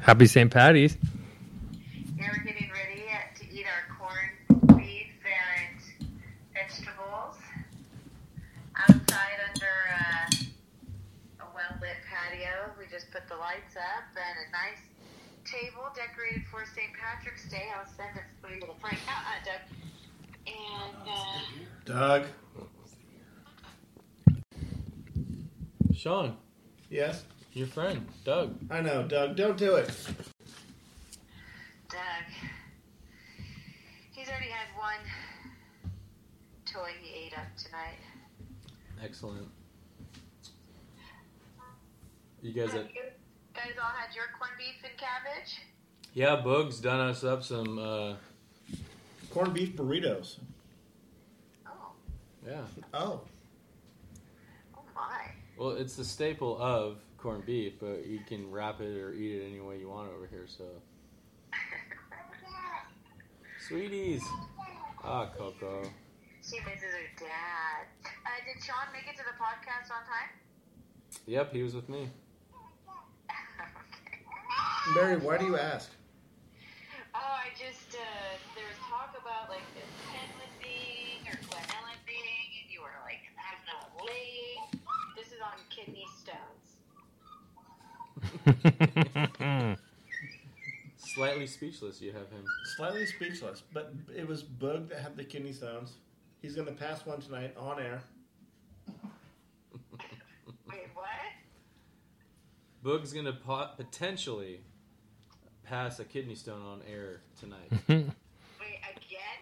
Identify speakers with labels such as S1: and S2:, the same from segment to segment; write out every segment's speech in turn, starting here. S1: Happy St. Patty's.
S2: Now we're getting ready uh, to eat our corn, beef, and vegetables outside under uh, a well lit patio. We just put the lights up and a nice table decorated for St. Patrick's Day. I'll send it to my little Frank, uh, uh, Doug. And uh,
S3: Doug.
S4: Sean,
S3: Yes.
S4: your friend, Doug.
S3: I know, Doug. Don't do it.
S2: Doug, he's already had one toy he ate up tonight.
S4: Excellent. You guys at
S2: Have you guys all had your corned beef and cabbage?
S4: Yeah, Boog's done us up some uh
S3: Corned beef burritos.
S2: Oh,
S4: yeah.
S3: Oh.
S2: oh my.
S4: Well, it's the staple of corned beef, but you can wrap it or eat it any way you want over here, so Sweeties. Ah, Coco.
S2: she misses her dad. Uh, did Sean make it to the podcast on time?
S4: Yep, he was with me.
S2: okay.
S3: Mary, why do you ask?
S2: Oh, I just, uh, there was talk about like this Penland thing or Glen Ellen thing, and you were like, I'm not late. This is on kidney stones.
S4: Slightly speechless you have him.
S3: Slightly speechless, but it was Bug that had the kidney stones. He's going to pass one tonight on air.
S2: Wait, what?
S4: Boog's gonna po- potentially pass a kidney stone on air tonight.
S2: Wait, again?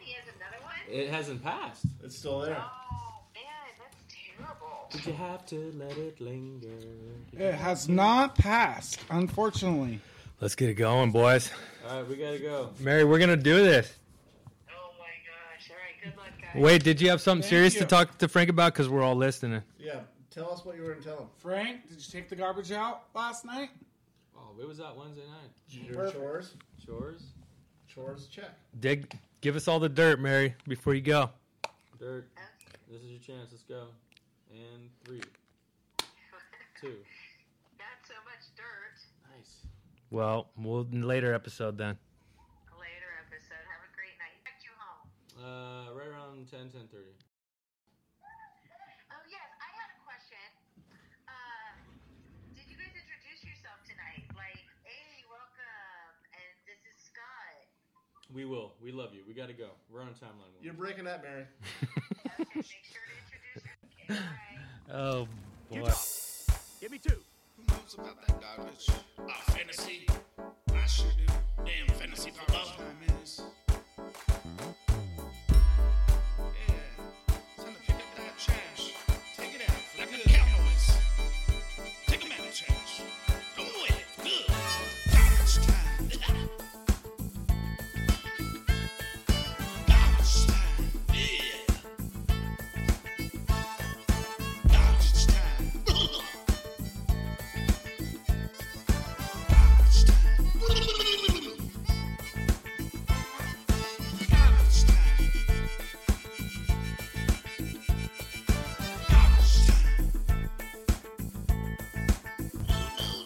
S2: He has another one?
S4: it hasn't passed.
S3: It's still there.
S2: Oh, man, that's terrible.
S4: Did you have to let it linger?
S5: It has not passed, unfortunately.
S1: Let's get it going, boys.
S4: All right, we gotta go.
S1: Mary, we're gonna do this.
S2: Oh my gosh. All right, good luck, guys.
S1: Wait, did you have something
S5: Thank
S1: serious to
S5: you.
S1: talk to Frank about? Because we're all listening.
S3: Yeah. Tell us what you were going to tell him.
S5: Frank, did you take the garbage out last night?
S4: Oh, it was out Wednesday night.
S3: Did you do
S5: Perfect.
S3: chores?
S4: Chores,
S3: Chores check.
S1: Dig, give us all the dirt, Mary, before you go.
S4: dirt. This is your chance. Let's go. And three, two.
S2: Not so much dirt.
S4: Nice.
S1: Well, we'll later episode then.
S2: A later episode. Have a great night. Back you home.
S4: Uh, right around 10, 10.30.
S2: Oh, yes, I had a question. Uh, did you guys introduce yourself tonight? Like, hey, welcome, and this is Scott.
S4: We will. We love you. We gotta go. We're on timeline one.
S3: You're breaking up, Mary.
S2: Okay, make sure to introduce yourself. Okay, bye.
S1: Oh boy.
S6: Who knows about that garbage? Oh, fantasy. I sure do. Damn fantasy football. Time is. Yeah. Time to pick up that trash. Take it out. Like the Cowboys. Take 'em out of trash. Come on with it. Good. Garbage time. Garbage time. Yeah. Garbage time. Garbage time. Garbage time. Garbage time. Oh no,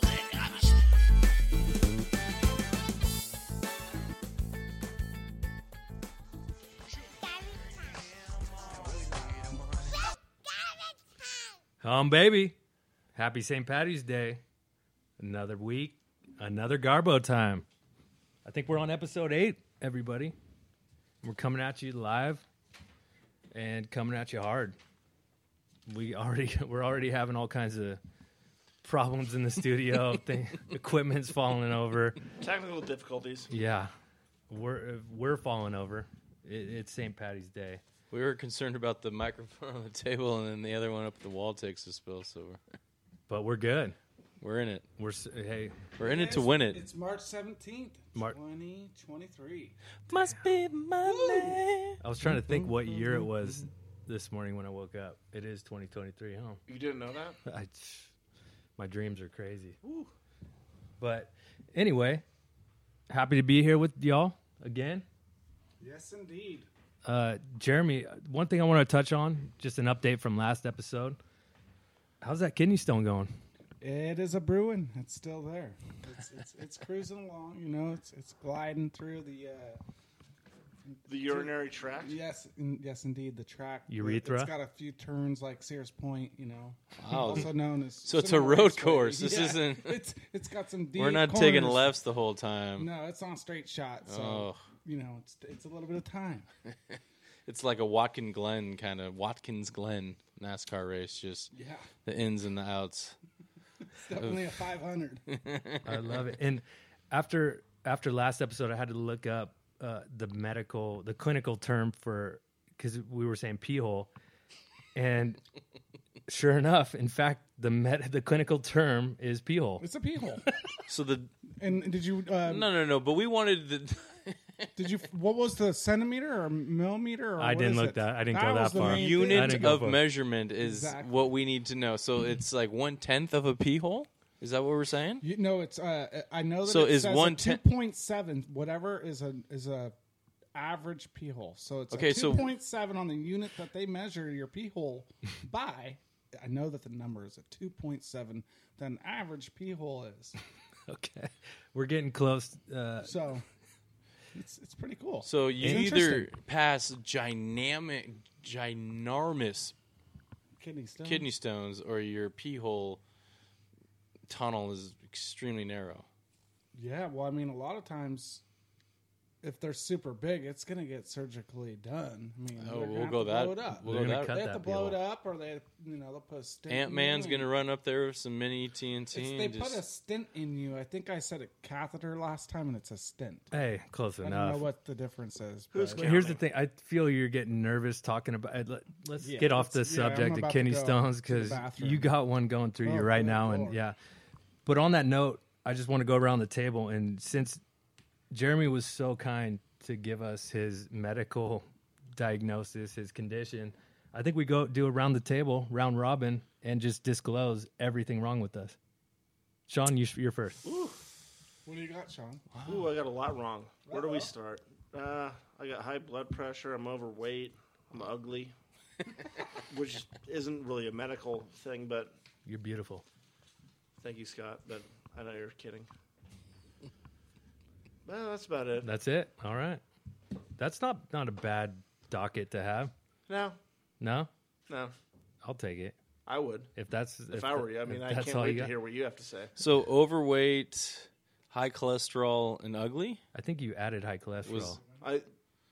S6: that garbage time.
S1: Um, baby. Happy St. Patty's Day. Another week, another Garbo time. I think we're on episode eight, everybody. We're coming at you live and coming at you hard. We already we're already having all kinds of problems in the studio. Thing, equipment's falling over.
S7: Technical difficulties.
S1: Yeah, we're we're falling over. It, it's St. Patty's Day.
S4: We were concerned about the microphone on the table, and then the other one up the wall takes a spill. So we're,
S1: But we're good.
S4: we're in it.
S1: We're s- hey,
S4: We're in it to win it.
S5: It's March 17th,
S1: Mar-
S5: 2023.
S4: Must be Monday.
S1: I was trying to think what year it was this morning when I woke up. It is 2023, huh?
S7: You didn't know that?
S1: I, my dreams are crazy. But anyway, happy to be here with y'all again.
S5: Yes, indeed.
S1: Uh, Jeremy, one thing I want to touch on, just an update from last episode. How's that kidney stone going?
S5: It is a brewing. It's still there. It's it's, it's cruising along. You know, it's it's gliding through the. Uh,
S3: The urinary tract.
S5: Yes, in, yes, indeed. The track
S1: Urethra?
S5: It's got a few turns like Sears Point, you know.
S4: Wow.
S5: Also known as.
S4: So it's a
S5: Seminole
S4: road
S5: Raceway.
S4: course. This isn't-
S5: It's it's got some deep.
S4: We're not taking
S5: corners.
S4: lefts the whole time.
S5: No, it's not a straight shot. So
S4: Oh.
S5: you know, it's it's a little bit of time.
S4: It's like a Watkins Glen kind of Watkins Glen NASCAR race, just
S5: Yeah,
S4: the ins and the outs.
S5: it's definitely a 500.
S1: I love it. And after after last episode, I had to look up uh, the medical, the clinical term for because we were saying pee hole, and sure enough, in fact, the med- the clinical term is pee hole.
S5: It's a pee hole.
S4: So the
S5: And did you uh,
S4: no, no, no. But we wanted the
S5: did you what was the centimeter or millimeter? Or
S1: I
S5: what
S1: didn't
S5: is
S1: look
S5: it?
S1: that- I didn't go that
S5: was the
S1: far.
S5: main
S1: You
S5: thing.
S1: I
S4: unit
S1: didn't go
S4: of
S1: for it.
S4: measurement is
S5: Exactly.
S4: what we need to know. So it's like one tenth of a pee hole. Is that what we're saying?
S5: You know, it's uh, I know that
S4: So
S5: it
S4: is
S5: says
S4: one
S5: two
S4: ten-
S5: point seven whatever is a is a average pee hole. So it's
S4: Okay,
S5: okay.
S4: so-
S5: Two point seven on the unit that they measure your pee hole by. I know that the number is a two point seven. That an average pee hole is.
S1: Okay, we're getting close. Uh,
S5: So it's it's pretty cool.
S4: So you
S5: It's
S4: either
S5: interesting.
S4: pass dynamic, ginormous
S5: kidney stone.
S4: kidney stones, or your pee hole tunnel is extremely narrow.
S5: Yeah. Well, I mean, a lot of times. If they're super big, it's gonna get surgically done. I mean,
S4: Oh,
S5: they're gonna
S4: we'll
S5: have
S4: go
S5: to
S4: that.
S5: blow it up.
S4: We'll
S1: They're
S4: go
S1: gonna
S4: that.
S1: cut
S5: they have to
S1: that
S5: blow it
S1: deal.
S5: up, or they, you know, they'll put a stink. in
S4: Ant Man's
S5: you.
S4: gonna run up there with some mini TNT.
S5: It's,
S4: and
S5: they
S4: just,
S5: put a stint in you. I think I said a catheter last time, and it's a stint.
S1: hey, close
S5: I don't know
S1: enough.
S5: what the difference is.
S3: Who's
S5: but-
S1: But here's the thing. I feel you're getting nervous talking about. uh, Let, let's get off the
S5: let's- yeah, I'm
S1: subject
S5: about
S1: of
S5: to
S1: kidney
S5: go
S1: stones
S5: to the
S1: because
S5: bathroom.
S1: you got one going through you
S5: Oh,
S1: right
S5: good
S1: now, and
S5: Lord.
S1: yeah. But on that note, I just want to go around the table, and since Jeremy was so kind to give us his medical diagnosis, his condition, I think we go do a round the table, round robin, and just disclose everything wrong with us. Sean, you, you're first.
S5: What do you got, Sean?
S3: Ooh, I got a lot wrong. Where do we start? Uh, I got high blood pressure. I'm overweight. I'm ugly, which isn't really a medical thing, but
S1: You're beautiful.
S3: thank you, Scott. But I know you're kidding. Well, that's about it.
S1: That's it. All right. That's not not a bad docket to have.
S3: No,
S1: No,
S3: no,
S1: I'll take it.
S3: I would
S1: If that's
S3: if I were you. I mean, I can't wait to hear what you have to say.
S4: so overweight, high cholesterol, and ugly.
S1: I think you added high cholesterol.
S4: Was-
S3: I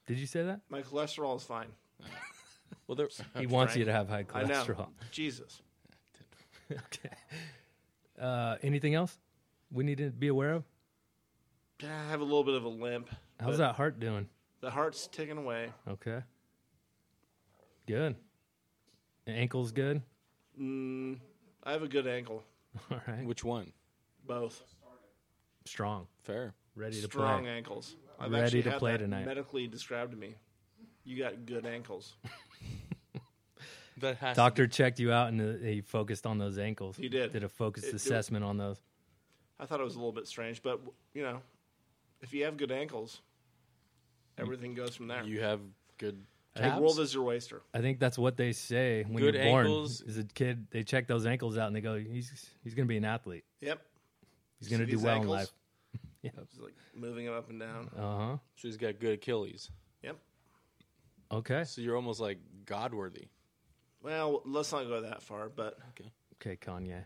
S1: Did you say that?
S3: my cholesterol is fine.
S4: Well, there,
S1: He wants
S3: right.
S1: you to have high
S3: I
S1: cholesterol.
S3: know. Jesus.
S1: okay. Uh, anything else we need to be aware of?
S3: I have a little bit of a limp.
S1: How's
S3: but
S1: that heart doing?
S3: The heart's ticking away.
S1: Okay. Good. The ankle's good.
S3: Mm, I have a good ankle.
S1: All right.
S4: which one?
S3: Both.
S1: Strong.
S4: Fair.
S1: Ready to
S3: strong
S1: play.
S3: ankles. I've
S1: Ready
S3: actually
S1: to
S3: had
S1: play
S3: that
S1: tonight.
S3: Medically described to me, you got good ankles.
S4: That has to
S1: Doctor checked you out and uh, he focused on those ankles.
S3: He did.
S1: Did a focused
S3: It- it-
S1: assessment on those.
S3: I thought it was a little bit strange, but you know, if you have good ankles, everything goes from there.
S4: You have good.
S3: the
S4: calves?
S3: world is your oyster.
S1: I think that's what they say when
S4: Good
S1: you're born.
S4: ankles.
S1: As a kid, they check those ankles out and they go, "He's he's going to be an athlete.
S3: Yep.
S1: He's going to
S3: See
S1: do
S3: these
S1: well
S3: ankles?
S1: in life."
S3: Just like moving them up and down.
S1: Uh huh.
S4: She's got good Achilles.
S3: Yep.
S1: Okay.
S4: So you're almost like God worthy.
S3: Well, let's not go that far, but
S1: Okay, Kanye.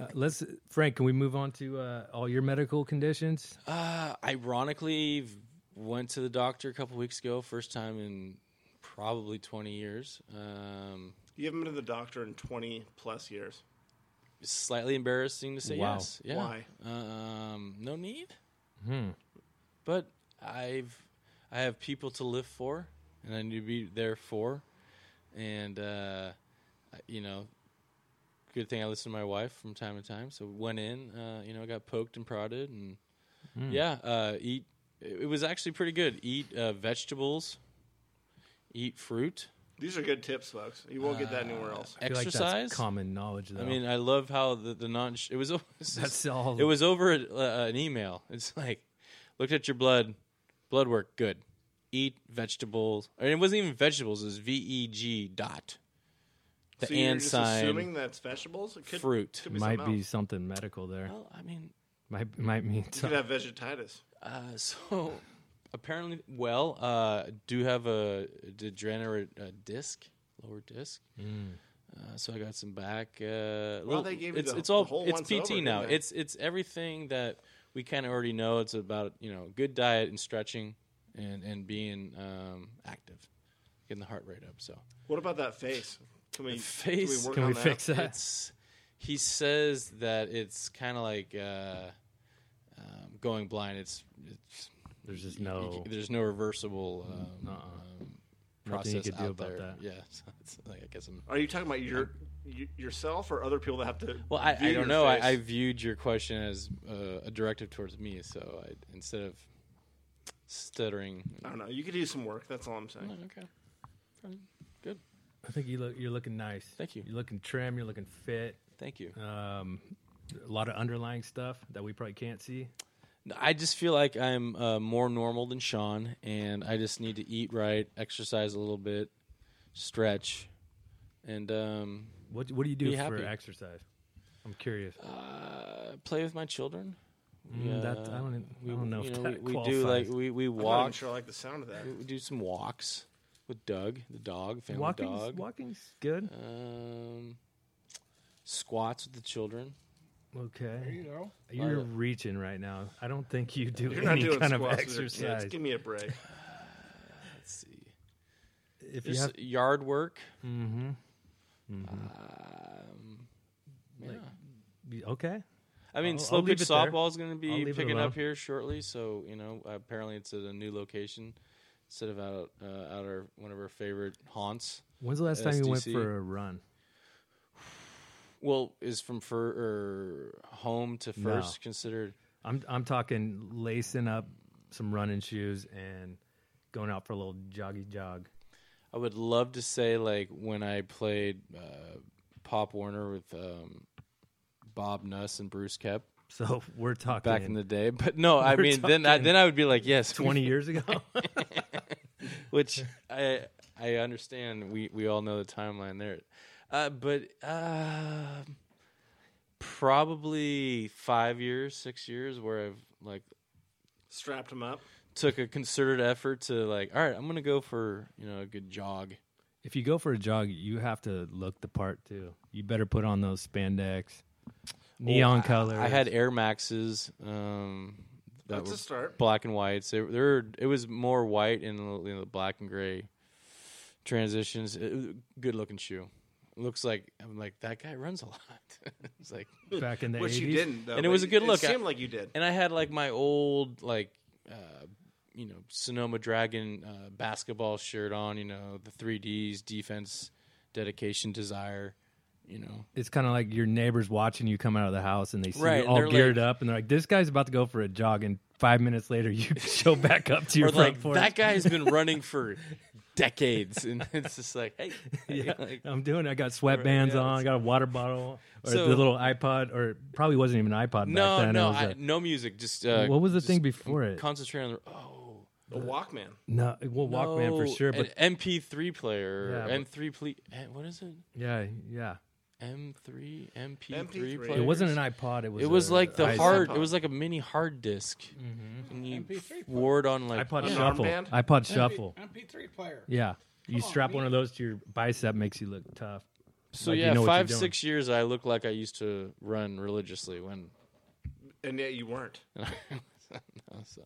S1: Uh, let's Frank. Can we move on to uh, all your medical conditions?
S4: Uh, ironically, v- went to the doctor a couple weeks ago, first time in probably 20 years. Um,
S3: you haven't been to the doctor in twenty plus years.
S4: slightly embarrassing to say
S1: Wow.
S4: yes. Yeah.
S3: Why?
S4: Um, no need.
S1: Hmm.
S4: But I've I have people to live for, and I need to be there for, and uh, I- you know, good thing I listen to my wife from time to time. So went in, uh, you know, got poked and prodded, and
S1: Hmm.
S4: yeah, uh, eat. It it was actually pretty good. Eat uh, vegetables, eat fruit,
S3: These are good tips, folks. You won't get
S1: Uh,
S3: that anywhere else.
S1: I feel like that's
S4: exercise.
S1: common knowledge. Though.
S4: I mean, I love how the, the non. It was always-
S1: That's all-
S4: It was over a, uh, an email. It's like, looked at your blood, blood work good. Eat vegetables. I mean, it wasn't even vegetables. It was V E G dot. The
S3: so you're
S4: and
S3: just
S4: sign,
S3: assuming that's vegetables. It could,
S4: fruit.
S3: could be
S1: Might
S3: something
S1: be
S3: else.
S1: something medical there.
S4: Well, I mean,
S1: Might might mean
S3: You could
S1: something.
S3: have vegetitis.
S4: Uh, so apparently, well, uh, do have a degenerate uh, disc, lower disc. Uh, so I got some back. Uh, little-
S3: they gave you
S4: it's
S3: the-
S4: it's all
S3: the whole
S4: it's
S3: once
S4: PT
S3: over,
S4: now.
S3: didn't they?
S4: It's it's everything that we kind of already know. It's about you know good diet and stretching and and being um, active, getting the heart rate up. So
S3: What about that face? Can we Can
S4: face-
S3: we, work
S1: Can
S3: on
S1: we
S3: that?
S1: fix that?
S4: it's he says that it's kind of like uh, um, going blind. It's it's
S1: There's just
S4: you- you
S1: no.
S4: ca- there's no reversible um,
S1: Uh-uh.
S4: um,
S1: Nothing
S4: process
S1: you could do
S4: out
S1: about
S4: there.
S1: that.
S4: Yeah, so it's like, I guess I'm.
S3: Are you talking about your you, yourself or other people that have to?
S4: Well, I,
S3: view
S4: I
S3: your
S4: don't know.
S3: face?
S4: I, I viewed your question as uh, a directive towards me, so I, instead of stuttering,
S3: I don't know. You could do some work. That's all I'm saying.
S4: Oh, okay, Fine. good.
S1: I think you look. You're looking nice.
S4: Thank you.
S1: You're looking trim. You're looking fit.
S4: Thank you.
S1: Um, a lot of underlying stuff that we probably can't see.
S4: No, I just feel like I'm uh, more normal than Sean, and I just need to eat right, exercise a little bit, stretch, and um,
S1: What What do you do
S4: Be
S1: for
S4: happy.
S1: exercise? I'm curious.
S4: uh, play with my children.
S1: Mm, that- I don't- I don't know
S4: you
S1: if that
S4: we, we do like
S1: qualifies.
S4: we we
S3: I'm not even
S4: walk.
S3: sure I like the sound of that.
S4: We do some walks with Doug, the dog, family
S1: Walking's
S4: dog. Uh,
S1: Walking's good.
S4: Um, squats with the children.
S5: There you
S1: Okay.
S5: go.
S1: You're
S4: Love
S1: reaching right now. I don't think you do
S3: You're not
S1: any
S3: doing
S1: kind of
S3: squats with your
S1: exercise.
S3: Kids. Give me a break.
S4: Let's see.
S1: If you
S4: Just
S1: have,
S4: yard work.
S1: mm-hmm.
S4: Um, yeah.
S1: okay.
S4: I mean,
S1: I'll- I'll
S4: slow
S1: leave
S4: pitch
S1: it there.
S4: softball is going to
S1: I'll
S4: be
S1: leave it
S4: picking
S1: alone.
S4: up here shortly. So you know, apparently it's at a new location instead of out uh, out our one of our favorite haunts.
S1: When's the last time you went
S4: SDC.
S1: for a run?
S4: Well, is from fir- or home to
S1: No.
S4: first considered?
S1: I'm I'm talking lacing up some running shoes and going out for a little joggy jog.
S4: I would love to say like when I played uh, Pop Warner with um, Bob Nuss and Bruce Kep
S1: So we're talking
S4: back in the day, but no, I
S1: We're
S4: mean then I,
S1: talking
S4: then I would be like yes,
S1: 20 years ago.
S4: which I I understand. We we all know the timeline there, uh, but uh, probably five years, six years, where I've like
S3: Strapped him up.
S4: took a concerted effort to like, all right, I'm gonna go for you know a good jog.
S1: if you go for a jog, you have to look the part too. You better put on those spandex, neon colors.
S4: Oh, I had Air Maxes. Um, that
S3: That's
S4: were
S3: a start.
S4: black and whites. They, they were, it was more white and you know, the black and gray transitions. It- it- good looking shoe. Looks like I'm like that guy runs a lot. it's like,
S1: back in the
S3: Which
S1: 80s.
S3: you didn't, though.
S4: And it was
S3: but
S4: a good look.
S3: It seemed like you did.
S4: and I had like my old like, uh, you know, Sonoma Dragon uh, basketball shirt on. You know, the three Ds: defense, dedication, desire. You know,
S1: It's kind of like your neighbors watching you come out of the house and they see
S4: Right,
S1: you
S4: and
S1: all
S4: they're
S1: geared
S4: like-
S1: up and they're like, "This guy's about to go for a jog," and five minutes later you show back up to your
S4: or
S1: front
S4: like
S1: porch.
S4: that guy has been running for decades, and it's just like, hey, hey,
S1: Yeah,
S4: like,
S1: I'm doing. it. I got sweatbands
S4: yeah,
S1: on. I
S4: it's-
S1: got a water bottle or
S4: So-
S1: the little iPod, or it probably wasn't even an iPod
S4: no,
S1: back then.
S4: no,
S1: it was
S4: I,
S1: a-
S4: no music. Just uh,
S1: what was the
S4: just
S1: thing before it?
S4: Concentrate on the oh
S3: The Walkman.
S1: no, well, Walkman for
S4: no,
S1: sure, but
S4: an MP3 player,
S1: Yeah, but-
S4: or M3 ple- eh, What is it?
S1: yeah, yeah,
S4: M3 MP3,
S3: MP3.
S4: player.
S1: it wasn't an iPod. It was.
S4: It was
S1: a-
S4: like the
S1: I-
S4: hard.
S3: iPod.
S4: It was like a mini hard disk,
S3: Mm-hmm.
S4: and you
S5: MP3 player.
S4: wore it on like
S1: iPod
S3: Yeah.
S1: shuffle.
S3: Armband?
S1: iPod shuffle.
S5: MP, MP3 player.
S1: Yeah, you
S4: Oh,
S5: Come on,
S1: strap one
S5: man.
S1: of those to your bicep, makes you look tough.
S4: So
S1: like you
S4: yeah,
S1: know what you're
S4: five
S1: doing.
S4: six years. I looked like I used to run religiously when.
S3: And yet you weren't.
S4: uh, so.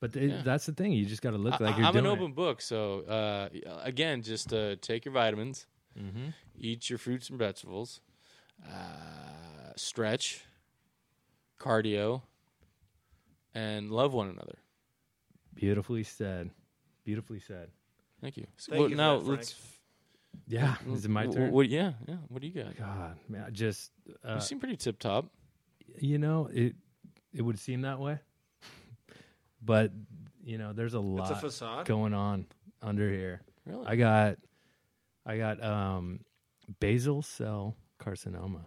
S1: But th- that's the thing. You just got to look like
S4: I-
S1: you're
S4: I'm
S1: doing
S4: an
S1: it.
S4: open book, so uh, again, just uh, take your vitamins,
S1: Mm-hmm.
S4: eat your fruits and vegetables, uh, stretch, cardio, and love one another.
S1: Beautifully said. Beautifully said.
S4: Thank you. So,
S3: Thank you for
S4: now
S3: that, Frank.
S4: let's.
S1: Yeah. Is it my
S4: wh-
S1: turn?
S4: What, yeah, yeah. What do you got?
S1: God, man, I just uh,
S4: you seem pretty tip top.
S1: you know it. It would seem that way, but you know, there's a
S3: It's a
S1: lot
S3: facade.
S1: going on under here.
S4: Really?
S1: I got, I got um, basal cell carcinoma.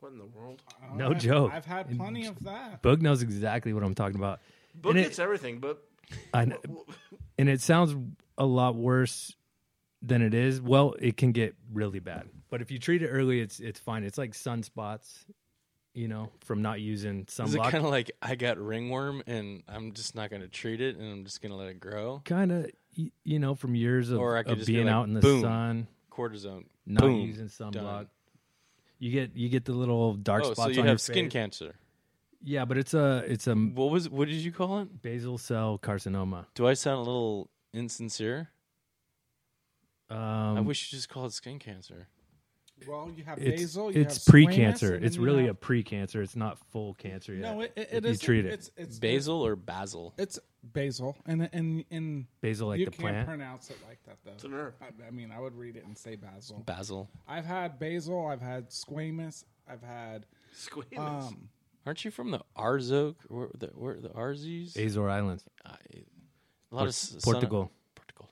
S3: What in the world?
S5: Oh,
S1: No
S5: I've-
S1: joke.
S5: I've had
S1: And-
S5: plenty of that.
S1: Boog knows exactly what I'm talking about.
S3: Book
S1: And it-
S3: gets everything, but
S1: I know, and it sounds a lot worse than it is, well, it can get really bad. But if you treat it early, it's it's fine. It's like sunspots, you know, from not using
S4: Is it
S1: sunblock.
S4: kind of like I got ringworm and I'm just not going to treat it and I'm just going to let it grow?
S1: Kind of, you know, from years of,
S4: Or I could
S1: of
S4: just be
S1: being
S4: like,
S1: out in the
S4: boom.
S1: sun,
S4: Cortisone.
S1: not
S4: Boom.
S1: using sunblock.
S4: Done.
S1: You get you get the little dark
S4: Oh,
S1: spots
S4: so you
S1: on your
S4: have skin
S1: face.
S4: cancer.
S1: Yeah, but it's a it's a
S4: What was? What did you call it?
S1: basal cell carcinoma.
S4: Do I sound a little insincere?
S1: Um,
S4: I wish you just called it skin cancer.
S5: Well, you have
S1: it's
S5: basil. You
S1: it's
S5: have
S1: pre-cancer.
S5: squamous, and
S1: It's
S5: you
S1: really a
S5: have-
S1: pre-cancer. It's not full cancer yet.
S5: no. It, it,
S1: if
S5: it
S1: you
S5: is.
S1: treat it.
S5: It's, it's
S4: Basil or basil?
S5: It's basil, and and and
S1: Basil like
S5: you
S1: the
S5: can't
S1: plant.
S5: pronounce it like that though. It's
S3: an herb.
S5: I, I mean, I would read it and say basil.
S4: Basil.
S5: I've had basil. I've had squamous. I've had
S3: Squeeze.
S5: um.
S4: Aren't you from the Arzok? Where the where the Arzies?
S1: Azor Islands,
S4: I- a lot of s- sun-
S1: Portugal.
S4: Portugal.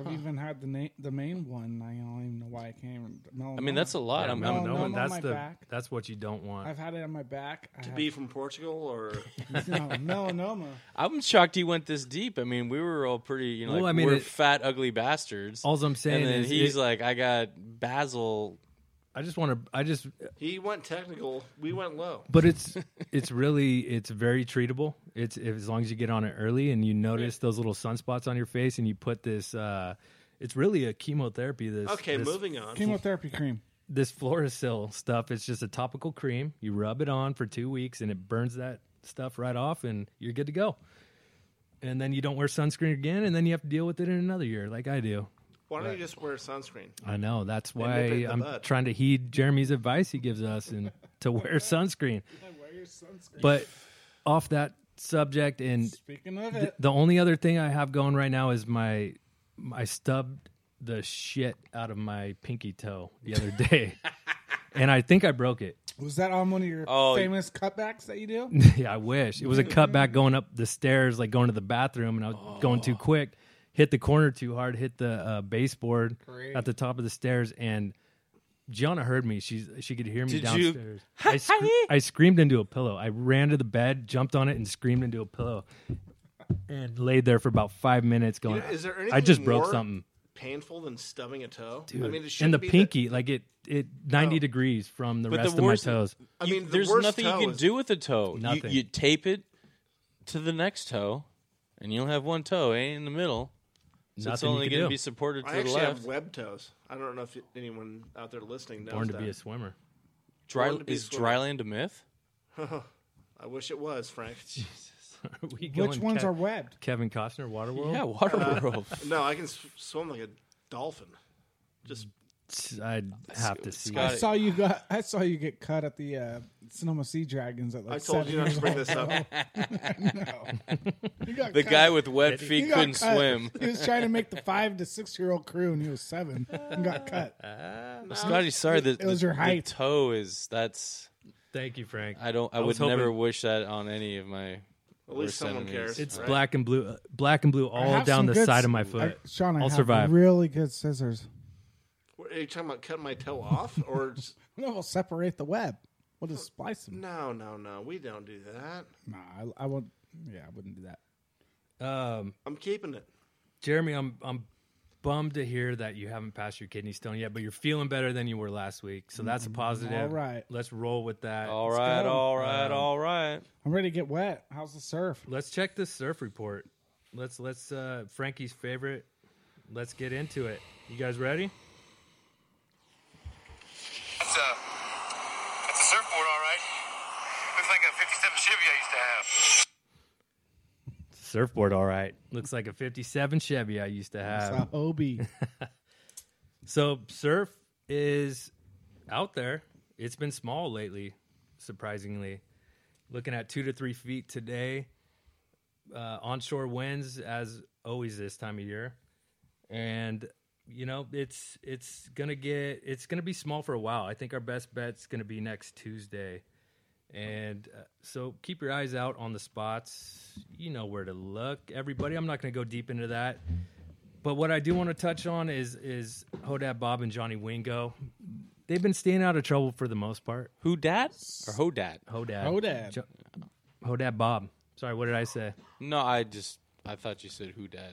S5: I've even had the na- the main one. I don't even know why I can't. Even,
S4: I mean, that's a lot.
S1: Yeah,
S4: I'm,
S5: no,
S4: I'm-
S1: melanoma,
S5: no, no,
S1: that's
S5: my
S1: the
S5: back.
S1: that's what you don't want.
S5: I've had it on my back. I
S3: To
S5: have,
S3: be from Portugal or
S5: no, melanoma.
S4: I'm shocked he went this deep. I mean, we were all pretty, you know,
S1: Well,
S4: like,
S1: I mean,
S4: we're
S1: it-
S4: fat, ugly bastards.
S1: All I'm saying
S4: and then
S1: is
S4: he's
S1: it-
S4: like, I got basil.
S1: I just want to. I just,
S3: he went technical. We went low.
S1: but it's it's really it's very treatable. It's if, as long as you get on it early and you notice those little sunspots on your face and you put this. uh It's really a chemotherapy. This
S3: Okay,
S1: this,
S3: moving on.
S5: Chemotherapy cream.
S1: This Floracil stuff. It's just a topical cream. You rub it on for two weeks and it burns that stuff right off, and you're good to go. And then you don't wear sunscreen again, and then you have to deal with it in another year, like I do.
S3: Why don't you just wear sunscreen?
S1: I know. That's
S3: nip it in
S1: why
S3: the
S1: I'm
S3: bud.
S1: trying to heed Jeremy's advice he gives us and to wear sunscreen.
S5: Wear your sunscreen.
S1: But off that subject, and
S5: Speaking of
S1: th-
S5: it,
S1: the only other thing I have going right now is my I stubbed the shit out of my pinky toe the other day, and I think I broke it.
S5: was that on one of your
S4: Oh,
S5: famous cutbacks that you do?
S1: yeah, I wish it was a cutback going up the stairs, like going to the bathroom, and I was going too
S3: Oh.
S1: quick, hit the corner too hard, hit the uh, baseboard
S5: Great.
S1: at the top of the stairs, and Gianna heard me. She's she could hear me
S4: Did you-
S1: downstairs. I, scr- I screamed into a pillow. I ran to the bed, jumped on it, and screamed into a pillow, and laid there for about five minutes. Going,
S3: know, is there
S1: I just
S3: anything
S1: broke
S3: more
S1: something.
S3: Painful than stubbing a toe.
S1: Dude.
S3: I mean, it
S1: and
S3: shouldn't
S1: the
S3: be Oh.
S1: pinky, like it, it ninety degrees from the
S4: But
S1: rest
S4: the
S1: of my
S4: worst,
S1: toes.
S3: I
S4: you-
S3: mean, the
S4: there's
S3: worst
S4: nothing
S3: toe
S4: you can
S3: is-
S4: do with a toe. You-
S1: Nothing.
S4: You, tape it to the next toe, and you'll have one toe, ain't in the middle. So it's
S1: Nothing you
S4: only
S1: can
S4: going
S1: do.
S4: to be supported
S3: I
S4: to the
S3: actually
S4: left.
S3: have web toes. I don't know if anyone out there listening knows
S1: Born to
S3: that.
S1: be a swimmer.
S4: Dry,
S3: Born to be
S4: is
S3: swimmer.
S4: dryland a myth?
S3: I wish it was Frank.
S1: Are we
S5: Which
S1: going
S5: ones
S1: Kev-
S5: are webbed?
S1: Kevin Costner Waterworld?
S4: Yeah,
S3: Uh,
S4: Waterworld.
S3: no, I can s- swim like a dolphin. Just
S1: I'd have to see.
S4: Scott-
S1: it.
S5: I saw you got. I saw you get cut at the uh, Sonoma Sea Dragons at like.
S3: I told
S5: seven
S3: you not
S5: years
S3: to bring
S5: old.
S3: this up.
S5: no. You got
S4: the
S5: cut.
S4: guy with webbed
S5: He
S4: feet
S5: got
S4: couldn't
S5: cut.
S4: swim.
S5: He was trying to make the five to six year old crew, and he was seven and got cut.
S4: Scotty, sorry, the,
S5: it was
S4: the-
S5: your
S4: the
S5: height.
S4: toe is that's.
S1: Thank you, Frank.
S4: I don't. I,
S1: was
S4: would never
S1: hoping-
S4: wish that on any of my.
S3: at least someone
S4: enemies.
S3: cares.
S1: It's
S3: right?
S1: black and blue, uh, black and blue all
S5: have
S1: down
S5: some
S1: the
S5: good
S1: side
S5: s-
S1: of my
S5: I,
S1: foot.
S5: Sean, I
S1: I'll
S5: have
S1: survive.
S5: really good scissors.
S3: Are you talking about cutting my toe off or? Just,
S5: No, we'll separate the web. We'll just splice them.
S3: no, no, no. We don't do that.
S5: Nah, I, I won't. Yeah, I wouldn't do that.
S1: Um,
S3: I'm keeping it.
S1: Jeremy, I'm I'm bummed to hear that you haven't passed your kidney stone yet, but you're feeling better than you were last week, so that's a positive.
S5: Mm-hmm. All right.
S1: let's roll with that.
S4: All right,
S5: go.
S4: all right, all right.
S5: I'm ready to get wet. How's the surf?
S1: Let's check the surf report. Let's let's uh, Frankie's favorite. Let's get into it. You guys ready?
S6: That's a, that's uh, a surfboard, all right. Looks like a 57 Chevy I used to have.
S1: Surfboard, all right. Looks like a '57 Chevy I used to have.
S5: Saw Obi.
S1: So surf is out there. It's been small lately, surprisingly. Looking at two to three feet today. Uh, onshore winds, as always this time of year, and you know it's it's gonna get it's gonna be small for a while. I think our best bet's gonna be next Tuesday, and uh, so keep your eyes out on the spots. You know where to look, everybody. I'm not gonna go deep into that. But what I do want to touch on is is Hodad Bob and Johnny Wingo. They've been staying out of trouble for the most part.
S4: Who dat or who dat?
S1: Hodad.
S5: Hodad.
S1: Hodad Bob. Sorry, what did I say?
S4: No, I just I thought you said who dat.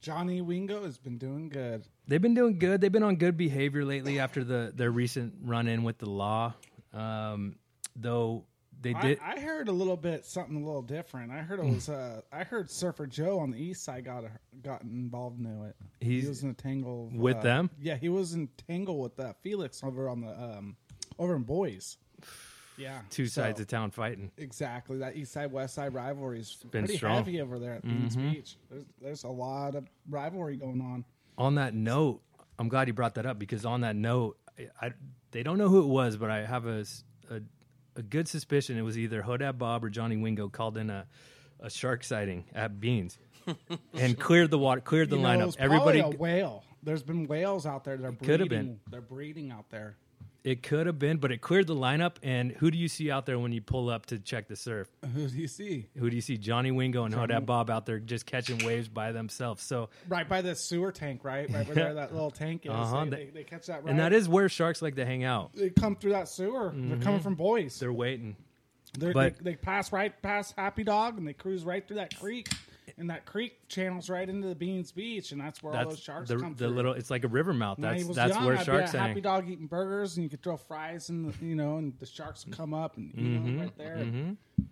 S5: Johnny Wingo has been doing good.
S1: they've been doing good. They've been on good behavior lately after the their recent run in with the law. Um, though they
S5: I,
S1: did. Mm.
S5: I heard a little bit something a little different. I heard it was uh, I heard Surfer Joe on the East Side got got involved in it.
S1: He's-
S5: he was in a tangle of,
S1: with
S5: uh,
S1: them?
S5: Yeah, he was in tangle with uh, Felix over on the um, over in Boys. Yeah,
S1: two
S5: so-
S1: sides of town fighting.
S5: exactly that East Side West Side rivalry is
S1: been
S5: pretty
S1: strong. Mm-hmm.
S5: heavy over there at Phoenix Beach. There's, there's a lot of rivalry going on.
S1: On that note, I'm glad you brought that up because on that note, I, I- they don't know who it was, but I have a, s- a- a good suspicion it was either Hodab Bob or Johnny Wingo called in a, a shark sighting at Beans and cleared the water, cleared the
S5: You know, it
S1: lineup.
S5: was probably
S1: Everybody,
S5: a whale. There's been whales out there. They're
S1: could
S5: breeding.
S1: have been.
S5: They're breeding out there.
S1: it could have been, but it cleared the lineup. And who do you see out there when you pull up to check the surf?
S5: Who do you see?
S1: Who do you see? Johnny Wingo and Hodab Bob out there just catching waves by themselves. So,
S5: Right by the sewer tank, right? Right where there, that little tank is.
S1: Uh-huh.
S5: They,
S1: They-
S5: they, they catch that right.
S1: and that is where sharks like to hang out.
S5: they come through that sewer. They're coming from boys.
S1: Mm-hmm. They're waiting.
S5: They're,
S1: but-
S5: they, they pass right past Happy Dog and they cruise right through that creek. And that creek channels right into the Beans Beach, and that's where all those
S1: That's
S5: sharks
S1: the,
S5: come
S1: the
S5: through.
S1: little. It's like a river mouth.
S5: When I
S1: That's
S5: was
S1: that's
S5: young,
S1: where
S5: I'd be
S1: sharks
S5: at
S1: hang.
S5: Happy Dog eating burgers, and you could throw fries, and you know, and the sharks would come up and eat 'em
S1: Mm-hmm.
S5: right there.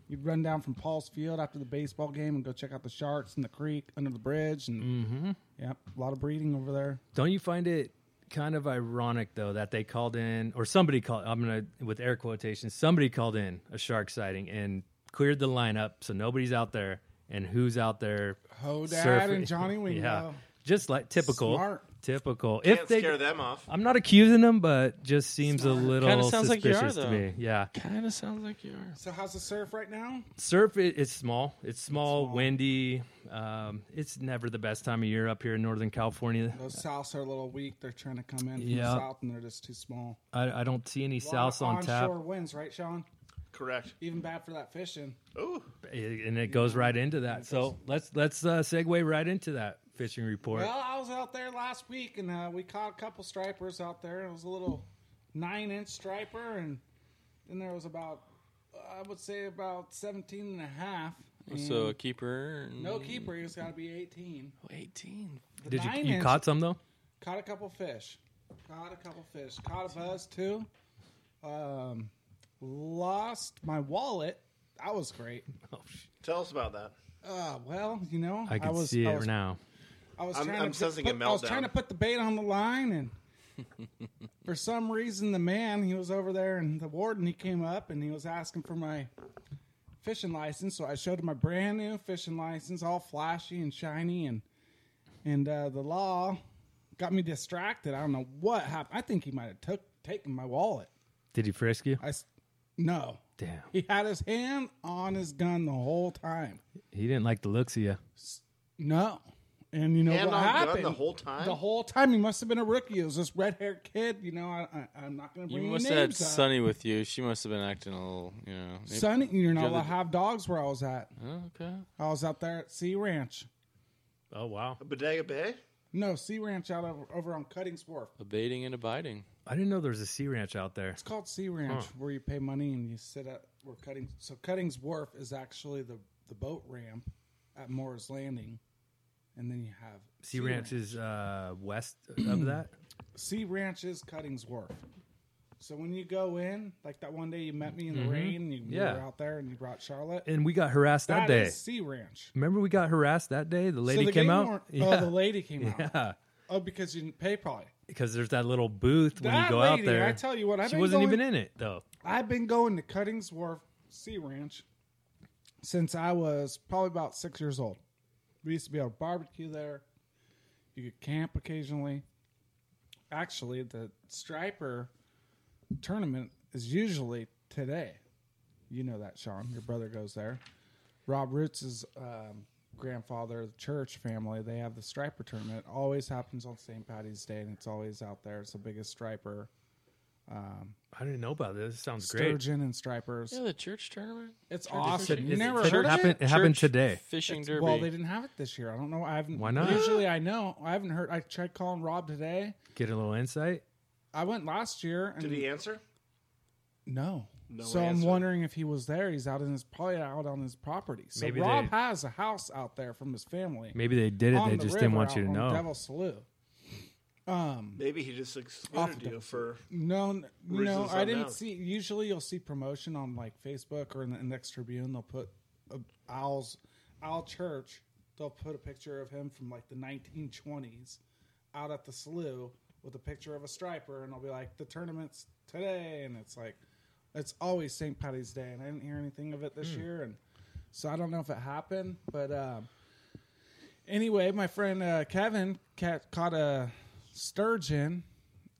S5: You'd run down from Paul's Field after the baseball game and go check out the sharks in the creek under the bridge, and
S1: Mm-hmm.
S5: yep, a lot of breeding over there.
S1: Don't you find it kind of ironic though that they called in or somebody called I'm going to with air quotations somebody called in a shark sighting and cleared the lineup so nobody's out there and who's out there
S5: Hodad
S1: surfing?
S5: and Johnny Wingo.
S1: Yeah. Just like typical
S5: Smart.
S1: typical
S3: Can't
S1: if they
S3: scare them off.
S1: I'm not accusing them but just seems a
S4: Kinda
S1: little
S4: sounds like you are,
S1: suspicious to
S4: though.
S1: me. Yeah.
S4: Kind of sounds like you are.
S5: So how's the surf right now?
S1: surf it, it's small it's small, windy um, it's never the best time of year up here in northern california
S5: Those souths are a little weak. They're trying to come in from
S1: Yeah.
S5: the south, and they're just too small.
S1: i, I don't see any souths on tap
S5: onshore winds, right, Sean?
S3: Correct.
S5: Even bad for that fishing.
S3: Ooh,
S1: eh, and it goes right into that so let's let's uh, segue right into that fishing report
S5: Well, I was out there last week, and uh, we caught a couple stripers out there. It was a little nine-inch striper, and then there was about, I would say, about 17 and a half.
S4: So a
S5: and
S4: keeper. And
S5: no keeper. He's got to be 18.
S4: Oh, Eighteen.
S5: The
S1: did you
S5: nine
S1: you
S5: inch-
S1: caught some though
S5: Caught a couple fish. Caught a couple fish. Caught a buzz too. Um, lost my wallet. That was great.
S3: tell us about that.
S5: Uh, well, you know,
S1: i can
S5: was,
S1: see
S5: I
S1: it
S5: was,
S1: now
S5: I was
S3: I'm-
S5: trying
S3: I'm
S5: to
S3: sensing a
S5: put, I was
S3: meltdown.
S5: trying to put the bait on the line, and for some reason, the man he was over there, and the warden he came up and he was asking for my fishing license. So I showed him my brand new fishing license, all flashy and shiny, and and uh, the law got me distracted. I don't know what happened. I think he might have took taken my wallet.
S1: did he frisk you
S5: I s- no.
S1: damn
S5: He had his hand on his gun the whole time.
S1: he didn't like the looks of you
S5: No. And you know
S3: Hand
S5: what
S3: on gun
S5: happened
S3: the whole time?
S5: The whole time he must have been a rookie. It was this red haired kid. You know, I, I, I'm not going to
S4: You
S5: bring any
S4: must have had
S5: names up. Sunny,
S4: Sunny with you. She must have been acting a little, you know. maybe-
S5: you're not
S4: Did you
S5: allowed
S4: have
S5: to have dogs where I was at.
S4: Oh, okay.
S5: I was out there at Sea Ranch.
S1: oh wow
S3: A Bodega Bay.
S5: No, Sea Ranch out over, over on Cuttingsworth.
S4: Abating and abiding.
S1: i didn't know there was a sea ranch out there
S5: It's called Sea Ranch, where you pay money and you sit at where Cutting. So Cuttings Wharf is actually the the boat ramp at Moore's Landing, and then you have
S1: sea ranch is uh, west of that
S5: Sea Ranch is Cuttings Wharf. So when you go in, like that one day you met me in the rain, and you
S1: Mm-hmm. Yeah.
S5: were out there and you brought Charlotte.
S1: and we got harassed that,
S5: That
S1: day
S5: is Sea Ranch.
S1: remember we got harassed that day the lady
S5: the
S1: came
S5: game
S1: out
S5: warrant-
S1: yeah.
S5: Oh, the lady came out.
S1: yeah
S5: Oh, because you didn't pay probably.
S1: because there's that little booth when
S5: that
S1: you go
S5: lady,
S1: out there.
S5: I tell you what, I've
S1: she
S5: been
S1: wasn't
S5: going,
S1: even in it though.
S5: I've been going to Cuttings Wharf Sea Ranch since I was probably about six years old. We used to be able to barbecue there. You could camp occasionally. Actually, the striper tournament is usually today. You know that, Sean. Your brother goes there. Rob Roots' um, grandfather, the church family, they have the striper tournament. It always happens on St. Patty's Day, and it's always out there. It's the biggest striper.
S1: I didn't know about this. This sounds great.
S5: Sturgeon and stripers.
S4: Yeah, the church tournament.
S5: It's awesome. You
S1: Is it
S5: never
S1: church
S5: heard of
S1: happened,
S5: it?
S1: it happened
S4: Church
S1: today.
S4: Fishing derby.
S5: Well, they didn't have it this year. I don't know. I haven't.
S1: Why not?
S5: Usually, I know. I haven't heard. I tried calling Rob today.
S1: Get a little insight.
S5: I went last year. And
S3: Did he answer?
S5: No.
S3: No
S5: so I'm
S3: answer.
S5: wondering if he was there. He's out in his probably out on his property. So
S1: Maybe
S5: Rob
S1: they-
S5: has a house out there from his family.
S1: Maybe they did it.
S5: on
S1: They
S5: the
S1: just didn't
S5: river
S1: want you
S5: out
S1: to
S5: on Um,
S1: know.
S5: Devil Slough.
S3: Maybe he just excluded you for.
S5: No, n- no,
S3: Reasons
S5: I didn't
S3: unknown.
S5: see. Usually, you'll see promotion on like Facebook or in the Index Tribune. They'll put uh, Owl's Owl Church. They'll put a picture of him from like the 1920s out at the slough with a picture of a striper, and they'll be like, "The tournament's today," and it's like, it's always St. Patty's Day, and I didn't hear anything of it this year, and so I don't know if it happened, but. um Anyway, my friend uh, Kevin ca- caught a sturgeon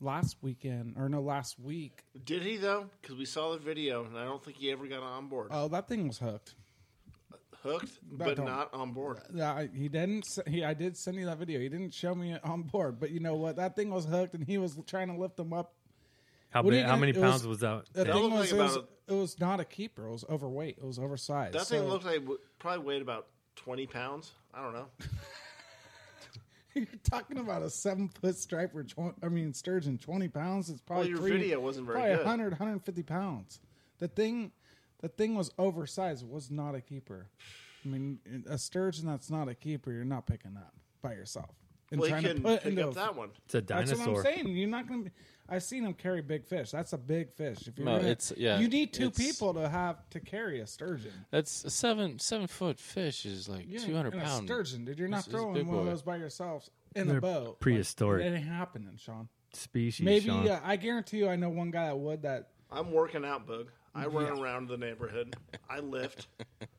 S5: last weekend, or no, last week.
S3: Did he though? Because we saw the video, and I don't think he ever got on board.
S5: Oh, that thing was hooked.
S3: Hooked, but
S5: don't-
S3: not on board.
S5: Yeah, I- he didn't. s- He, I did send you that video. He didn't show me it on board, but you know what? That thing was hooked, and he was trying to lift them up.
S1: How,
S5: What do
S1: big,
S5: you
S1: how
S5: think-
S1: many
S5: it
S1: pounds was,
S5: was-
S1: that?
S5: The
S1: thing?
S5: thing
S3: only
S5: was,
S3: thing
S5: it was,
S3: about
S5: it was not a keeper. It was overweight. It was oversized.
S3: That
S5: So
S3: thing looked like w- probably weighed about twenty pounds. I don't know.
S5: You're talking about a seven foot striper. Tw- I mean, sturgeon, twenty pounds. It's probably
S3: your
S5: three,
S3: video wasn't very
S5: probably
S3: good.
S5: 100, 150 pounds. The thing, the thing was oversized. It was not a keeper. I mean, a sturgeon that's not a keeper, you're not picking up by yourself. And
S3: Well, he
S5: trying to
S3: couldn't
S5: put
S3: pick
S5: into
S3: up
S5: a-
S3: that one.
S1: It's a
S5: That's
S1: dinosaur.
S5: what I'm saying. You're not going to. be I've seen them carry big fish. That's a big fish. If you're
S4: No,
S5: gonna-
S4: it's- yeah,
S5: You need two
S4: it's-
S5: people to have to carry a sturgeon.
S4: That's a seven seven foot fish is like
S5: Yeah,
S4: two hundred
S5: and
S4: pounds.
S5: A sturgeon, dude. You're not
S4: This is a
S5: throwing
S4: big
S5: one of
S4: boy.
S5: those by yourself in a
S1: They're
S5: boat.
S1: prehistoric.
S5: Like, it ain't happening, Sean.
S1: Species.
S5: Maybe
S1: Sean.
S5: uh, I guarantee you, I know one guy that would. That
S3: I'm working out, Bug. I run around the neighborhood. I lift.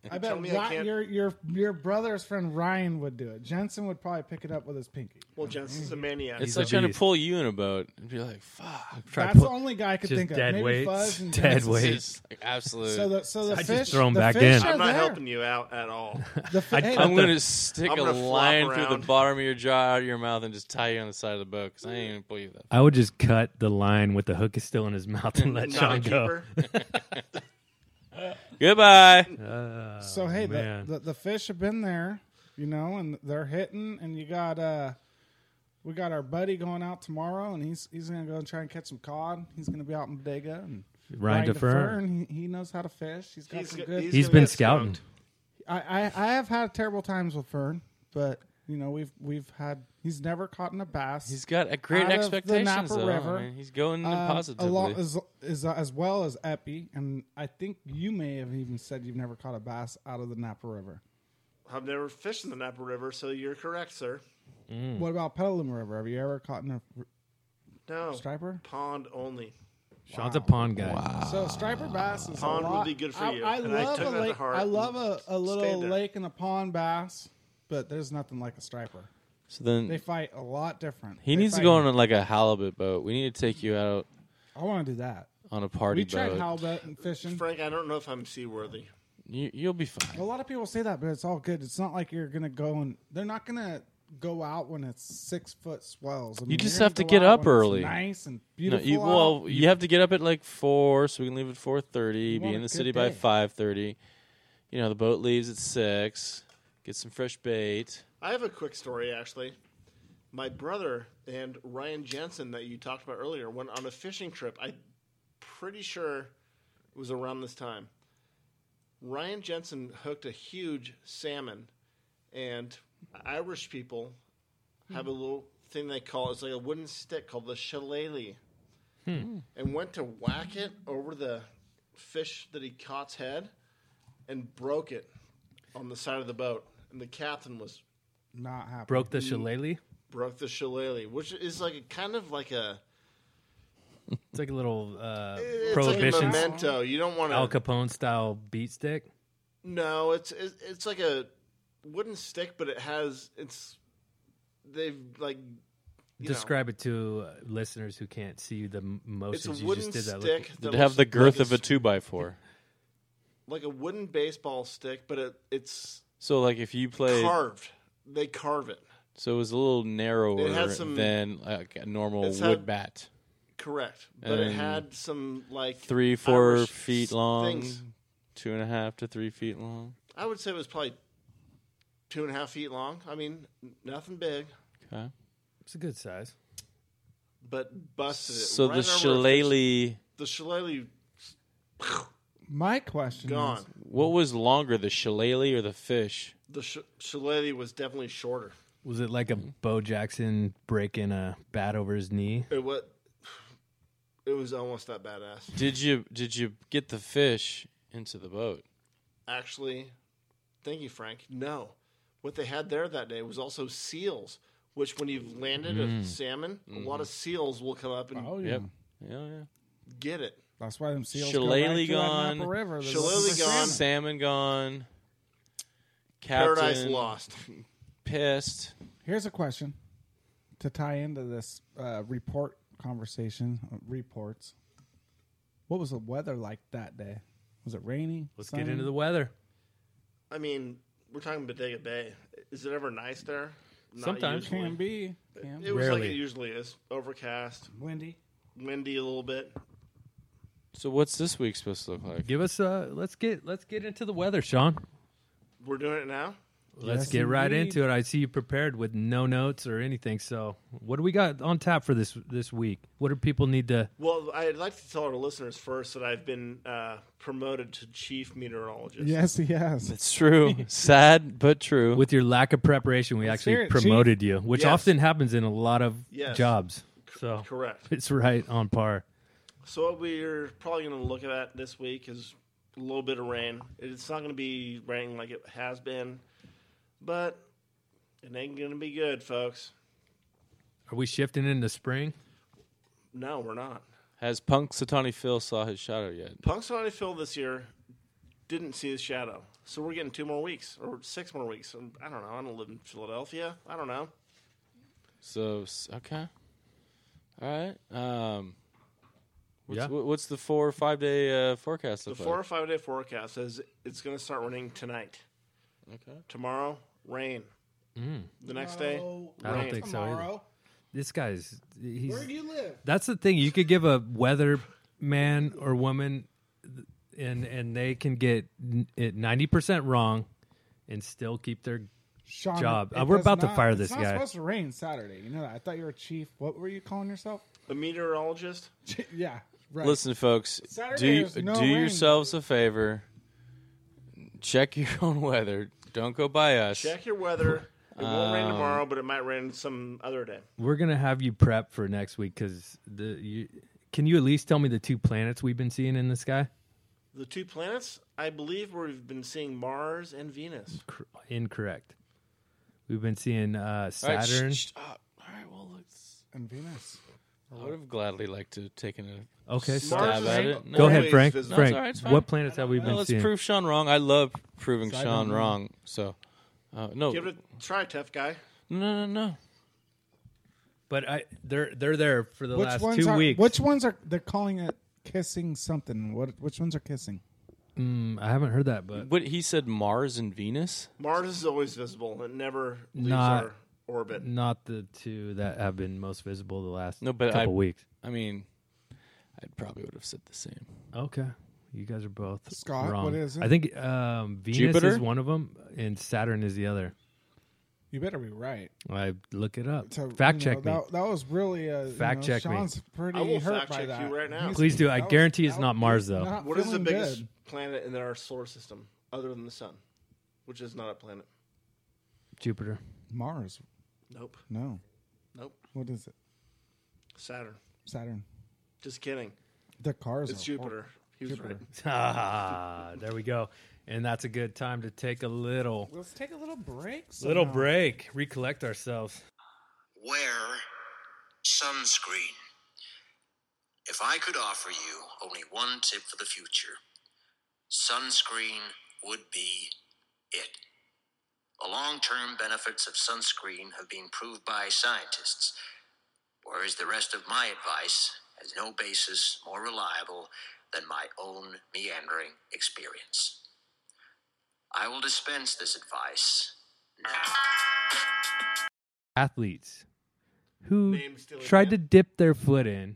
S5: I
S3: tell
S5: bet
S3: me I
S5: Ry-
S3: can't-
S5: your your your brother's friend Ryan would do it. Jensen would probably pick it up with his pinky.
S3: Well, Jensen's a maniac.
S4: It's
S1: a
S4: like trying to
S1: beast.
S4: pull you in a boat and be like, "Fuck!"
S1: Try
S5: That's
S1: put-
S5: the only guy I could
S1: just
S5: think of.
S1: dead
S5: Maybe
S1: weight.
S5: Fuzz and
S1: Dead
S5: Jensen.
S1: weight.
S4: It's like, absolute.
S5: So the so the
S1: I just
S5: fish
S1: throw 'em
S5: the
S1: back
S5: fish
S1: in.
S5: are
S3: I'm not
S5: there.
S3: helping you out at all.
S5: The fi- hey,
S4: I'm
S1: the-
S4: gonna stick
S3: I'm gonna
S4: a
S3: flop
S4: line through
S3: around.
S4: the bottom of your jaw, out of your mouth, and just tie you on the side of the boat because I ain't gonna pull you that.
S1: I would just cut the line with the hook is still in his mouth and let
S3: Not
S1: Sean
S3: a
S1: go.
S3: keeper.
S4: Goodbye.
S5: so hey, the,
S1: man.
S5: the the fish have been there, you know, and they're hitting. And you got uh, we got our buddy going out tomorrow, and he's he's gonna go and try and catch some cod. He's gonna be out in Bodega and
S1: Ryan Defer.
S5: Defern, He, he knows how to fish. He's got
S3: He's
S5: some
S3: go-
S5: good.
S1: He's
S3: gonna
S1: been
S3: get
S1: scouting.
S3: skunked.
S5: I, I I have had terrible times with Fern, but you know we've we've had he's never caught in a bass.
S4: He's got a great
S5: Out of the
S4: expectations
S5: Napa
S4: though.
S5: River,
S4: I mean, he's going in
S5: Um,
S4: positively.
S5: along- as, as as well as Epi, and I think you may have even said you've never caught a bass out of the Napa River.
S3: I've never fished in the Napa River, so you're correct, sir.
S5: What about Petaluma River? Have you ever caught in a r-
S3: No.
S5: striper?
S3: Pond only.
S1: Sean's a pond guy.
S4: Ah.
S5: So striper bass is
S3: Pond
S5: a
S3: would
S5: lot.
S3: be good for
S5: I,
S3: you,
S5: I
S3: and I
S5: love
S3: took
S5: a
S3: that to
S5: lake.
S3: heart
S5: I love
S3: and
S5: a, a little
S3: stayed there.
S5: lake and a pond bass, but there's nothing like a striper.
S4: so then
S5: They fight a lot different.
S4: he
S5: They
S4: needs to
S5: fight-
S4: go on like a halibut boat. We need to take you out
S5: I want to do that.
S4: on a party
S5: We tried
S4: boat.
S5: halibut and fishing.
S3: Frank, I don't know if I'm seaworthy.
S4: you, you'll be fine.
S5: A lot of people say that, but it's all good. It's not like you're gonna go and they're not gonna go out when it's six foot swells. I mean,
S4: just
S5: you're
S4: have
S5: gonna
S4: to
S5: go
S4: get
S5: out
S4: up
S5: when it's
S4: early.
S5: Nice and
S4: No,
S5: beautiful.
S4: you,
S5: out.
S4: well, you have to get up at like four, so we can leave at four thirty. Be
S5: want
S4: in
S5: a
S4: the
S5: good
S4: city by
S5: day.
S4: five thirty. You know, the boat leaves at six. Get some fresh bait.
S3: I have a quick story, actually. My brother and Ryan Jensen, that you talked about earlier, went on a fishing trip. I'm pretty sure it was around this time. Ryan Jensen hooked a huge salmon, and Irish people have a little thing they call it's like a wooden stick called the shillelagh, and went to whack it over the fish that he caught's head, and broke it on the side of the boat. And the captain was
S5: not happy.
S1: Broke the shillelagh.
S3: broke the shillelagh, which is like a kind of like a
S1: It's like a little uh,
S3: it's like a
S1: prohibition
S3: memento. You don't want to.
S1: Al Capone style beat stick.
S3: No, it's it's it's like a wooden stick, but it has it's they've like you know,
S1: Describe it to uh, listeners who can't see the m-
S3: it's a
S1: motions you
S3: wooden
S1: just did. That look-
S3: stick.
S4: Did
S3: that
S4: it have
S3: looks
S4: the girth
S3: like
S4: of a two by four?
S3: like a wooden baseball stick, but it it's
S4: So like if you played,
S3: carved. They carve it
S4: so it was a little narrower
S3: It had some-
S4: than like a normal
S3: It's
S4: wood
S3: had-
S4: bat.
S3: correct, but it
S4: And
S3: had some like
S4: Three, four
S3: Irish
S4: feet
S3: s-
S4: long,
S3: Things.
S4: two and a half to three feet long.
S3: I would say it was probably two and a half feet long. I mean, n- nothing big,
S4: Okay.
S1: It's a good size.
S3: but busted it.
S4: So
S3: right
S4: the
S3: over fish-
S4: shillelagh,
S3: the shillelagh
S5: My question
S3: gone.
S5: is,
S4: what was longer, the shillelagh or the fish?
S3: The sh- shillelagh was definitely shorter.
S1: Was it like a
S3: Mm-hmm.
S1: Bo Jackson breaking a bat over his knee?
S3: It what? It was almost that badass.
S4: Did you did you get the fish into the boat?
S3: Actually, thank you, Frank. No, what they had there that day was also seals. Which, when you've landed
S4: Mm.
S3: a salmon,
S4: Mm-hmm.
S3: a lot of seals will come up and
S5: Oh yeah.
S4: Yep. Yeah, yeah.
S3: get it.
S5: That's why them seals
S4: Shillelagh
S5: go back to
S4: gone.
S5: that Napa River. They're
S3: Shillelagh
S5: looking for
S3: gone.
S5: salmon.
S4: Salmon gone. Captain
S3: Paradise lost.
S4: Pissed.
S5: Here's a question to tie into this uh, report conversation uh, reports. What was the weather like that day? Was it rainy?
S1: Let's get into the weather.
S3: I mean, we're talking Bodega Bay. Is it ever nice there? Not
S1: Sometimes.
S3: usually.
S5: can be can
S3: It was like it
S1: Rarely.
S3: usually is. Overcast,
S5: windy.
S3: windy a little bit.
S4: So what's this week supposed to look like?
S1: Give us uh let's get let's get into the weather, Sean.
S3: We're doing it now.
S1: Let's
S5: Yes,
S1: get right
S5: indeed.
S1: into it. I see you prepared with no notes or anything. So, what do we got on tap for this this week? What do people need to?
S3: Well, I'd like to tell our listeners first that I've been uh, promoted to chief meteorologist.
S5: Yes, yes.
S4: It's true. Sad but true.
S1: With your lack of preparation, we
S5: hear
S1: actually
S5: it,
S1: promoted you, which
S3: Yes.
S1: often happens in a lot of
S3: Yes.
S1: jobs. So
S3: Correct.
S1: it's right on par.
S3: So what we're probably going to look at this week is a little bit of rain. It's not going to be raining like it has been, but it ain't going to be good, folks.
S1: Are we shifting into spring?
S3: No, we're not.
S4: Has Punk Satani Phil saw his shadow yet?
S3: Punxsutawney Phil this year didn't see his shadow, so we're getting two more weeks or six more weeks. Um, I don't know. I don't live in Philadelphia. I don't know.
S4: So s- okay, all right. Um, what's,
S1: Yeah.
S4: wh- what's the four or five day uh, forecast
S3: The
S4: look
S3: four or five day forecast says it's going to start raining tonight.
S4: like? Okay.
S3: Tomorrow, rain. The next day,
S1: I don't
S3: Rain.
S1: think so. Either.
S5: Tomorrow,
S1: This guy's he's
S5: where do you live?
S1: That's the thing. You could give a weather man or woman, and and they can get n- it ninety percent wrong, and still keep their.
S5: Sean,
S1: Job.
S5: it
S1: Uh, we're
S5: does
S1: about to
S5: not-
S1: fire
S5: it's
S1: this
S5: not
S1: guy.
S5: supposed to rain Saturday. You know that. I thought you were a chief. What were you calling yourself?
S3: a meteorologist.
S5: yeah, right.
S4: Listen, folks,
S5: Saturday
S4: do
S5: there's no
S4: do
S5: rain.
S4: yourselves a favor. Check your own weather. Don't go by us.
S3: Check your weather. It won't rain tomorrow, but it might rain some other day.
S1: We're gonna have you prep for next week because the you. Can you at least tell me the two planets we've been seeing in the sky
S3: The two planets, I believe, we've been seeing Mars and Venus.
S1: Cor- incorrect? We've been seeing uh,
S4: All right, sh-
S1: Saturn.
S4: sh- uh, all right. Well, let's.
S5: and Venus.
S4: I would have gladly liked to have taken a.
S1: okay, so-
S4: Mars Stab
S3: is
S4: at it. No.
S1: go
S3: always
S1: ahead, Frank.
S3: visible.
S1: Frank,
S4: all right, it's fine.
S1: what planets have we
S4: Well,
S1: been
S4: let's
S1: seeing?
S4: prove Sean wrong. I love proving
S5: I
S4: Sean
S5: don't know.
S4: wrong. So, uh, no,
S3: Give it a try, tough guy.
S4: no, no, no.
S1: but I, they're they're there for the
S5: Which
S1: last
S5: ones
S1: two
S5: are?
S1: weeks.
S5: Which ones are? They're calling it kissing something. What? Which ones are kissing?
S1: Mm, I haven't heard that, but
S4: What he said, Mars and Venus.
S3: Mars is always visible. It never leaves
S1: Not-
S3: our orbit.
S1: not the two that have been most visible the last
S4: No, but
S1: couple
S4: I-
S1: weeks.
S4: I mean, I probably would have said the same.
S1: Okay. You guys are both
S5: Scott,
S1: wrong.
S5: what is it?
S1: I think um, Venus
S4: Jupiter?
S1: is one of them, and Saturn is the other.
S5: You better be right.
S1: I look it up.
S5: So,
S1: fact
S5: you know,
S1: check me.
S5: That, that was really a
S1: Fact
S5: you know,
S1: check me.
S5: Sean's Pretty
S3: I will
S5: hurt
S3: fact
S5: by
S3: check
S5: that.
S3: you right now.
S5: He's-
S1: Please do. I
S5: that was-
S1: guarantee it's
S5: that
S1: not
S5: was
S1: Mars, though.
S5: not
S3: What is the
S5: feeling
S3: biggest
S5: good.
S3: planet in our solar system other than the sun, which is not a planet?
S1: Jupiter.
S5: Mars?
S3: Nope.
S5: No.
S3: Nope.
S5: What is it?
S3: Saturn.
S5: Saturn.
S3: Just kidding.
S5: The cars.
S3: It's
S5: are-
S3: Jupiter. He was
S5: Jupiter.
S3: right.
S1: Ah, there we go. And that's a good time to take a little
S5: Let's take a little break.
S1: little
S5: somehow.
S1: break, recollect ourselves.
S8: wear sunscreen. If I could offer you only one tip for the future, sunscreen would be it. The long term benefits of sunscreen have been proved by scientists, whereas the rest of my advice has no basis more reliable than my own meandering experience. I will dispense this advice now.
S1: Athletes who
S3: Name stealing
S1: tried to
S3: man.
S1: dip their foot in,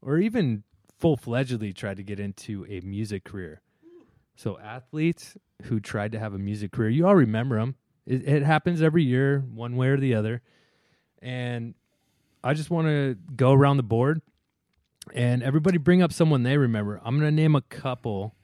S1: or even full fledgedly tried to get into a music career. So athletes who tried to have a music career, you all remember them. It, it happens every year, one way or the other. And I just want to go around the board, and everybody bring up someone they remember. I'm going to name a couple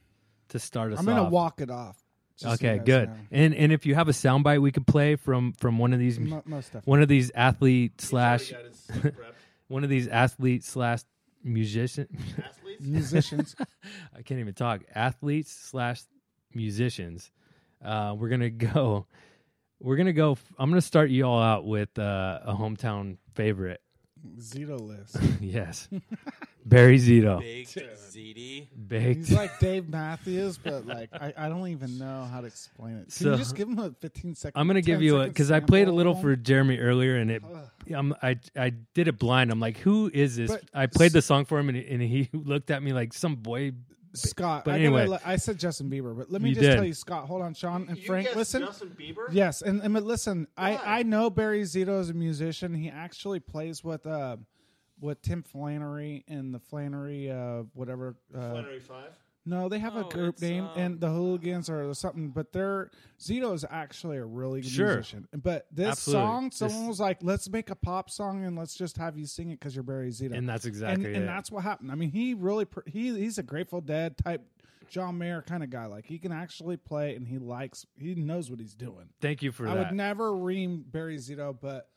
S1: to start us
S5: I'm gonna
S1: off.
S5: walk it off. Just so you
S1: okay,
S5: guys
S1: good.
S5: know.
S1: And and if you have a soundbite we could play from from one of these
S5: Mo- most definitely.
S1: one of these athlete
S3: He's already
S1: slash
S3: got his stuff prepped.
S1: one of these athlete slash musician
S3: Athletes?
S5: musicians.
S1: I can't even talk athletes slash musicians. Uh, we're gonna go. We're gonna go. f- I'm gonna start you all out with uh, a hometown favorite.
S5: Zito list.
S1: Yes, Barry Zito,
S4: Big ZD.
S1: baked.
S5: He's like Dave Matthews, but like I, I don't even know how to explain it. Can
S1: So-
S5: you just give him a 15 second?
S1: I'm gonna give
S5: 10
S1: you a
S5: second
S1: because I played a
S5: sample
S1: little
S5: of
S1: for
S5: him?
S1: Jeremy earlier, and it
S5: Ugh.
S1: I'm, I I did it blind. I'm like, who is this?
S5: But
S1: I played the song for him, and, and he looked at me like some boy.
S5: Scott.
S1: but
S5: I gotta
S1: anyway.
S5: let- I said Justin Bieber, but let me
S1: You
S5: just
S1: did.
S5: tell you, Scott. Hold on, Sean and
S3: You
S5: Frank.
S3: guessed
S5: Listen,
S3: Justin Bieber?
S5: Yes, and, and but listen,
S3: Why?
S5: I I know Barry Zito is a musician. He actually plays with uh with Tim Flannery and the Flannery uh whatever uh,
S3: Flannery Oh, uh, 5.
S5: no they have a
S4: No,
S5: group
S4: it's,
S5: name
S4: um,
S5: and the Hooligans or something. But they're Zito is actually a really good
S1: Sure.
S5: musician. But this
S1: Absolutely.
S5: song,
S1: This-
S5: someone was like, "Let's make a pop song and let's just have you sing it because you're Barry Zito."
S1: And that's
S5: and,
S1: exactly
S5: and
S1: it.
S5: that's what happened. I mean, he really pr- he he's a Grateful Dead type John Mayer kind of guy. Like he can actually play and he likes he knows what he's doing.
S1: Thank you for
S5: I
S1: that.
S5: would never ream Barry Zito, but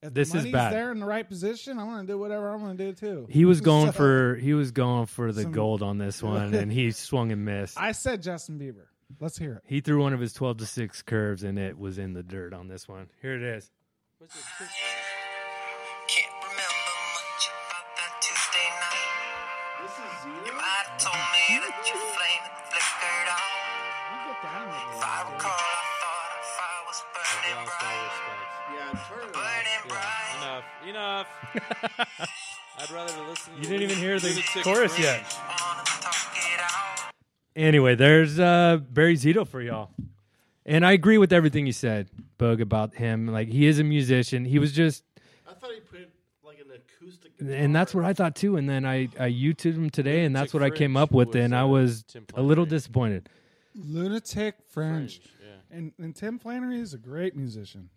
S5: if
S1: This is
S5: the money's
S1: bad.
S5: there in the right position, I'm going to do whatever I'm going to do too.
S1: he was going
S5: So,
S1: for he was going for the
S5: Some-
S1: gold on this one, and he swung and missed.
S5: I said Justin Bieber. Let's hear it.
S1: He threw one of his 12 to 6 curves and it was in the dirt on this one. Here it is.
S4: What's this picture?
S6: Can't remember much about that Tuesday night.
S3: This is
S6: Your
S3: Zito?
S6: eye told me that your flame had flickered out.
S5: I'll get down with
S6: If I recall, I thought a fire was
S4: I
S6: burning
S4: lost all
S6: bright.
S4: respect.
S3: Yeah, turn it off.
S6: Burning bright.
S4: Enough. Enough. I'd rather listen.
S1: You didn't even hear the
S4: Lunatic
S1: chorus
S4: Fringe.
S1: yet.
S6: Wanna talk it out.
S1: Anyway, there's uh, Barry Zito for y'all. And I agree with everything you said, Boog, about him. Like, he is a musician. He was just,
S3: I thought he played like an acoustic guitar.
S1: and that's what I thought too. And then I, I YouTubed him today, and that's
S4: Lunatic
S1: what I came
S4: Fringe
S1: up with.
S4: was,
S1: And I
S4: uh,
S1: was
S4: Tim
S1: a little
S4: Flannery.
S1: disappointed.
S5: Lunatic Fringe.
S4: Fringe, Yeah.
S5: And, and Tim Flannery is a great musician.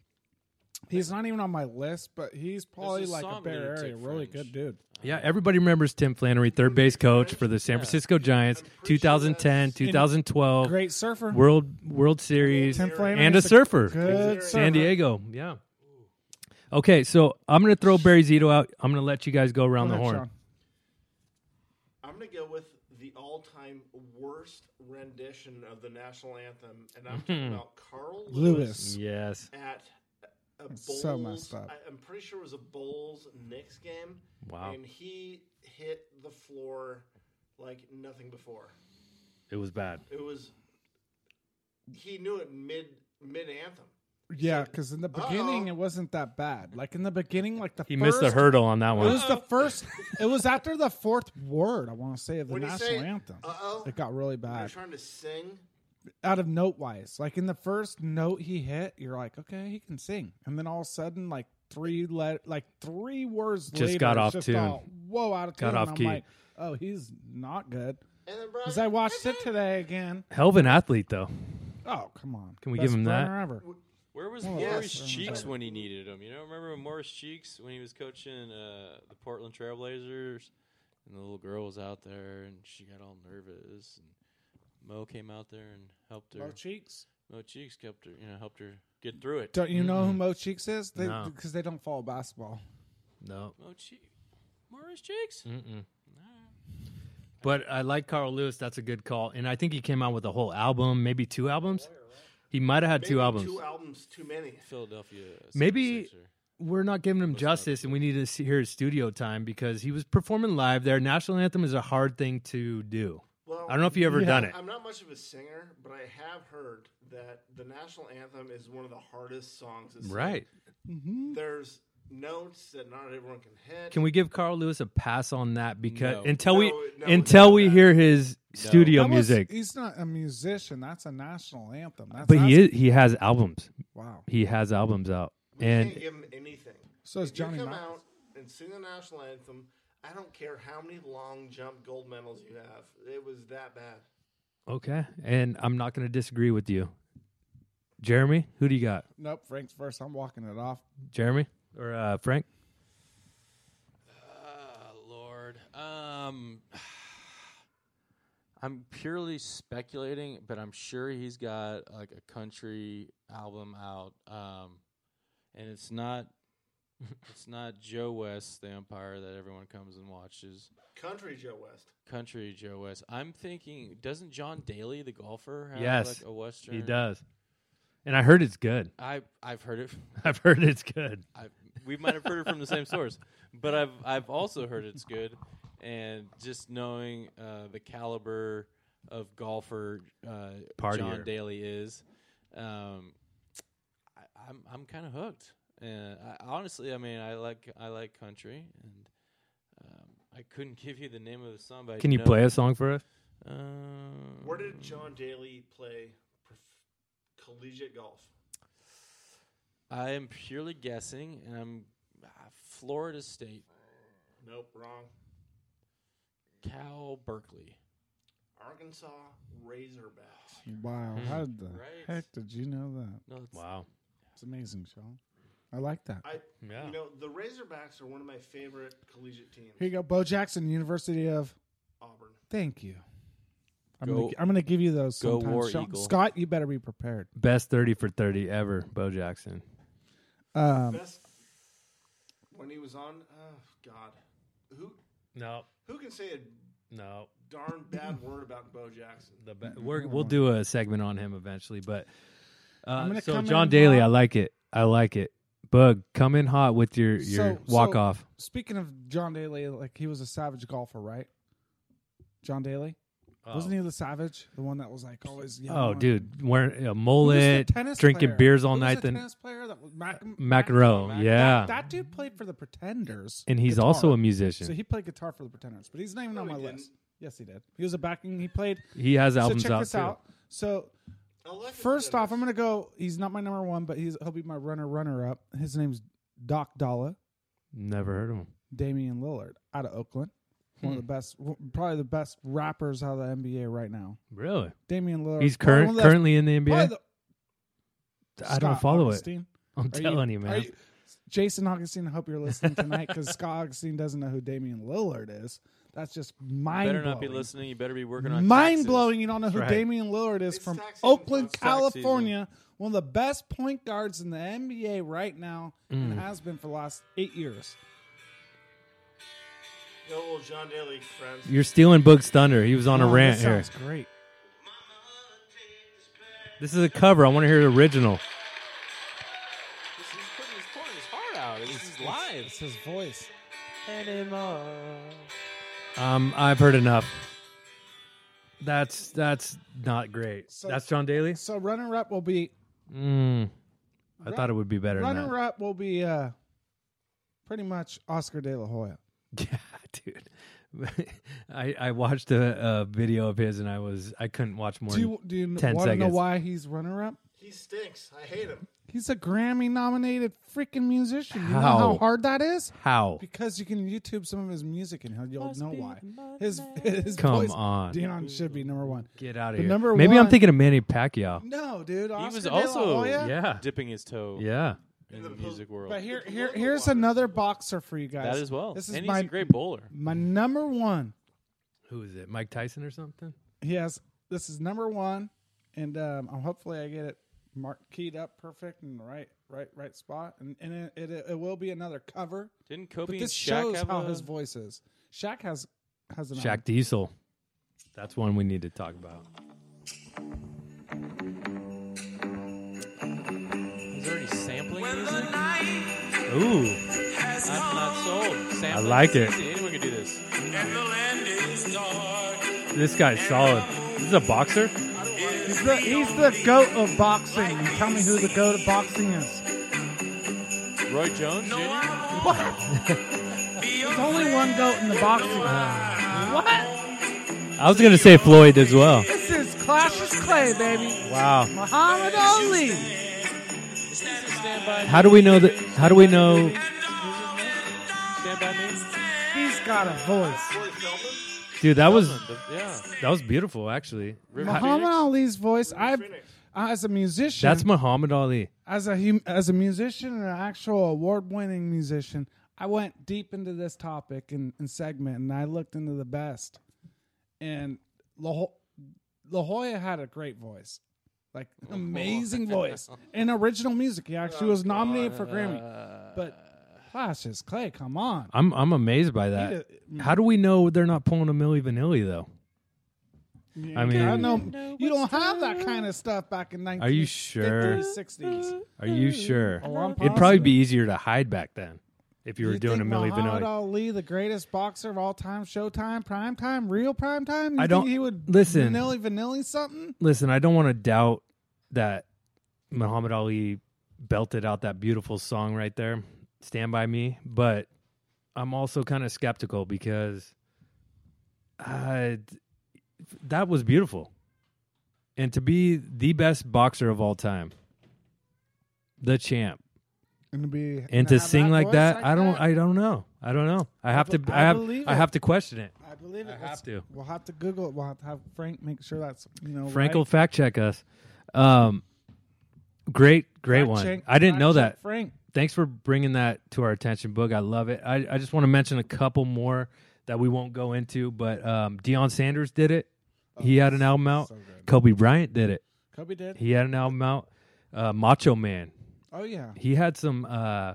S5: He's not even on my list, but he's probably
S4: a
S5: like a
S4: song,
S5: Bay
S4: Lunatic
S5: Area, really
S4: Fringe.
S5: good dude.
S1: Yeah, everybody remembers Tim Flannery, third base coach for the San Francisco Giants, 2010, 2012,
S5: Great surfer.
S1: World World Series,
S5: Tim Flannery
S1: and a
S5: is
S1: surfer.
S5: Good
S1: San
S5: surfer.
S1: Diego. Yeah. Okay, so I'm gonna throw Barry Zito out. I'm gonna let you guys go
S5: Go
S1: around
S5: ahead,
S1: the horn.
S5: Sean.
S3: I'm going to go with the all time worst rendition of the national anthem, and I'm talking about Carl
S5: Lewis.
S1: Yes.
S3: at a Bulls.
S5: so messed up.
S3: I, I'm pretty sure it was a Bulls Knicks game.
S1: Wow.
S3: And he hit the floor like nothing before.
S1: It was bad.
S3: It was he knew it mid mid anthem.
S5: Yeah, because in the beginning
S3: Uh-oh.
S5: it wasn't that bad. Like in the beginning, like the
S1: He
S5: first,
S1: missed the hurdle on that
S5: It was
S1: one.
S5: the first. It was after the fourth word. I want to say of the
S3: When you
S5: national
S3: say,
S5: anthem.
S3: "Uh-oh,"
S5: it got really
S3: They're
S5: bad.
S3: trying to sing.
S5: Out of note wise, like in the first note he hit, you're like, okay, he can sing, and then all of a sudden, like three let, like three words
S1: Just
S5: later,
S1: got
S5: it's
S1: off
S5: just
S1: tune.
S5: all, Whoa, out of
S1: Got
S5: tune.
S1: off
S5: and I'm
S1: key.
S5: Like, oh, he's not good.
S3: And then
S5: Because
S3: Brian,
S5: I watched it today again.
S1: Hell of an athlete though.
S5: Oh, come on.
S1: Can we
S5: Best
S1: give him that?
S5: runner Ever.
S4: Where was
S5: Well,
S4: Morris
S5: yes.
S4: Cheeks when he needed him? You know, remember when Morris Cheeks when he was coaching uh, the Portland Trailblazers, and the little girl was out there and she got all nervous, and Mo came out there and helped her.
S5: Mo Cheeks.
S4: Mo Cheeks helped her, you know, helped her get through it.
S5: Don't you know who Mo Cheeks is? They,
S1: No.
S5: Because they don't follow basketball.
S1: No.
S4: Mo Cheeks, Morris Cheeks.
S1: But I like Carl Lewis. That's a good call. And I think he came out with a whole album, maybe two albums. He might have had two
S3: maybe
S1: albums.
S3: Two albums too many.
S4: Philadelphia.
S1: Maybe-
S4: 76er.
S1: We're not giving him justice, and we need to see, hear his studio time because he was performing live there. National anthem is a hard thing to do.
S3: Well,
S1: I don't know if you ever done it.
S3: I'm not much of a singer, but I have heard that the national anthem is one of the hardest songs. To sing.
S1: Right.
S3: There's notes that not everyone can hit.
S1: Can we give Carl Lewis a pass on that because
S4: No.
S1: until we
S3: No, no,
S1: until
S3: no,
S1: we
S3: no.
S1: hear his studio
S5: That was-
S1: music,
S5: he's not a musician. That's a national anthem. That's,
S1: but he
S5: that's-
S1: is, he has albums.
S5: Wow.
S1: He has albums out,
S3: We
S1: and
S3: can't give him anything.
S5: So is
S3: If you
S5: Johnny
S3: come
S5: Mathis.
S3: out and sing the national anthem. I don't care how many long jump gold medals you have. It was that bad.
S1: okay, and I'm not going to disagree with you, Jeremy. Who do you got,
S5: Nope, Frank's first. I'm walking it off.
S1: Jeremy or uh, Frank?
S4: Ah, Lord. Um, I'm purely speculating, but I'm sure he's got like a country album out, um, and it's not it's not Joe West, the umpire that everyone comes and watches.
S3: Country Joe West.
S4: Country Joe West. I'm thinking, doesn't John Daly, the golfer, have
S1: Yes,
S4: like a western?
S1: He does. And I heard it's good.
S4: I I've heard it.
S1: I've heard it's good.
S4: I, we might have heard it from the same source, but I've I've also heard it's good, and just knowing uh, the caliber of golfer uh, John
S1: Partier.
S4: Daly is, um, I, I'm I'm kind of hooked. And I, honestly, I mean, I like I like country, and um, I couldn't give you the name of the song. But I
S1: Can you
S4: know-
S1: play a song for us?
S4: Um,
S3: Where did John Daly play prof- collegiate golf?
S4: I am purely guessing, and I'm uh, Florida State,
S3: Nope, wrong.
S4: Cal Berkeley.
S3: Arkansas Razorbacks.
S5: Wow.
S1: Hmm.
S5: How did the
S4: Right.
S5: heck did you know that?
S4: No, it's,
S1: Wow.
S5: It's amazing, Sean. I like that.
S3: I,
S1: Yeah.
S3: you know, the Razorbacks are one of my favorite collegiate teams.
S5: Here you go, Bo Jackson, University of.
S3: Auburn.
S5: Thank you. I'm
S4: Go-
S5: gonna, I'm gonna give you those.
S4: Go
S5: sometimes,
S4: War
S5: Sean.
S4: Eagle.
S5: Scott, you better be prepared.
S1: Best 30 for 30 ever, Bo Jackson.
S5: Um,
S3: Best when he was on. Oh God, who
S1: No,
S3: who can say a
S1: no.
S3: darn bad word about Bo Jackson?
S1: The be-
S5: Mm-hmm.
S1: we're, we'll do a segment on him eventually, but uh,
S5: gonna
S1: so
S5: come
S1: John
S5: in
S1: Daly,
S5: hot.
S1: I like it. I like it. Bug, come in hot with your your
S5: So- so-
S1: walk off.
S5: speaking of John Daly, like he was a savage golfer, right? John Daly wasn't he the savage, the one that was like always? Yelling?
S1: Oh, dude, wearing a
S5: Who was the
S1: mullet,
S5: tennis
S1: drinking
S5: player?
S1: beers all
S5: Who was
S1: night,
S5: The
S1: then
S5: tennis player that was Mac-
S1: McEnroe,
S5: Mac-
S1: yeah.
S5: that, that dude played for the Pretenders,
S1: and he's
S5: guitar.
S1: also a musician.
S5: So he played guitar for the Pretenders, but he's not even on
S3: he
S5: my
S3: didn't.
S5: list. Yes, he did. He was a backing. He played.
S1: he has
S5: So
S1: albums
S5: check
S1: out
S5: this
S1: too.
S5: out. So
S3: Electric
S5: First off, I'm
S3: Goodness.
S5: gonna go. He's not my number one, but he's he'll be my runner runner up. His name's Doc Dalla,
S1: Never heard of him.
S5: Damian Lillard, out of Oakland. One of
S1: Hmm.
S5: the best, probably the best rappers out of the NBA right now.
S1: Really?
S5: Damian Lillard.
S1: He's
S5: probably
S1: current
S5: one of the-
S1: currently in the
S5: probably
S1: NBA.
S5: the-
S1: I don't
S5: Scott
S1: follow it.
S5: Augustine.
S1: I'm
S5: Are
S1: telling you,
S5: are
S1: man.
S5: Jason Augustine, I hope you're listening tonight because Scott Augustine doesn't know who Damian Lillard is. That's just mind.
S4: better not be
S5: blowing.
S4: listening. You better be working on
S5: Mind
S4: taxes.
S5: blowing. You don't know who
S1: Right.
S5: Damian Lillard is
S3: It's
S5: from
S3: tax season,
S5: Oakland,
S3: folks. Tax
S5: California. One of the best point guards in the NBA right now
S1: Mm.
S5: and has been for the last eight years.
S3: Yo, old John Daly, friends.
S1: You're stealing Boog's thunder. He was on a
S5: Oh,
S1: rant
S5: this
S1: here.
S5: sounds great.
S1: This is a cover. I want to hear the original.
S4: He's putting his pouring his heart out. This is live.
S5: It's his voice.
S1: Um, I've heard enough. That's that's not great.
S5: So-
S1: that's John Daly.
S5: So runner up will be
S1: Mm, I thought it would be better. Than
S5: runner
S1: that.
S5: up will be uh, pretty much Oscar De La Hoya.
S1: Yeah, dude. I I watched a, a video of his and I was I couldn't watch more.
S5: Do you
S1: than-
S5: do you want
S1: 10
S5: to know
S1: seconds.
S5: why he's runner up?
S3: He stinks. I hate him.
S5: He's a Grammy nominated freaking musician. You know
S1: How?
S5: how hard that is?
S1: How?
S5: Because you can YouTube some of his music and he'll- you'll know why. His his
S1: Come
S5: voice,
S1: on.
S5: Dion should be number one.
S1: Get out of
S5: The
S1: here.
S5: number
S1: Maybe I'm
S5: one-
S1: thinking of Manny Pacquiao.
S5: No, dude. Oscar
S4: He was
S5: De La
S4: also
S5: Hoya?
S1: Yeah.
S4: dipping his toe
S1: Yeah.
S4: in the music world.
S5: But here, here,
S3: local
S5: here's
S3: waters.
S5: another boxer for you guys.
S4: that as well.
S5: This is
S4: and
S5: my
S4: he's a great bowler.
S5: my number one.
S1: Who is it? Mike Tyson or something?
S5: He has this is number one, and um, I'm- hopefully I get it marked keyed up perfect and right, right, right spot. And and it it, it will be another cover.
S4: Didn't Kobe
S5: But this
S4: and Shaq
S5: shows
S4: have
S5: how
S4: a,
S5: his voice is. Shaq has has an
S1: Shaq Diesel. That's one we need to talk about.
S4: He's already sampling music.
S1: Ooh.
S4: I'm not sold. Sampling
S1: like
S4: is
S1: it.
S4: easy. Anyone can do this.
S1: This guy's solid. He's a boxer?
S5: He's the, he's the goat of boxing. You tell me who the goat of boxing is.
S4: Roy Jones Jr.
S5: What? There's only one goat in the boxing. What?
S1: I was going to say Floyd as well.
S5: This is Clash is Clay, baby.
S1: Wow.
S5: Muhammad Ali.
S4: Stand by.
S1: How do we know that? How do we know?
S4: Stand by me.
S5: He's got a voice.
S1: Dude, that was
S4: The- yeah.
S1: that was beautiful actually.
S4: River
S5: Muhammad
S4: Phoenix.
S5: Ali's voice. I,
S3: Phoenix.
S5: as a musician,
S1: That's Muhammad Ali.
S5: as a hum, as a musician and an actual award-winning musician, I went deep into this topic and, and segment, and I looked into the best, and La, Ho- La Jolla had a great voice, like amazing voice and original music. He actually
S1: Oh,
S5: was nominated for Grammy. But Cassius Clay, come on,
S1: I'm I'm amazed by
S5: He
S1: that.
S5: did-
S1: How do we know they're not pulling a Milli Vanilli though? I mean,
S5: I know you don't have that kind of stuff back in 1950s,
S1: Are you sure?
S5: 60s.
S1: Are you sure?
S5: Oh, I'm
S1: It'd probably
S5: positive.
S1: be easier to hide back then if you were
S5: You
S1: doing a
S5: think
S1: Milli
S5: Muhammad
S1: Vanilli.
S5: Ali, the greatest boxer of all time, Showtime, Prime Time, Real Prime Time. You
S1: I don't-
S5: think he would
S1: listen.
S5: Vanilli Vanilli something.
S1: Listen, I don't want to doubt that Muhammad Ali belted out that beautiful song right there, "Stand by Me," but I'm also kind of skeptical because uh, that was beautiful, and to be the best boxer of all time, the champ.
S5: And to be
S1: and to
S5: have
S1: sing like
S5: voice
S1: that, I don't. I don't know. I don't know. I have to.
S5: be-
S1: I
S5: I
S1: have.
S5: believe
S1: I
S5: it.
S1: have to question it.
S5: I believe it.
S1: I have
S5: Let's-
S1: to.
S5: We'll have to Google it. We'll have to have Frank make sure that's you know.
S1: Frank will
S5: right.
S1: fact check us. Um, great, great
S5: Fact
S1: one.
S5: check-
S1: I didn't
S5: fact
S1: know
S5: check
S1: that.
S5: Frank.
S1: Thanks for bringing that to our attention, Boog. I love it. I, I just want to mention a couple more that we won't go into, but um, Deion Sanders did it. he had an album out.
S5: Oh, so good.
S1: Kobe Bryant did it.
S5: Kobe did.
S1: He had an album out. Uh, Macho Man.
S5: oh yeah.
S1: He had some. Uh,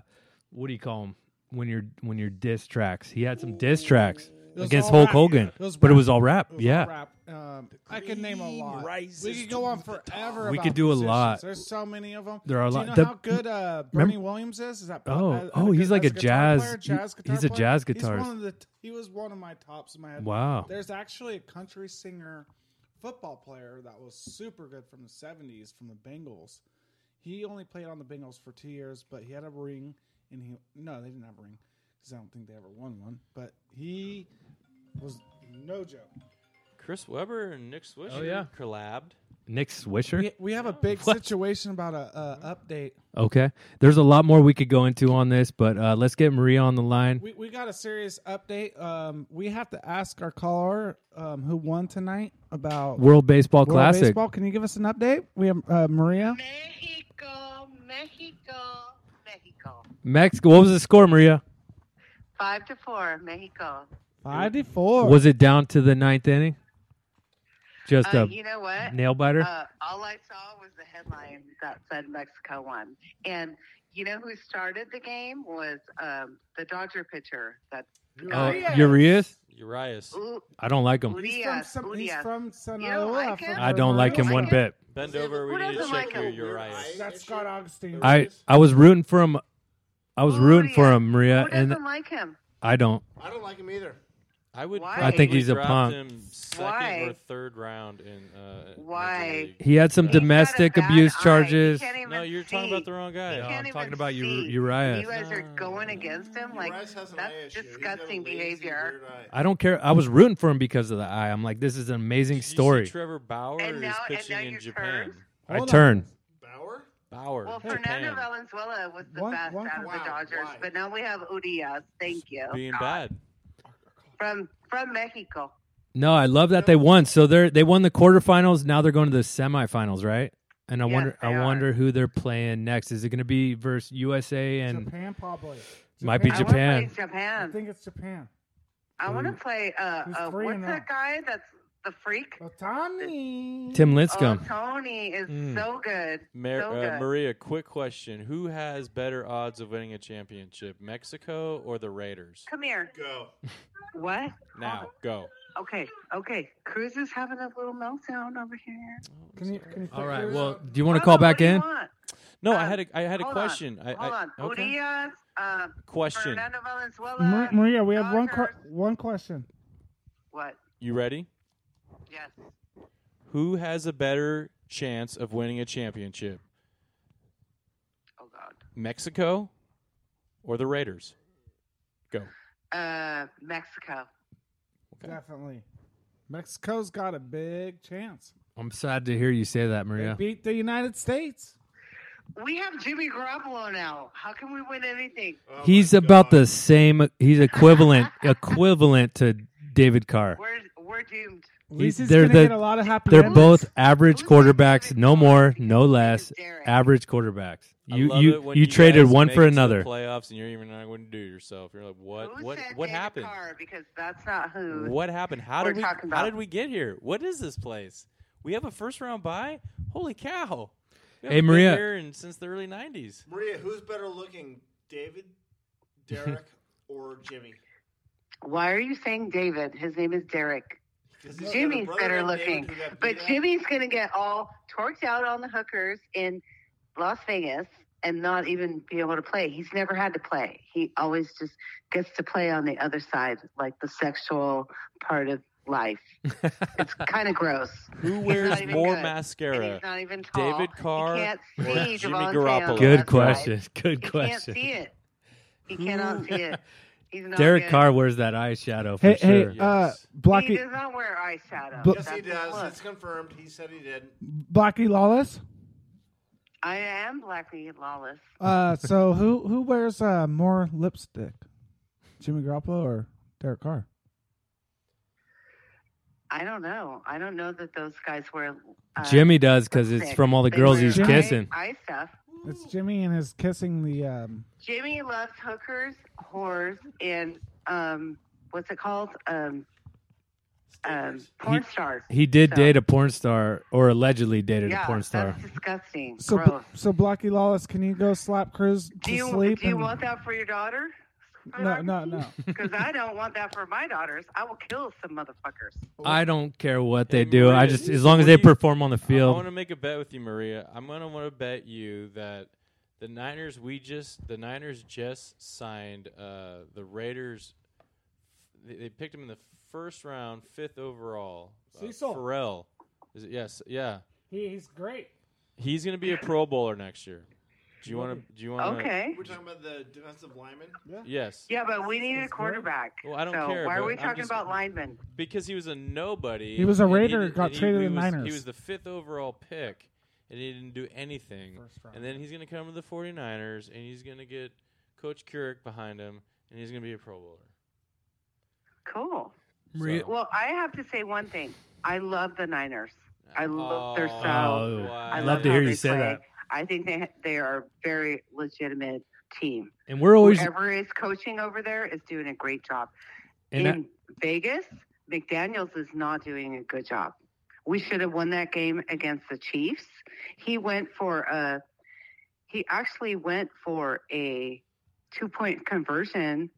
S1: what do you call them when you're when you're diss tracks? He had some diss tracks
S5: was
S1: against
S5: all
S1: Hulk
S5: rap.
S1: Hogan,
S5: It was
S1: but it
S5: rap.
S1: was all rap.
S5: It was
S1: yeah,
S5: all rap. Um, I could name a lot.
S4: rises
S5: We could go on forever.
S1: We
S5: about
S1: could do a
S5: musicians.
S1: lot.
S5: There's so many of them.
S1: There are a
S5: do
S1: lot.
S5: You know
S1: The-
S5: how good uh,
S1: Remem-
S5: Bernie Williams is? Is that
S1: Oh,
S5: uh,
S1: oh,
S5: uh,
S1: he's like
S5: as
S1: a
S5: guitar
S1: jazz-
S5: player, jazz
S1: he-
S5: guitar
S1: he's a
S5: player?
S1: jazz
S5: He's one
S1: guitarist.
S5: of the, he was one of my tops in my head.
S1: Wow.
S5: There's actually a country singer, football player that was super good from the '70s from the Bengals. He only played on the Bengals for two years, but he had a ring, and he no, they didn't have a ring because I don't think they ever won one. But he was no joke.
S4: Chris Webber and Nick Swisher
S1: yeah.
S4: collabed.
S1: Nick Swisher.
S5: We, we have a big
S1: What?
S5: situation about a uh, update.
S1: Okay. There's a lot more we could go into on this, but uh, let's get Maria on the line.
S5: We, we got a serious update. Um, we have to ask our caller um, who won tonight about World
S1: World Baseball Classic.
S5: baseball. Can you give us an update? We have uh, Maria.
S9: Mexico, Mexico, Mexico.
S1: Mexico. What was the score, Maria?
S9: Five to four, Mexico.
S5: Five to four.
S1: Was it down to the ninth inning? Just
S9: Uh,
S1: a
S9: you know what?
S1: nail biter.
S9: Uh, all I saw was the headlines that said Mexico won. And you know who started the game was um, the Dodger pitcher. That's
S1: Uh,
S9: Urias.
S1: Urias.
S4: Urias.
S9: U-
S1: I don't like him.
S5: he's from,
S9: Urias.
S5: some, he's
S9: Urias.
S5: from Sinaloa.
S9: like
S5: from
S9: him?
S1: I don't like him one
S5: Veracruz.
S1: bit.
S4: Bend over. We
S9: Who
S4: need to
S9: doesn't
S4: check
S9: like
S4: you,
S9: him?
S4: Urias.
S5: That's Scott Augustine.
S1: I I was rooting for him. I was rooting for
S9: Urias.
S1: him, Maria,
S9: Who doesn't
S1: and
S9: like him?
S1: I don't.
S3: I don't like him either.
S4: I would.
S9: Why?
S4: probably
S9: I think
S1: he's a
S4: draft
S1: punk.
S4: Him second or
S9: Why?
S4: third round in. Uh,
S9: Why?
S4: Major League.
S1: He had some
S4: He's got a
S1: domestic
S9: He's got a bad
S1: abuse
S9: eye.
S1: charges.
S9: You can't even
S4: No, you're talking
S9: see.
S4: about the wrong guy.
S9: You
S1: No,
S9: can't
S1: I'm
S9: even
S1: talking about Uri-
S9: see.
S1: Urias.
S9: You guys are going against him. Like
S3: Rice has an eye
S9: that's
S3: issue. He's got a
S9: disgusting
S3: lazy,
S9: behavior.
S3: weird eye.
S1: I don't care. I was rooting for him because of the eye. I'm like, this is an amazing
S4: Did you see
S1: story.
S4: Trevor Bauer
S9: And now-
S4: is
S9: and
S4: pitching
S9: now
S4: in
S9: you
S4: Japan.
S9: turn.
S1: I
S5: Hold on.
S1: turn.
S3: Bauer?
S4: Bauer.
S9: Well,
S4: Japan.
S9: Fernando Valenzuela was the
S5: One-
S9: best
S5: one-
S9: out of
S3: Wow,
S9: the Dodgers,
S3: why?
S9: but now we have Urias. Thank you.
S4: being bad.
S9: From from Mexico.
S1: No, I love that they won. So they're they won the quarterfinals. Now they're going to the semifinals, right? And I
S9: Yes,
S1: wonder,
S9: they
S1: I
S9: are.
S1: wonder who they're playing next. Is it going to be versus USA and
S5: Japan probably.
S1: Might be
S9: I want
S1: Japan.
S9: to play
S5: I
S9: Japan.
S5: think it's Japan.
S9: I want to play. Uh,
S5: Who's
S9: uh,
S5: three
S9: what's
S5: and
S9: that
S5: oh?
S9: guy? That's the freak.
S5: Otani.
S1: Tim
S9: Oh,
S1: Lincecum?
S9: Tony is so good.
S4: Hmm. Mar-
S9: so
S4: uh,
S9: good.
S4: Maria, quick question: Who has better odds of winning a championship, Mexico or the Raiders?
S9: Come here.
S3: Go.
S9: What?
S4: Now, go.
S9: Okay, okay. Cruz is having a little meltdown over here.
S5: Can you, can you
S1: All
S5: click
S1: right.
S5: yours?
S1: Well, do you want to
S9: Hold
S1: call
S9: on,
S1: back
S9: what do you
S1: in?
S9: want?
S4: No, I
S9: Um,
S4: had a I had a
S9: Hold
S4: question.
S9: On.
S4: I,
S9: Hold
S4: I,
S9: on.
S4: okay.
S9: Urias, uh,
S4: Question.
S9: Fernando Valenzuela.
S5: Mar- Maria, we have one que-
S9: Dodgers.
S5: one question.
S9: What?
S4: You ready?
S9: Yes.
S4: Who has a better chance of winning a championship,
S9: Oh God.
S4: Mexico or the Raiders? Go.
S9: Uh, Mexico.
S4: Okay.
S5: Definitely. Mexico's got a big chance.
S1: I'm sad to hear you say that,
S5: They
S1: Maria.
S5: beat the United States.
S9: We have Jimmy Garoppolo now. How can we win anything?
S4: Uh,
S3: Oh
S1: He's
S3: my
S1: about
S3: God.
S1: the same. He's equivalent equivalent to David Carr.
S9: We're we're doomed.
S5: At least he's
S1: they're
S5: gonna
S1: the-
S5: get a lot of happy.
S1: They're
S5: endings.
S1: both average quarterbacks, no more, no less. Average quarterbacks. You
S4: I love
S1: you
S4: it
S1: you,
S4: when
S1: traded
S4: guys
S1: one
S4: make
S1: for
S4: it to the
S1: another.
S4: playoffs, and you're even not going to do it yourself. You're like, what?
S9: Who
S4: What?
S9: said
S4: What
S9: David
S4: happened?
S9: Carr? Because that's not who.
S4: What happened? How
S9: we're
S4: did we?
S9: talking
S4: How
S9: about.
S4: did we get here? What is this place? We have a first round bye. Holy cow! We
S1: Hey,
S4: haven't been
S1: Maria.
S4: here in, since the early '90s.
S3: Maria, who's better looking, David, Derek, or Jimmy?
S9: Why are you saying David? His name is Derek.
S3: 'Cause he's got a
S9: Jimmy's
S3: brother
S9: better
S3: named David
S9: looking,
S3: who got
S9: but
S3: beat up.
S9: Jimmy's gonna get all torqued out on the hookers in Las Vegas and not even be able to play. He's never had to play. He always just gets to play on the other side, like the sexual part of life. it's kind of gross.
S4: Who
S9: not
S4: wears
S9: even
S4: more
S9: good. And
S4: mascara?
S9: he's not even tall.
S4: David Carr
S9: You can't
S4: or
S9: see
S4: Jimmy
S9: Javon
S4: Garoppolo?
S9: Taylor.
S1: Good
S9: That's
S1: question.
S9: right.
S1: Good
S9: He can't
S1: question.
S9: see it. He cannot see it. He's not
S1: Derek
S9: good.
S1: Carr wears that eyeshadow for
S5: Hey,
S1: sure.
S5: hey, uh,
S4: Yes.
S5: Blocky,
S9: He does not wear eyeshadow.
S5: Bl-
S3: Yes, he
S9: That's his
S3: does.
S9: look.
S3: It's confirmed. He said he did.
S5: Blocky Lawless.
S9: I am Blackie Lawless.
S5: Uh, so who who wears uh more lipstick, Jimmy Garoppolo or Derek Carr?
S9: I don't know. I don't know that those guys wear. Uh,
S1: Jimmy does because it's
S9: lipstick.
S1: from all the
S9: They
S1: girls
S9: wear
S1: he's
S5: Jimmy-
S1: kissing.
S9: Eye, eye stuff.
S5: It's Jimmy and his kissing the um.
S9: Jimmy loves hookers, whores, and um, what's it called? Um, um, porn stars.
S1: He did
S9: So-
S1: date a porn star, or allegedly dated
S9: yeah,
S1: a porn star.
S9: that's disgusting.
S5: So
S9: Gross.
S5: so Blocky Lawless, can you go slap Cruz to
S9: do you
S5: sleep?
S9: do you
S5: and-
S9: want that for your daughter?
S5: no, no, no.
S9: Because I don't want that for my daughters. I will kill some motherfuckers.
S1: I don't care what
S4: Hey,
S1: they do. I
S4: Maria,
S1: just
S4: you-
S1: as long as
S4: what
S1: they
S4: do you-
S1: perform on the
S4: I- I
S1: field.
S4: want to make a bet with you, Maria. I'm gonna want to bet you that the Niners we just the Niners just signed uh, the Raiders. They, they picked him in the first round, fifth overall. Uh,
S5: Cecil.
S4: Pharrell. Is it, yes, yeah.
S5: He, he's great.
S4: He's gonna be a Pro Bowler next year. Do you want to? Do you want?
S9: Okay.
S3: We're talking about the defensive lineman.
S4: Yes.
S9: Yeah, but we need a
S5: It's good.
S9: quarterback.
S4: Well, I don't
S9: so
S4: care,
S9: Why are
S4: but
S9: we
S4: I'm
S9: talking
S4: just-
S9: about linemen?
S4: because he was a nobody.
S5: He was a
S4: and
S5: Raider,
S4: didn't-
S5: got
S4: and he-
S5: traded
S4: he
S5: to the
S4: was-
S5: Niners.
S4: He was the fifth overall pick, and he didn't do anything.
S5: First round.
S4: And then he's going to come to the 49ers, and he's going to get Coach Keurig behind him, and he's going to be a Pro Bowler.
S9: Cool.
S1: Maria-
S4: So-
S9: Well, I have to say one thing. I love the Niners. I love their
S4: Oh,
S9: style.
S1: Oh,
S4: wow.
S9: I
S1: I'd
S9: love
S1: love to
S9: how
S1: hear you
S9: they
S1: say
S9: play.
S1: that.
S9: I think they they are a very legitimate team.
S1: and we're always
S9: Whoever is coaching over there is doing a great job.
S1: and I-
S9: In Vegas, McDaniels is not doing a good job. We should have won that game against the Chiefs. He went for a he actually went for a two point conversion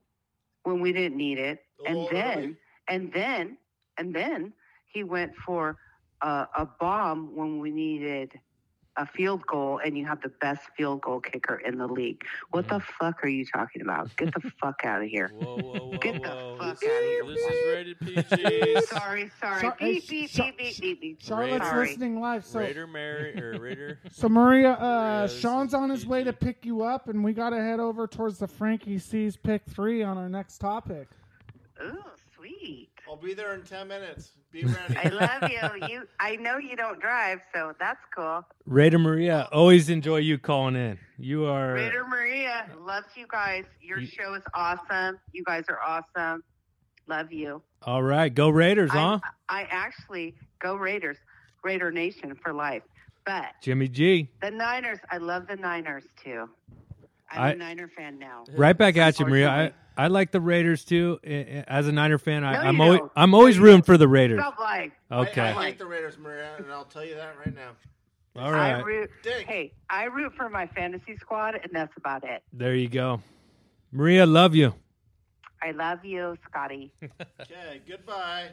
S9: when we didn't need it.
S3: A
S9: And
S3: little
S9: then
S3: early.
S9: and then and then he went for a, a bomb when we needed a field goal and you have the best field goal kicker in the league. What the fuck are you talking about? Get the fuck out of here.
S4: Whoa, whoa, whoa,
S9: Get the
S4: whoa.
S9: fuck
S4: This-
S9: outta here,
S4: This is rated PG.
S9: Sorry, sorry.
S5: Char-
S9: beep,
S5: uh,
S9: beep,
S5: Char-
S9: beep, beep, beep, beep.
S5: Charlotte's
S9: Sorry.
S5: listening live, so
S4: Raider Mary, or Raider.
S5: so Maria,
S4: Yeah,
S5: uh,
S4: this
S5: Sean's
S4: is
S5: on his way
S4: PG.
S5: to pick you up, and we gotta head over towards the Frankie C's pick three on our next topic.
S9: Ooh, sweet.
S3: I'll be there in ten minutes. Be ready.
S9: I love you. You, I know you don't drive, so that's cool.
S1: Raider Maria, always enjoy you calling in. You are
S9: Raider Maria loves you guys. Your
S1: You-
S9: show is awesome. You guys are awesome. Love you.
S1: all right. Go Raiders, huh?
S9: I'm- I actually go Raiders, Raider Nation for life. But
S1: Jimmy G.
S9: the Niners, I love the Niners too. I'm a
S1: I-
S9: a Niner fan now.
S1: Right back at you, Maria. I,
S9: Unfortunately.
S1: I like the Raiders too. I- I- As a Niner fan, I,
S9: No,
S1: I'm
S9: you
S1: always
S9: don't.
S1: I'm always
S9: No, you
S1: rooting for the Raiders.
S9: Stop lying.
S1: Okay,
S3: I, I like the Raiders, Maria, and I'll tell you that right now.
S1: all
S9: I
S1: right.
S9: root,
S3: Dang.
S9: hey, I root for my fantasy squad, and that's about it.
S1: There you go, Maria. Love you.
S9: I love you, Scotty.
S3: Okay, goodbye.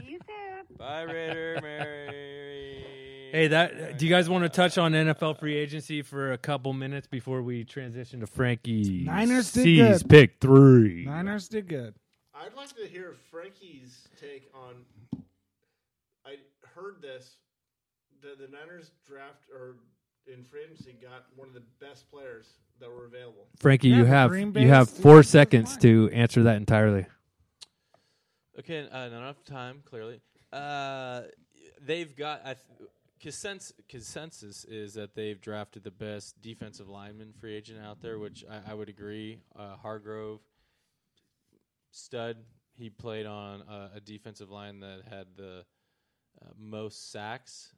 S9: See you soon.
S4: Bye, Raider Mary.
S1: Hey, that. Do you guys want to touch on NFL free agency for a couple minutes before we transition to Frankie
S5: Niners did
S1: C's
S5: good.
S1: pick three?
S5: Niners did good.
S3: I'd like to hear Frankie's take on. I heard this that the Niners draft or in free agency got one of the best players that were available.
S1: Frankie,
S5: Yeah,
S1: you
S5: but
S1: have
S5: Green
S1: you
S5: Bay's
S1: have
S5: defense
S1: four
S5: was
S1: seconds
S5: fine.
S1: to answer that entirely.
S4: Okay, uh, not enough time. Clearly, uh, they've got. I th- consens- consensus is that they've drafted the best defensive lineman free agent out there, which I, I would agree. Uh, Hargrove, stud, he played on a, a defensive line that had the uh, most sacks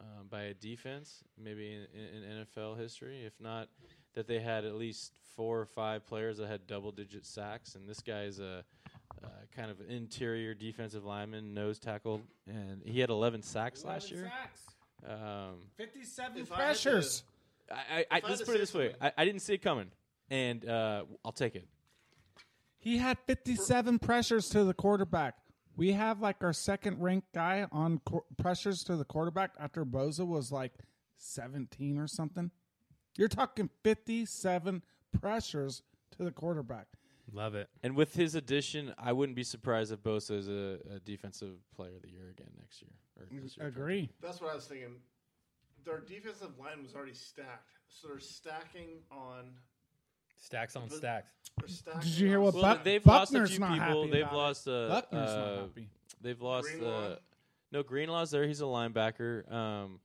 S4: um, by a defense, maybe in, in, in NFL history. If not, that they had at least four or five players that had double digit sacks. And this guy's a, uh kind of interior defensive lineman, nose tackle, and he had 11 sacks last year. Um,
S5: Fifty-seven
S3: If I had
S5: pressures.
S3: to-
S4: I, I, I
S3: I had
S4: let's
S3: to
S4: put it
S3: say
S4: this way: I,
S3: something-
S4: I didn't see it coming, and uh, I'll take it.
S5: He had 57 pressures to the quarterback. We have like our second ranked guy on qu- pressures to the quarterback after Boza was like 17 or something. You're talking 57 pressures to the quarterback.
S1: Love it.
S4: And with his addition, I wouldn't be surprised if Bosa is a, a defensive player of the year again next year. Or this year.
S5: Agree.
S3: That's what I was thinking. Their defensive line was already stacked, so they're stacking on.
S1: Stacks on stacks.
S3: They're stacking
S5: Did you hear what
S3: on-
S4: Well,
S5: Buck-
S4: they've lost a
S5: Buckner's
S4: few
S5: not
S4: people.
S5: happy
S4: They've
S5: about
S4: lost. Uh,
S5: Buckner's
S4: uh,
S5: not happy.
S4: They've lost. Uh,
S3: Greenlaw?
S4: no, Greenlaw's there. He's a linebacker. Um,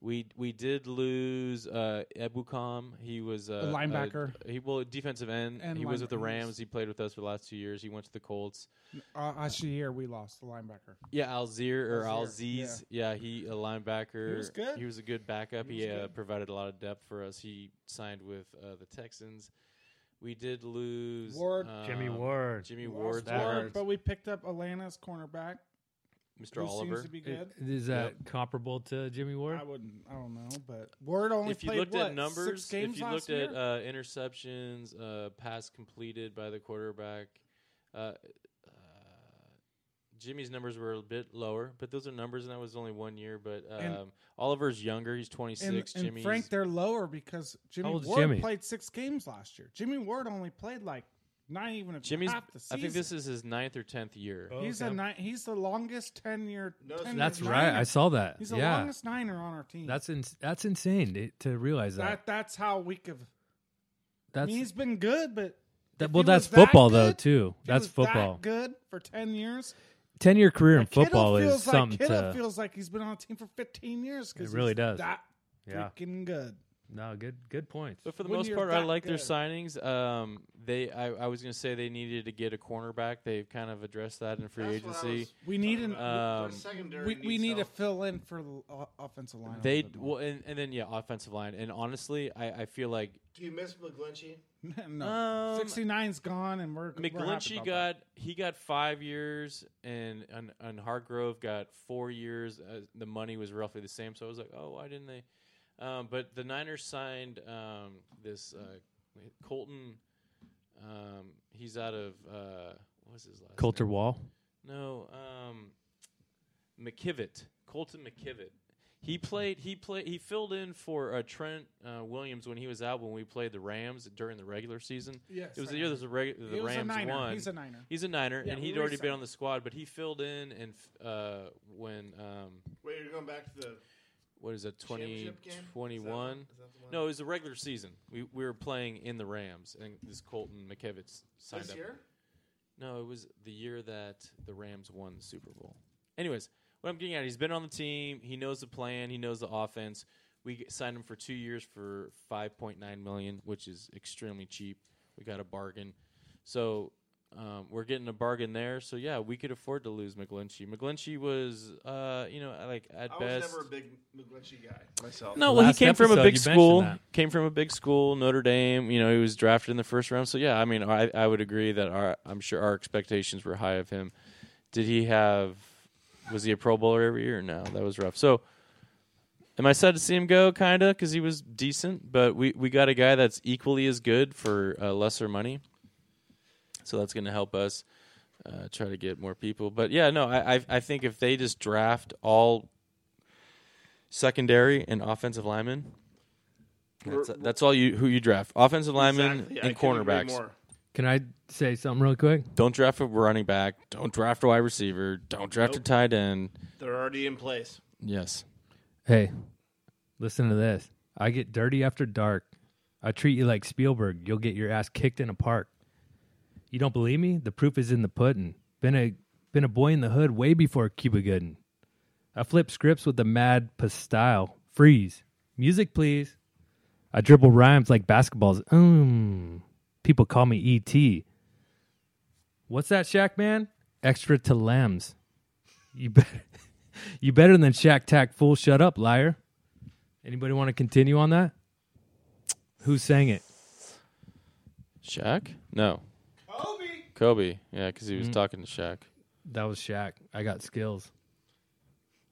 S4: we we did lose uh, Ebucom. He was uh,
S5: A linebacker.
S4: uh, he well defensive end.
S5: And
S4: he was with the
S5: linebacker.
S4: Rams. He played with us for the last two years. He went to the Colts.
S5: Uh, last year we lost the linebacker.
S4: Yeah, Alzir or
S5: Alzir,
S4: Alziz. Yeah. he a linebacker.
S5: He was good.
S4: He was a good backup. He,
S5: was
S4: uh,
S5: good.
S4: provided a lot of depth for us. He signed with uh, the Texans. We did lose
S5: Ward.
S4: um,
S1: Uh, Jimmy Ward.
S4: Jimmy
S5: We
S4: Ward,
S5: lost
S1: that
S5: Ward,
S1: hurts.
S5: but we picked up Atlanta's cornerback,
S4: Mr.
S5: who
S4: Oliver.
S5: seems to be good.
S1: Is that comparable to Jimmy Ward?
S5: I wouldn't. I don't know, but Ward only
S4: if you
S5: played
S4: looked
S5: what,
S4: at numbers,
S5: Six games
S4: if you
S5: last
S4: looked
S5: year?
S4: at uh, interceptions, uh, pass completed by the quarterback, uh, uh, Jimmy's numbers were a bit lower, but those are numbers, and that was only one year. But um,
S5: And-
S4: Oliver's younger; he's twenty
S5: and,
S4: six.
S5: and
S4: Jimmy's
S5: Frank, they're lower because Jimmy
S1: old's
S5: Ward
S1: Jimmy?
S5: played six games last year. Jimmy Ward only played like not even a
S4: Jimmy's.
S5: half the
S4: I
S5: season.
S4: think this is his ninth or tenth year.
S5: he's a ni- he's the longest tenure.
S3: No, it's
S5: tenured
S3: not.
S1: That's right.
S5: Niner.
S1: I saw that.
S5: He's the
S1: yeah,
S5: longest Niner on our team.
S1: that's in, that's insane to, to realize that.
S5: that. That's how we could. I
S1: That's
S5: mean, he's been good, but
S1: that,
S5: if
S1: well,
S5: he
S1: that's
S5: was that
S1: football though
S5: good-
S1: too.
S5: if he
S1: That's
S5: was that
S1: football.
S5: good for ten years.
S1: Ten year career in
S5: Kittle
S1: football is
S5: feels like-
S1: something
S5: Kittle
S1: to.
S5: feels like he's been on the team for fifteen years because
S1: It really
S5: he's
S1: does.
S5: That
S1: Yeah.
S5: freaking good.
S1: no, good good points.
S4: But for the
S5: when
S4: most
S5: you're
S4: part, I
S5: that
S4: like their
S5: good.
S4: signings. Um, they, I, I was going to say they needed to get a cornerback. They've kind of addressed that in free
S3: That's what I
S4: agency.
S3: was
S5: We need
S3: talking
S5: an-
S3: about. Their
S4: Um,
S3: secondary
S5: We, we
S3: needs
S5: need to
S3: help.
S5: fill in for the o- offensive line. a
S4: They
S5: little bit more.
S4: well, and, and then yeah, offensive line. And honestly, I, I feel like
S3: Do you miss McGlinchey?
S5: no,
S4: Um,
S5: 69's gone, and we're we're happy
S4: McGlinchey
S5: about
S4: got he got five years, and and, and Hargrove got four years. Uh, the money was roughly the same, so I was like, oh, why didn't they? Um, but the Niners signed um, this uh, Colton. Um, he's out of uh, what was his last
S1: Coulter
S4: name?
S1: Wall.
S4: No, um, McKivitt, Colton McKivitt. He played. He played. He filled in for uh, Trent uh, Williams when he was out when we played the Rams during the regular season.
S5: Yes,
S4: it was
S5: I
S4: the year
S5: know.
S4: that the, reg-
S5: that.
S4: the
S5: He was
S4: Rams
S5: a Niner.
S4: won.
S5: He's a Niner.
S4: He's a Niner,
S5: Yeah,
S4: and
S5: we
S4: he'd already been
S5: re-signed
S4: on the squad, but he filled in and f- uh, when um,
S3: Wait, you're going back to the
S4: what is that twenty
S3: championship game? Is that
S4: twenty
S3: the-
S4: one?
S3: is that the one?
S4: No, it was the regular season. We, we were playing in the Rams, and this Colton McKivitt signed
S3: this
S4: up.
S3: year.
S4: No, it was the year that the Rams won the Super Bowl. Anyways, what I'm getting at, he's been on the team. He knows the plan. He knows the offense. We g- signed him for two years for 5.9 million, which is extremely cheap. We got a bargain, so um, we're getting a bargain there. So yeah, we could afford to lose McGlinchey. McGlinchey was, uh, you know, like at
S3: I was
S4: best.
S3: never a big McGlinchey guy myself.
S4: No, well, he
S1: Last
S4: came from a
S1: episode,
S4: big
S1: you mentioned
S4: school.
S1: that.
S4: Came from a big school, Notre Dame. You know, he was drafted in the first round. So yeah, I mean, I, I would agree that our I'm sure our expectations were high of him. Did he have? Was he a Pro Bowler every year? No, that was rough. So, am I sad to see him go? Kinda, because he was decent. But we we got a guy that's equally as good for uh, lesser money. So that's going to help us uh, try to get more people. But yeah, no, I, I I think if they just draft all secondary and offensive linemen, that's,
S3: We're-
S4: that's all you who you draft: offensive linemen
S3: Exactly, I
S4: and
S3: couldn't agree
S4: cornerbacks.
S3: more.
S1: Can I say something real quick?
S4: Don't draft a running back. Don't draft a wide receiver. Don't draft a
S3: Nope.
S4: tight end.
S3: They're already in place.
S4: Yes,
S1: Hey, listen to this. I get dirty after dark. I treat you like Spielberg. You'll get your ass kicked in a park. You don't believe me? The proof is in the pudding. Been a been a boy in the hood way before Cuba Gooden. I flip scripts with the mad pastile. Freeze. Music, please. I dribble rhymes like basketballs. Um, people call me E.T. What's E that, Shaq man? extra to lambs. You better, you better than Shack Tack Fool. Shut up, liar. Anybody want to continue on that? Who sang it?
S4: Shaq? No. Kobe. Kobe. Yeah, because he was talking to Shaq.
S1: That was Shaq. I got skills.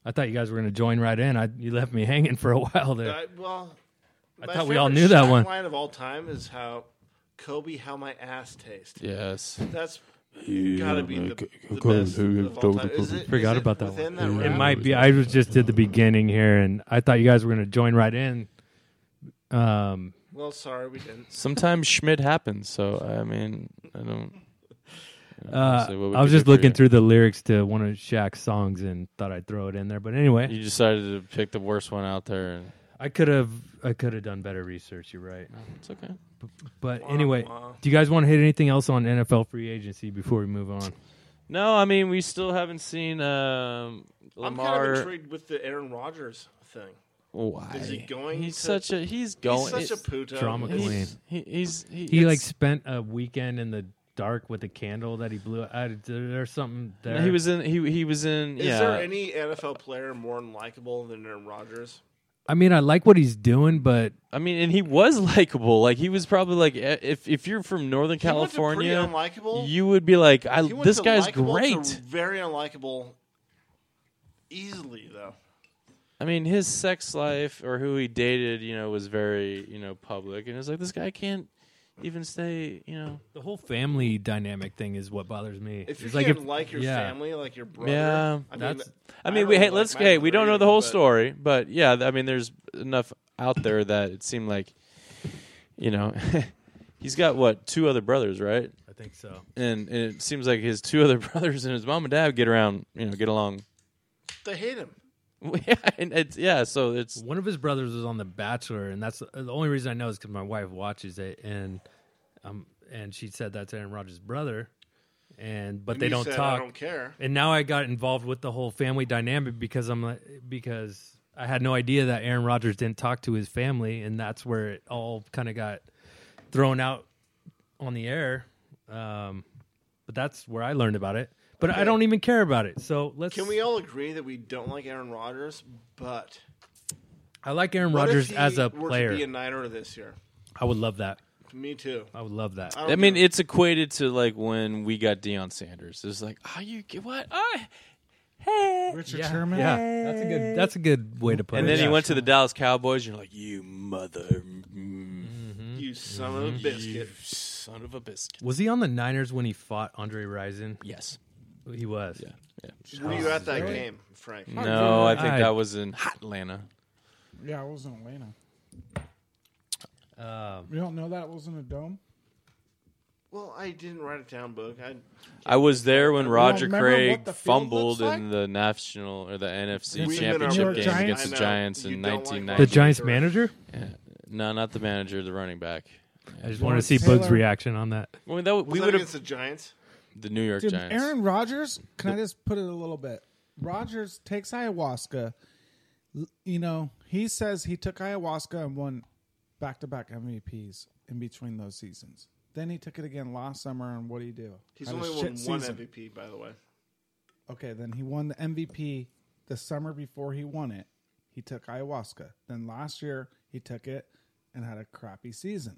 S1: I thought you guys were going to join right in. I, you left me hanging for a while there.
S3: I, well, I
S1: thought we all knew that one.
S3: Line of all time is how Kobe, how my ass tastes.
S4: Yes.
S3: That's gotta be the, the best of all time. Is it,
S1: Forgot
S3: is it
S1: about that
S3: within
S1: one.
S3: That
S1: It
S3: realm?
S1: might be. I was just at the beginning here, and I thought you guys were going to join right in. Um,
S3: Well, sorry, we didn't.
S4: Sometimes Schmidt happens, so I mean, I don't. I don't
S1: uh,
S4: see what we
S1: I was
S4: could do
S1: just
S4: for
S1: looking
S4: you.
S1: through the lyrics to one of Shaq's songs and thought I'd throw it in there. But anyway,
S4: You decided to pick the worst one out there, and
S1: I could have I could have done better research. You're right.
S4: it's okay.
S1: But anyway, do you guys want to hit anything else on NFL free agency before we move on?
S4: No, I mean, we still haven't seen um,
S3: I'm
S4: Lamar.
S3: kind of intrigued with the Aaron Rodgers thing.
S4: Why?
S3: Is he going
S4: He's
S3: to-
S4: such a. He's
S3: He's
S4: going.
S3: such a
S4: it's-
S3: puto.
S1: Drama
S3: It's-
S1: queen.
S4: he's, he, he's he,
S1: He like
S4: it's-
S1: spent a weekend in the dark with a candle that he blew. I, there's something there.
S4: He was in. He he was in.
S3: Is
S4: yeah.
S3: there any NFL player more unlikable than Aaron Rodgers?
S1: I mean, I like what he's doing, but
S4: I mean, and he was likable. Like he was probably like eh, if if you're from Northern
S3: He went to pretty
S4: California,
S3: unlikable.
S4: you would be like, I
S3: He went
S4: this
S3: to
S4: guy's
S3: likable to
S4: great.
S3: very unlikable. Easily though.
S4: I mean, his sex life or who he dated, you know, was very you know public, and it's like this guy can't even stay. You know,
S1: the whole family dynamic thing is what bothers me.
S3: If you
S1: It's
S3: can't like, your
S1: yeah.
S3: family, like your brother,
S4: Yeah,
S3: I mean,
S1: that's-
S4: I mean,
S3: don't
S4: we hey,
S3: like
S4: let's
S3: my
S4: hey, we don't know the whole
S3: brother,
S4: story, but yeah, I mean, there's enough out there that it seemed like, you know, he's got what two other brothers, right?
S1: I think so.
S4: And, and it seems like his two other brothers and his mom and dad get around, you know, get along.
S3: but They hate him.
S4: yeah, and it's yeah, so it's
S1: One of his brothers was on The Bachelor, and that's uh, the only reason I know is because my wife watches it, and um, and she said that's Aaron Rodgers' brother, and but
S3: And
S1: they
S3: you
S1: don't
S3: said,
S1: talk.
S3: I don't care.
S1: and now I got involved with the whole family dynamic because I'm like because I had no idea that Aaron Rodgers didn't talk to his family, and that's where it all kind of got thrown out on the air. Um, but that's where I learned about it. But I don't even care about it. So let's.
S3: Can we all agree that we don't like Aaron Rodgers? But
S1: I like Aaron
S3: what if
S1: Rodgers
S3: he
S1: as a
S3: were
S1: player.
S3: to be a Niner this year.
S1: I would love that.
S3: Me too.
S1: I would love that.
S3: I
S4: I
S3: don't
S4: mean,
S3: care.
S4: it's equated to like when we got Deion Sanders. It's like, oh, you get what? Ah, hey.
S5: Richard
S1: yeah,
S5: Sherman.
S1: yeah, that's a good. That's a good way to put
S4: And
S1: it.
S4: then he
S1: yeah.
S4: went to the Dallas Cowboys, and you're like, you mother, mm,
S3: you son of a biscuit.
S4: you son of a biscuit.
S1: Was he on the Niners when he fought Andre Rison?
S4: Yes.
S1: He was. Yeah.
S3: Were you at that game, Frank?
S4: No, I think
S1: I-
S4: that was in Atlanta.
S5: Yeah, it was in Atlanta.
S1: Um,
S5: you don't know that it was in a dome?
S3: Well, I didn't write it down, book. I
S4: I was there when Roger
S5: remember what
S4: Craig
S5: the field
S4: fumbled
S5: looks
S4: in the national or the NFC
S3: We've been
S4: championship
S5: our
S4: game
S5: Giants.
S4: against
S3: I
S4: the
S3: know.
S4: Giants
S3: You
S4: in
S3: don't like
S4: 1990.
S1: The
S3: Roger
S1: Giants
S3: Craig.
S1: manager.
S4: no, not the manager, the running back.
S1: I just wanted to see
S5: Taylor.
S1: Bug's reaction on that.
S4: Well, that,
S3: was
S4: we
S3: that
S4: would
S3: against
S4: have
S3: the Giants.
S4: the New York
S5: Dude,
S4: Giants.
S5: Aaron Rodgers, can I just put it a little bit? Rodgers takes ayahuasca. L- You know, he says he took ayahuasca and won back to back MVPs in between those seasons. Then he took it again last summer, and what do you do?
S3: He's
S5: Had a
S3: only won
S5: shit
S3: one
S5: season.
S3: MVP, by the way.
S5: Okay, then he won the MVP the summer before he won it. He took ayahuasca. Then last year he took it and had a crappy season.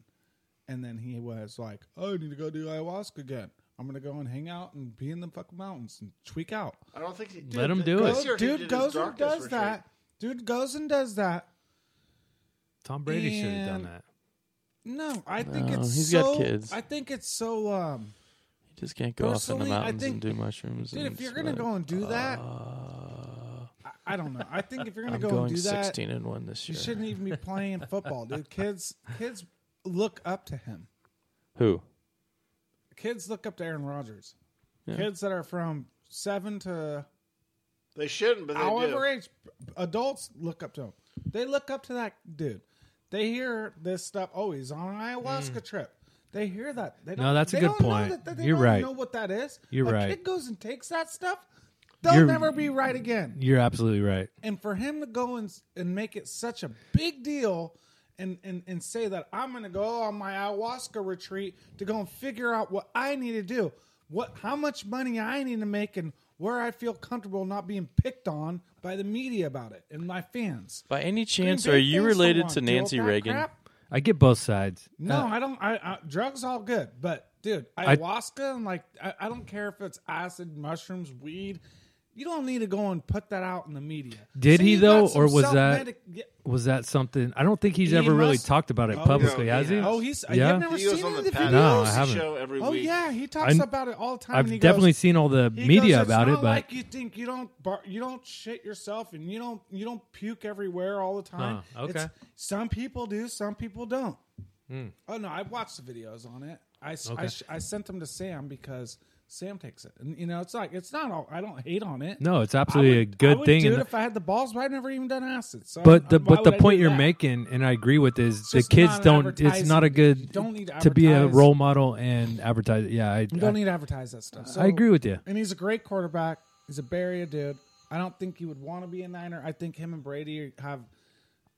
S5: And then he was like, "Oh, I need to go do ayahuasca again. I'm gonna go and hang out and be in the fucking mountains and tweak out."
S3: I don't think he did.
S1: Let him do it.
S3: This year he did
S5: dude
S3: his
S5: goes and
S3: darkness
S5: does
S3: retreat.
S5: that. Dude goes and does that.
S1: Tom Brady should have done
S5: And-
S1: that.
S5: No, I think
S4: No,
S5: it's
S4: he's got
S5: so.
S4: kids.
S5: I think it's so. Um,
S4: You just can't go off in the
S5: Personally, I
S4: mountains and
S5: think-
S4: do mushrooms.
S5: dude,
S4: and
S5: if you're
S4: it's
S5: gonna
S4: like,
S5: go and do that,
S4: uh,
S5: I, I don't know. I think if you're gonna
S4: I'm
S5: go
S4: going
S5: and do that,
S4: 16 and one this
S5: you
S4: year.
S5: shouldn't even be playing football, dude. Kids, kids look up to him.
S4: Who?
S5: Kids look up to Aaron Rodgers. Kids that are from seven to
S3: They shouldn't, but they do.
S5: however age, adults look up to him. They look up to that dude. They hear this stuff. Oh, he's on an ayahuasca trip. They hear that. They don't,
S1: Mm. No, that's a
S5: they
S1: good
S5: don't know
S1: point.
S5: that- that they
S1: You're
S5: don't
S1: right.
S5: Know what that is?
S1: You're
S5: a
S1: right.
S5: Kid goes and takes that stuff. They'll
S1: You're-
S5: never be right again.
S1: You're absolutely right.
S5: and for him to go and and make it such a big deal and and, and say that I'm going to go on my ayahuasca retreat to go and figure out what I need to do. what how much money I need to make and where I feel comfortable not being picked on by the media about it and my fans.
S4: By any
S5: Green
S4: chance,
S5: Bay
S4: are you
S5: fans don't
S4: related
S5: want
S4: to
S5: deal with
S4: Nancy
S5: that
S4: Reagan?
S5: crap.
S1: I get both sides.
S5: No, I don't. I, I drugs all good, but dude,
S1: Uh, I-
S5: ayahuasca and like I, I don't care if it's acid, mushrooms, weed. You don't need to go and put that out in the media.
S1: Did he,
S5: you got
S1: though,
S5: some
S1: or was that-
S5: self-medic- yeah.
S1: Was that something? I don't think he's
S5: He
S1: ever really
S5: must-
S1: talked about it
S5: Oh,
S1: publicly,
S3: yeah.
S1: has he?
S5: Oh, he's.
S1: Yeah.
S5: You've never
S3: He goes
S5: seen
S3: on
S5: him
S3: the
S5: in the
S3: Pat
S5: video.
S1: No, I
S3: Dorsey
S1: haven't.
S3: show every
S5: Oh
S3: week.
S5: yeah, he talks
S1: I-
S5: about it all the time.
S1: I've
S5: and he
S1: definitely
S5: goes,
S1: seen all the
S5: he
S1: media
S5: goes, "It's
S1: about it,
S5: not
S1: but
S5: like you think you don't bar- you don't shit yourself and you don't you don't puke everywhere all the time.
S1: Huh, okay. Hmm.
S5: It's- some people do, some people don't. Oh no, I watched the videos on it. I s- I
S1: Okay.
S5: sh- I sent them to Sam because Sam takes it, and you know it's like it's not all. I don't hate on it.
S1: no, it's
S5: I would,
S1: absolutely a
S5: I
S1: good
S5: would
S1: thing.
S5: Do
S1: and
S5: it
S1: the-
S5: if I had the balls, but I've never even done acid. So
S1: but the
S5: I'm- why
S1: but the
S5: would I
S1: point
S5: do
S1: you're
S5: that?
S1: making, and I agree with, is the
S5: just
S1: kids
S5: not an
S1: don't. It's not a
S5: advertising.
S1: good
S5: You don't need to
S1: to be a
S5: advertise.
S1: role model and advertise. Yeah, I,
S5: You
S1: I-
S5: don't need to advertise that stuff. So,
S1: I agree with you.
S5: And he's a great quarterback. He's a Bay Area dude. I don't think he would want to be a Niner. I think him and Brady have,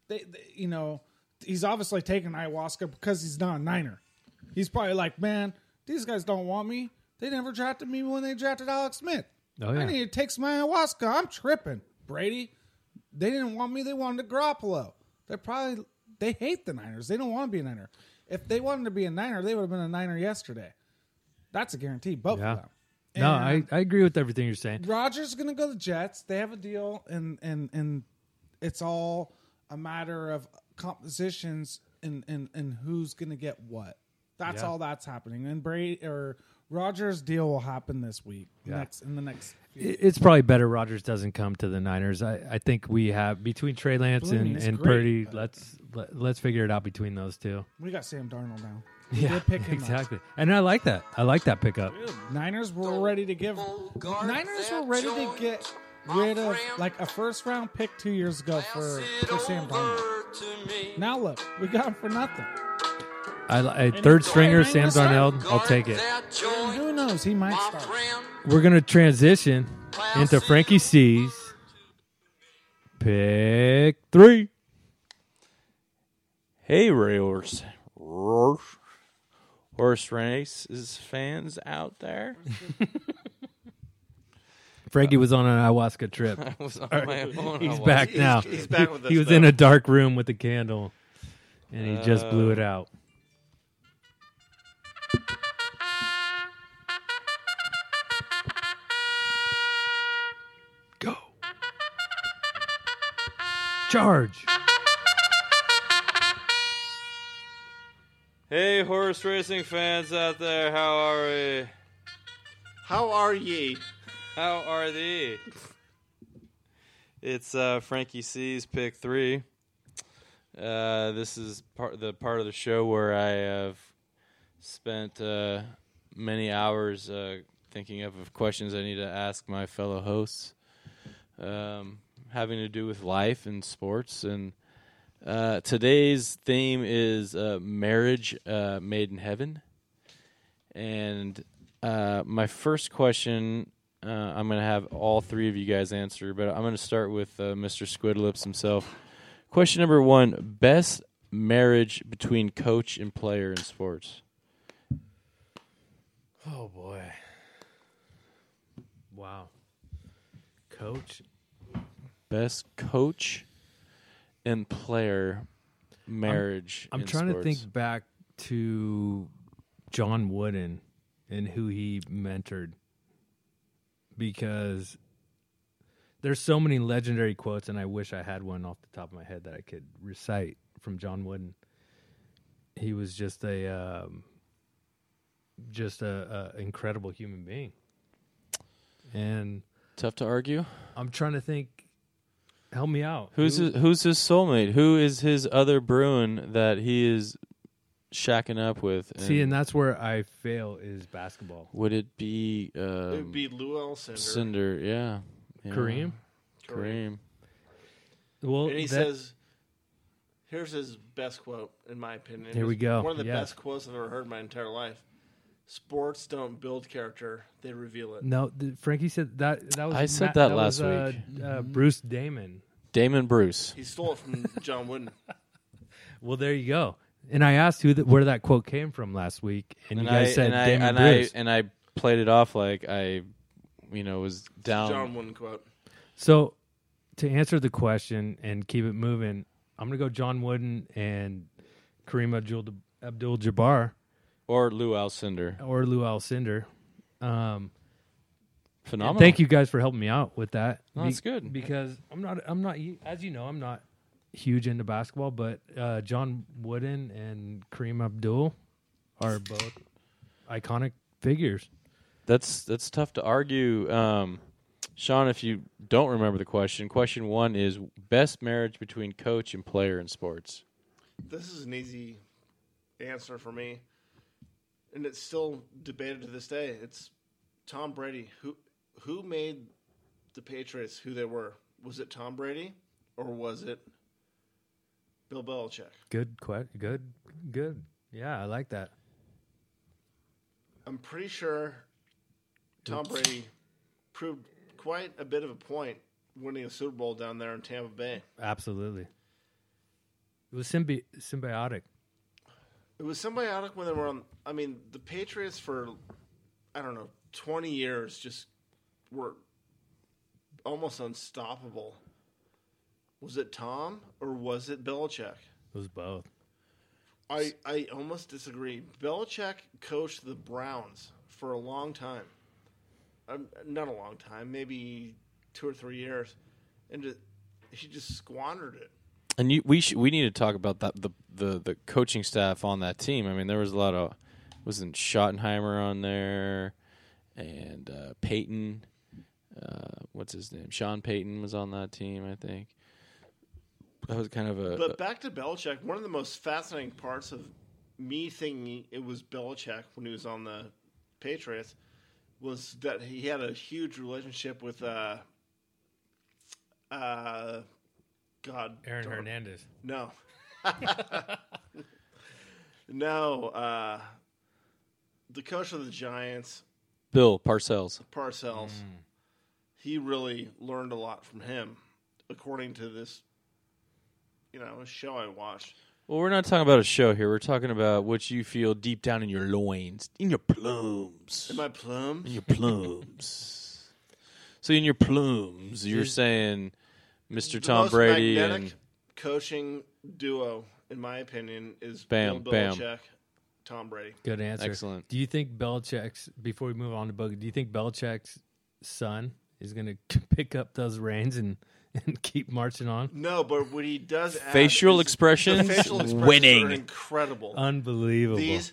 S5: they, they you know, he's obviously taking ayahuasca because he's not a Niner. He's probably like, man, these guys don't want me. They never drafted me when they drafted Alex Smith.
S1: Oh, yeah.
S5: I need to take some ayahuasca. I'm tripping. Brady, they didn't want me. They wanted Garoppolo. They're probably they hate the Niners. They don't want to be a Niner. If they wanted to be a Niner, they would have been a Niner yesterday. That's a guarantee. Both
S1: Yeah.
S5: of them.
S1: No, I,
S5: And
S1: I agree with everything you're saying.
S5: Rogers is going to go to the Jets. They have a deal, and and and it's all a matter of compositions and and and who's going to get what. That's
S1: Yeah.
S5: all that's happening. And Brady or Rogers' deal will happen this week. Next in the next. Few.
S1: It- It's probably better Rogers doesn't come to the Niners. I, I think we have between Trey Lance
S5: Believe me,
S1: and,
S5: he's
S1: and
S5: great,
S1: Purdy.
S5: but-
S1: Let's let, let's figure it out between those two.
S5: We got Sam Darnold now. We did pick him exactly.
S1: exactly. And I like that. I like that pickup.
S5: up. Niners were ready to give. Niners were ready to get rid of like a first round pick two years ago for, for Sam Darnold. Now look, we got him for nothing.
S1: I, li- a third stringer
S5: Niners
S1: Sam
S5: start.
S1: Darnold. I'll take it.
S5: And who knows? He might start.
S1: We're gonna transition into Frankie C's pick three.
S4: Hey, railers, horse races fans out there.
S1: Frankie was on an ayahuasca trip.
S4: I was on my own.
S1: Oh, He's
S4: I
S1: back
S4: was-
S1: now.
S3: he's back with
S1: he
S3: us
S1: was
S3: now.
S1: in a dark room with a candle, and he just blew it out. Go. Charge.
S4: Hey, horse racing fans out there, how are we?
S3: How are ye?
S4: How are thee? It's uh, Frankie C's pick three. Uh, this is part the part of the show where I have spent uh, many hours uh, thinking up of questions I need to ask my fellow hosts, um, having to do with life and sports. And uh, today's theme is uh, marriage uh, made in heaven. And uh, my first question, uh, I'm going to have all three of you guys answer, but I'm going to start with uh, Mr. Squidlips himself. Question number one: Best marriage between coach and player in sports.
S1: Oh boy. Wow. Coach.
S4: Best coach and player marriage.
S1: I'm
S4: in
S1: trying to
S4: sports.
S1: think back to John Wooden and who he mentored because there's so many legendary quotes and I wish I had one off the top of my head that I could recite from John Wooden. He was just a um, just a, a incredible human being. And
S4: Tough to argue.
S1: I'm trying to think help me out.
S4: Who's
S1: Who-
S4: his, who's his soulmate? Who is his other Bruin that he is shacking up with?
S1: See, and that's where I fail is basketball.
S4: would it be um,
S3: It would be Lou Alcindor.
S4: Cinder, yeah. yeah.
S1: Kareem?
S4: Kareem.
S1: Well,
S3: And he
S1: that-
S3: says, here's his best quote, in my opinion.
S1: Here we
S3: It's
S1: go.
S3: One of the
S1: Yeah.
S3: best quotes I've ever heard in my entire life. Sports don't build character, they reveal it.
S1: No, th- Frankie said that. That was
S4: I said
S1: Matt-
S4: that
S1: was,
S4: last
S1: Uh, uh, Bruce Damon.
S4: Damon Bruce.
S3: He stole it from John Wooden.
S1: Well, there you go. And I asked who that where that quote came from last week, and, you guys
S4: I,
S1: said
S4: and I,
S1: Damon
S4: and
S1: Bruce.
S4: I and I played it off like I, you know, was down.
S3: John wouldn't quote.
S1: So, to answer the question and keep it moving, I'm gonna go John Wooden and Kareem Abdul Jabbar
S4: or Lou Alcindor.
S1: or Lou Alcindor. Um, and
S4: Phenomenal.
S1: thank you guys for helping me out with that.
S4: No, it's good.
S1: because I'm not. I'm not. e, As you know, I'm not huge into basketball, but uh, John Wooden and Kareem Abdul are both iconic figures.
S4: That's that's tough to argue. Um, Sean, if you don't remember the question, question one is best marriage between coach and player in sports.
S3: This is an easy answer for me, and it's still debated to this day. It's Tom Brady who who made the Patriots who they were. Was it Tom Brady or was it Bill Belichick?
S1: Good. Que- good. Good. Yeah, I like that.
S3: I'm pretty sure Tom Brady proved quite a bit of a point winning a Super Bowl down there in Tampa Bay.
S1: Absolutely. It was symbi- symbiotic.
S3: It was symbiotic when they were on. I mean, the Patriots for I don't know twenty years just were almost unstoppable. Was it Tom or was it Belichick?
S1: It was both.
S3: I I almost disagree. Belichick coached the Browns for a long time, um, not a long time, maybe two or three years, and ju- he just squandered it.
S4: And you, we sh- we need to talk about that the, the the coaching staff on that team. I mean, there was a lot of wasn't Schottenheimer on there, and uh, Peyton. Uh, what's his name? Sean Payton was on that team, I think. That was kind of a
S3: But back to Belichick, one of the most fascinating parts of me thinking it was Belichick when he was on the Patriots was that he had a huge relationship with uh uh God
S1: Aaron
S3: darn-
S1: Hernandez.
S3: No. no, uh the coach of the Giants,
S4: Bill Parcells.
S3: Parcells,
S1: Mm.
S3: he really learned a lot from him, according to this you know, show I watched.
S4: Well, we're not talking about a show here. We're talking about what you feel deep down in your loins, in your plumes,
S3: Am I plums?
S4: in your plumes. so in your plumes, you're saying Mr.
S3: The
S4: Tom
S3: most
S4: Brady
S3: magnetic
S4: and
S3: coaching duo, in my opinion, is
S4: Bam,
S3: Bill
S4: bam.
S3: Belichick, Tom Brady.
S1: Good answer.
S4: Excellent.
S1: Do you think Belichick's before we move on to Bug, do you think Belichick's son is gonna pick up those reins and, and keep marching on?
S3: No, but what he does add
S4: facial
S3: is- the
S4: expressions,
S3: facial expressions are
S4: winning.
S3: incredible.
S1: Unbelievable.
S3: These,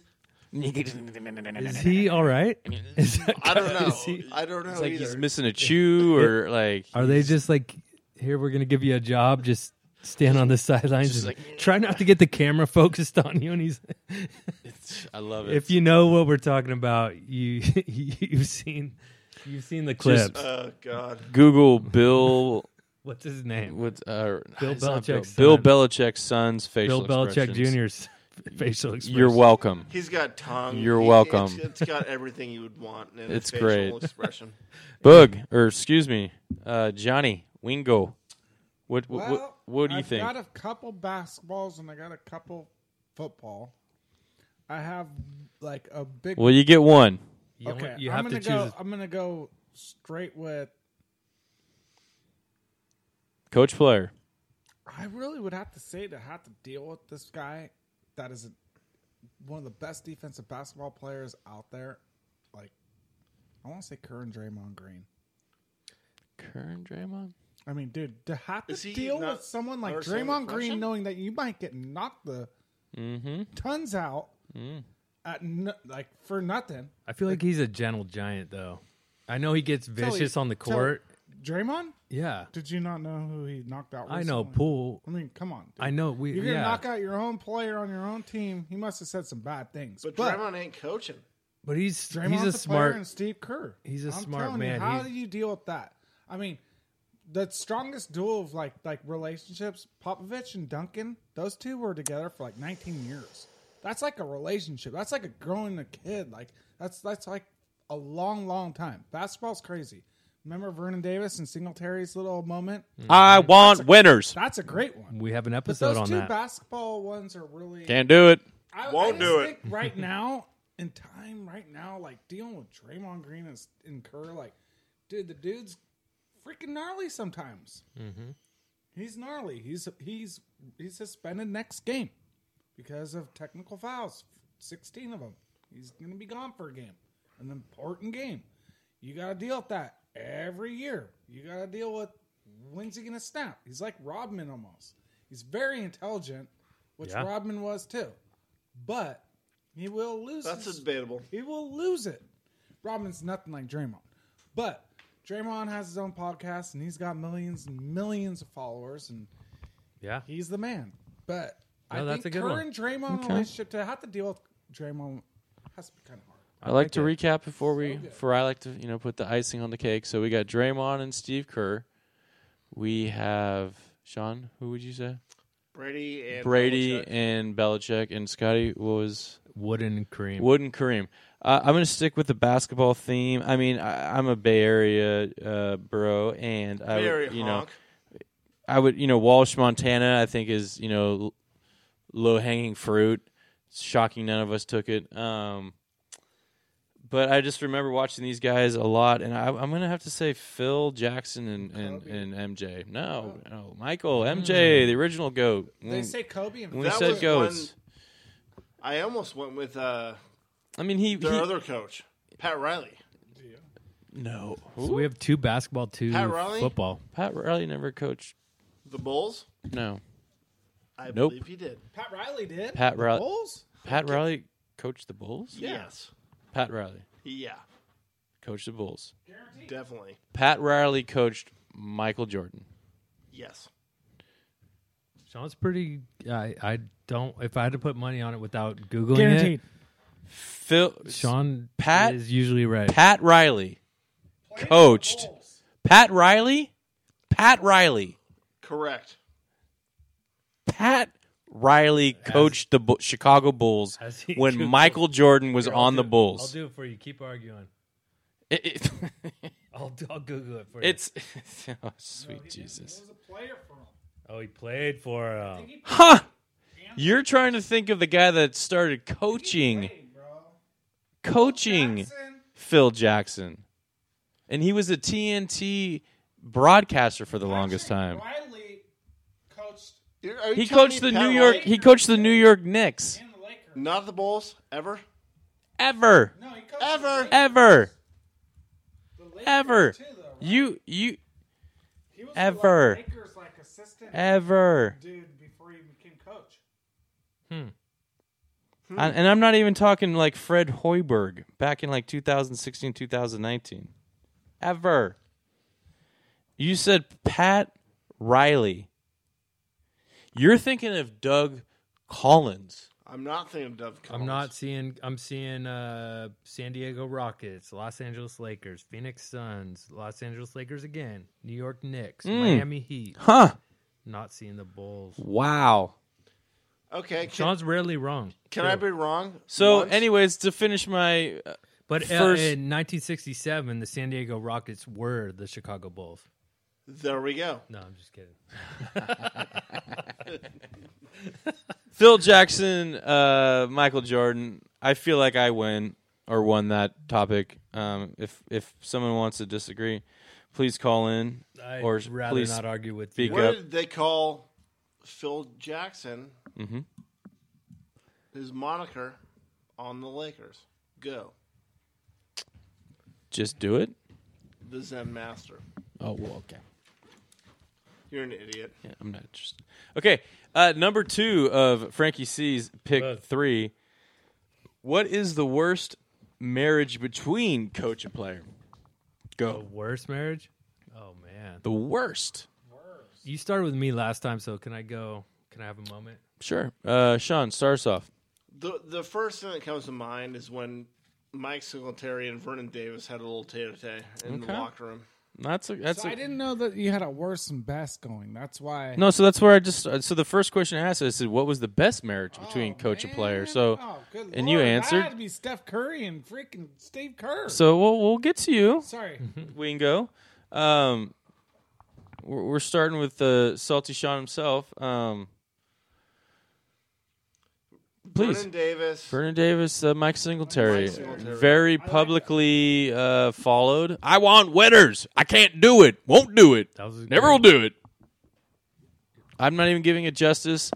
S1: is he all right? Is that
S3: I don't
S1: guy-
S3: know.
S1: is he-
S3: I don't know
S4: It's like
S3: either.
S4: he's missing a chew, or like
S1: are they just like here we're gonna give you a job, just stand on the sidelines and try not to get the camera focused on you and he's
S4: I love it.
S1: if you know what we're talking about, you you've seen you've seen the clips.
S4: Just-
S3: oh God,
S4: Google Bill
S1: What's his name?
S4: with uh,
S1: Bill
S4: it's not
S1: Belichick's
S4: Bill,
S1: son.
S4: Bill Belichick's son's facial
S1: Bill Belichick
S4: expressions.
S1: Jr.'s facial expression.
S4: You're welcome.
S3: he's got tongue.
S4: You're
S3: He-
S4: welcome.
S3: it's- it's got everything you would want in
S4: It's
S3: a facial
S4: great.
S3: expression.
S4: Bug, or excuse me, uh, Johnny Wingo. What what,
S5: Well,
S4: what, what do you
S5: I've
S4: think?
S5: got a couple basketballs and I got a couple football. I have like a big.
S4: Well, you get one.
S1: You,
S5: okay,
S1: only- you
S5: I'm
S1: have to
S5: gonna
S1: choose.
S5: go.
S1: a-
S5: I'm gonna go straight with.
S4: Coach player.
S5: I really would have to say to have to deal with this guy that is one of the best defensive basketball players out there. Like, I want to say Kerr and Draymond Green.
S4: Current Draymond?
S5: I mean, dude, to have to
S3: Is he
S5: deal
S3: not
S5: with someone like
S3: under some depression?
S5: Draymond Green, knowing that you might get knocked the
S1: Mm-hmm.
S5: tons out
S1: Mm.
S5: at n- like for nothing.
S1: I feel like he's a gentle giant, though. I know he gets
S5: Tell
S1: vicious
S5: you-
S1: on the
S5: tell-
S1: court.
S5: Draymond,
S1: yeah,
S5: did you not know who he knocked out?
S1: I know.
S5: recently?
S1: Pool.
S5: I mean, come on. dude.
S1: I know. We.
S5: You're gonna
S1: yeah.
S5: knock out your own player on your own team. He must have said some bad things.
S3: But,
S5: But,
S3: Draymond ain't coaching.
S1: But he's
S5: Draymond's
S1: he's a smart.
S5: and Steve Kerr.
S1: he's a
S5: I'm
S1: smart
S5: telling
S1: man.
S5: You, how
S1: He's-
S5: do you deal with that? I mean, the strongest duo of like like relationships, Popovich and Duncan. Those two were together for like 19 years. That's like a relationship. That's like a growing a kid. Like that's that's like a long, long time. Basketball's crazy. Remember Vernon Davis and Singletary's little moment?
S4: I
S1: Hmm.
S4: want winners.
S5: That's a great one.
S1: we have an
S5: But
S1: Mm. episode
S5: those
S1: on
S5: two
S1: that.
S5: basketball ones are really
S4: Can't do it.
S5: I,
S3: Won't
S5: I
S3: do
S5: just
S3: it.
S5: think right now in time right now, like dealing with Draymond Green and, and Kerr, like, dude, the dude's freaking gnarly sometimes. Mm-hmm. He's gnarly. He's he's he's suspended next game because of technical fouls, sixteen of them. He's gonna be gone for a game, an important game. You gotta deal with that every year. You gotta deal with when's he gonna snap. He's like Rodman almost. He's very intelligent, which
S1: Yeah.
S5: Rodman was too, but he will lose.
S3: That's
S5: his-
S3: debatable.
S5: he will lose it. Robin's nothing like Draymond. But Draymond has his own podcast and he's got millions and millions of followers and
S1: Yeah.
S5: he's the man. But I
S1: No, that's
S5: think
S1: a good
S5: her
S1: one.
S5: and Draymond
S4: Okay.
S5: relationship to have to deal with Draymond has to be kind of hard.
S4: I like to
S1: like
S4: recap before we,
S5: good.
S4: for I like to, you know, put the icing on the cake. So we got Draymond and Steve Kerr. We have Sean. Who would you say?
S3: Brady and
S4: Brady
S3: Belichick.
S4: and Belichick and Scotty was
S1: Wooden and cream.
S4: Wood and Kareem. Uh, I'm going to stick with the basketball theme. I mean, I, I'm a Bay Area uh, bro, and I,
S3: Bay Area
S4: would, you know,
S3: honk.
S4: I would, you know, Walsh, Montana. I think is you know, low hanging fruit. It's shocking none of us took it. Um, but I just remember watching these guys a lot, and I, I'm going to have to say Phil Jackson and and, and MJ. No, no, Michael, MJ, the original goat.
S5: They
S4: When-
S5: say Kobe and
S4: Mm. when we
S3: That
S4: said
S3: was
S4: goats.
S3: one- I almost went with uh,
S4: I mean, he,
S3: their
S4: he-
S3: other coach, Pat Riley.
S4: no.
S1: So we have two basketball, two
S3: Pat Riley?
S1: football.
S4: Pat Riley never coached.
S3: The Bulls?
S4: No,
S3: I
S4: Nope.
S3: believe he did.
S5: Pat Riley did.
S4: Pat
S5: The
S4: Riley-
S5: Bulls?
S4: Pat Riley coached the Bulls.
S3: Yes.
S4: Pat Riley
S3: Yeah,
S4: coached the Bulls.
S3: definitely.
S4: Pat Riley coached Michael Jordan.
S3: Yes.
S1: Sean's pretty. I I don't. If I had to put money on it without googling
S5: Guaranteed.
S4: Phil
S1: it, Sean
S4: Pat-
S1: is usually right.
S4: Pat Riley coached Pat Riley. Pat Riley.
S3: Correct.
S4: Pat Riley coached the Bu- Chicago Bulls
S1: As he
S4: when
S1: Googled-
S4: Michael Jordan was
S1: Here, I'll
S4: on
S1: do
S4: the
S1: it. I'll
S4: Bulls.
S1: do it for you. Keep arguing.
S4: It- it-
S1: I'll I'll Google it for you.
S4: it's oh, sweet Jesus.
S1: oh, he played for. Uh,
S4: Huh? You're trying to think of the guy that started coaching, coaching Phil Jackson, and he was a TNT broadcaster for the longest time.
S5: Riley coached
S3: You're- are you
S4: He
S3: telling
S4: coached
S3: me
S4: the
S3: Pat
S4: New York.
S3: Riley-
S4: He coached the New York Knicks.
S5: in the Lakers.
S3: Not the Bulls, ever?
S4: Ever,
S5: No, he coached
S3: Ever.
S4: ever,
S5: the Lakers
S4: ever.
S5: too, though, right?
S4: You, you,
S5: He was
S4: ever.
S5: Like Lakers like assistant
S4: ever.
S5: dude before he became coach.
S4: I- and I'm not even talking like Fred Hoiberg back in like 2016, 2019. Ever. You said Pat Riley. You're thinking of Doug Collins.
S3: I'm not thinking of Dove Collins.
S1: I'm not seeing. I'm seeing uh, San Diego Rockets, Los Angeles Lakers, Phoenix Suns, Los Angeles Lakers again, New York
S4: Hmm.
S1: Knicks, Miami Heat.
S4: Huh.
S1: Not seeing the Bulls.
S4: Wow.
S3: Okay, can,
S1: Sean's rarely wrong.
S3: can I be wrong?
S4: So,
S3: Once?
S4: anyways, to finish my. uh,
S1: But uh,
S4: First-
S1: in 1967, the San Diego Rockets were the Chicago Bulls.
S3: there we go.
S1: No, I'm just kidding.
S4: Phil Jackson, uh, Michael Jordan. I feel like I win or won that topic. Um, if if someone wants to disagree, please call in
S1: I'd
S4: or
S1: rather
S4: please
S1: not argue with
S4: speak
S1: you.
S4: up.
S3: What did they call Phil Jackson?
S1: Mm-hmm.
S3: His moniker on the Lakers. Go.
S4: just do it.
S3: The Zen Master.
S4: Oh, well, okay.
S3: You're an idiot.
S4: Yeah, I'm not interested. Okay, uh, number two of Frankie C's pick
S1: Good.
S4: three. What is the worst marriage between coach and player?
S1: The
S4: Go.
S1: worst marriage? Oh man.
S4: The worst.
S1: You started with me last time, so can I go? Can I have a moment?
S4: Sure. Uh, Sean, start us off.
S3: The the first thing that comes to mind is when Mike Singletary and Vernon Davis had a little tete-a-tete in the
S4: Okay.
S3: locker room.
S4: That's a, that's
S5: So
S4: a,
S5: I didn't know that you had a worst and best going. That's why.
S4: no. So that's where I just. uh, So the first question I asked is, what was the best marriage between
S5: Oh,
S4: coach and player?
S5: man.
S4: So,
S5: Oh, good
S4: and you
S5: Lord,
S4: answered.
S5: That had to be Steph Curry and freaking Steve Kerr.
S4: so Mhm. we'll we'll get to you.
S5: Sorry,
S4: Wingo. Um, we're, we're starting with uh, Salty Sean himself. Um, please.
S3: Vernon Davis.
S4: Vernon Davis, uh, Mike Singletary,
S3: Singletary.
S4: very publicly uh, followed. I want winners. I can't do it. Won't do it.
S1: That was a
S4: Never
S1: great-
S4: will do it. I'm not even giving it justice.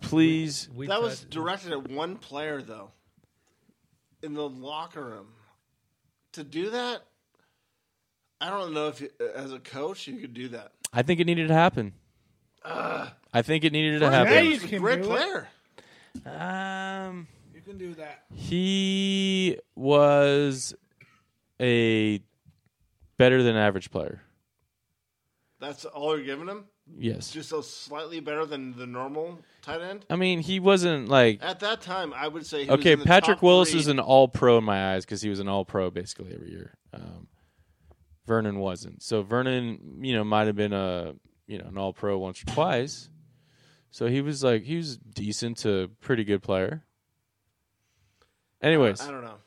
S4: Please,
S1: We
S3: that was
S1: touched-
S3: directed at one player though. In the locker room, to do that, I don't know if you, as a coach you could do that.
S4: I think it needed to happen.
S3: Uh,
S4: I think it needed to
S5: Now
S4: happen.
S5: you
S3: He's a
S5: can
S3: great
S5: do it.
S3: player.
S4: Um,
S5: You can do that.
S4: he was a better than average player.
S3: That's all you're giving him.
S4: Yes.
S3: Just so slightly better than the normal tight end.
S4: I mean, he wasn't like
S3: At that time, I would say. He was
S4: okay.
S3: in the
S4: Patrick
S3: top
S4: Willis
S3: three.
S4: is an All Pro in my eyes because he was an All Pro basically every year. Um, Vernon wasn't. So Vernon, you know, might have been a you know an All Pro once or twice. So he was like he was decent to pretty good player. Anyways,
S3: I don't know.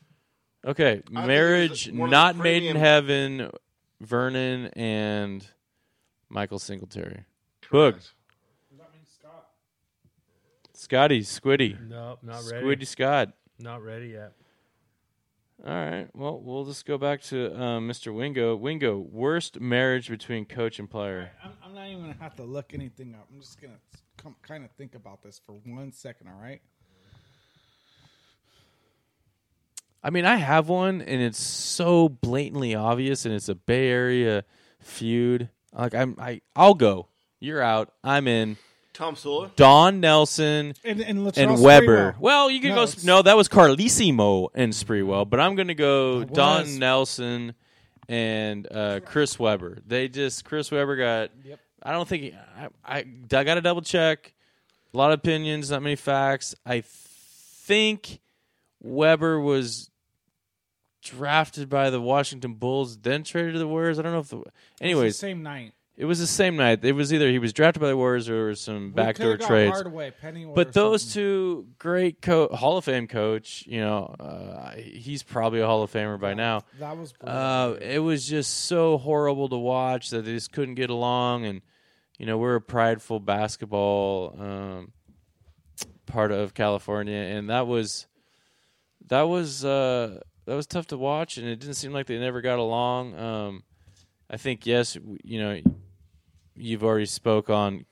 S4: okay,
S3: was
S4: marriage
S3: one of the
S4: not made in
S3: premium-
S4: heaven. Vernon and Michael Singletary, Book. Scotty, Squiddy,
S1: No, not ready.
S4: Squiddy Scott.
S1: Not ready yet.
S4: All right. Well, we'll just go back to uh, Mr. Wingo. Wingo, worst marriage between coach and player.
S5: I'm, I'm not even gonna have to look anything up. I'm just gonna come, kind of think about this for one second. All right.
S4: I mean, I have one, and it's so blatantly obvious, and it's a Bay Area feud. Like I'm, I, I'll go. You're out. I'm in.
S3: Tom Sula.
S4: Don Nelson
S5: And and,
S4: and
S5: Latrell
S4: Weber.
S5: Sprewell.
S4: Well, you can
S5: No,
S4: go.
S5: it's-
S4: Sp- no, that was Carlissimo and Spreewell, but I'm going to go
S5: It was.
S4: Don Nelson and uh, Chris Weber. They just Chris Weber got.
S5: Yep.
S4: I don't think I, I, I got to double check. A lot of opinions, not many facts. I think Weber was drafted by the Washington Bulls, then traded to the Warriors. I don't know if the.
S5: It's
S4: Anyways,
S5: the same night.
S4: it was the same night. It was either he was drafted by the Warriors or there was some
S5: We
S4: backdoor
S5: could've got
S4: trades.
S5: Hardaway, Pennyworth or
S4: But those
S5: something.
S4: two great co- Hall of Fame coach, you know, uh, he's probably a Hall of Famer by now.
S5: That was. brutal.
S4: Uh, it was just so horrible to watch that they just couldn't get along, and you know, we're a prideful basketball um, part of California, and that was that was uh, that was tough to watch, and it didn't seem like they never got along. Um, I think yes, w- you know, you've already spoke on.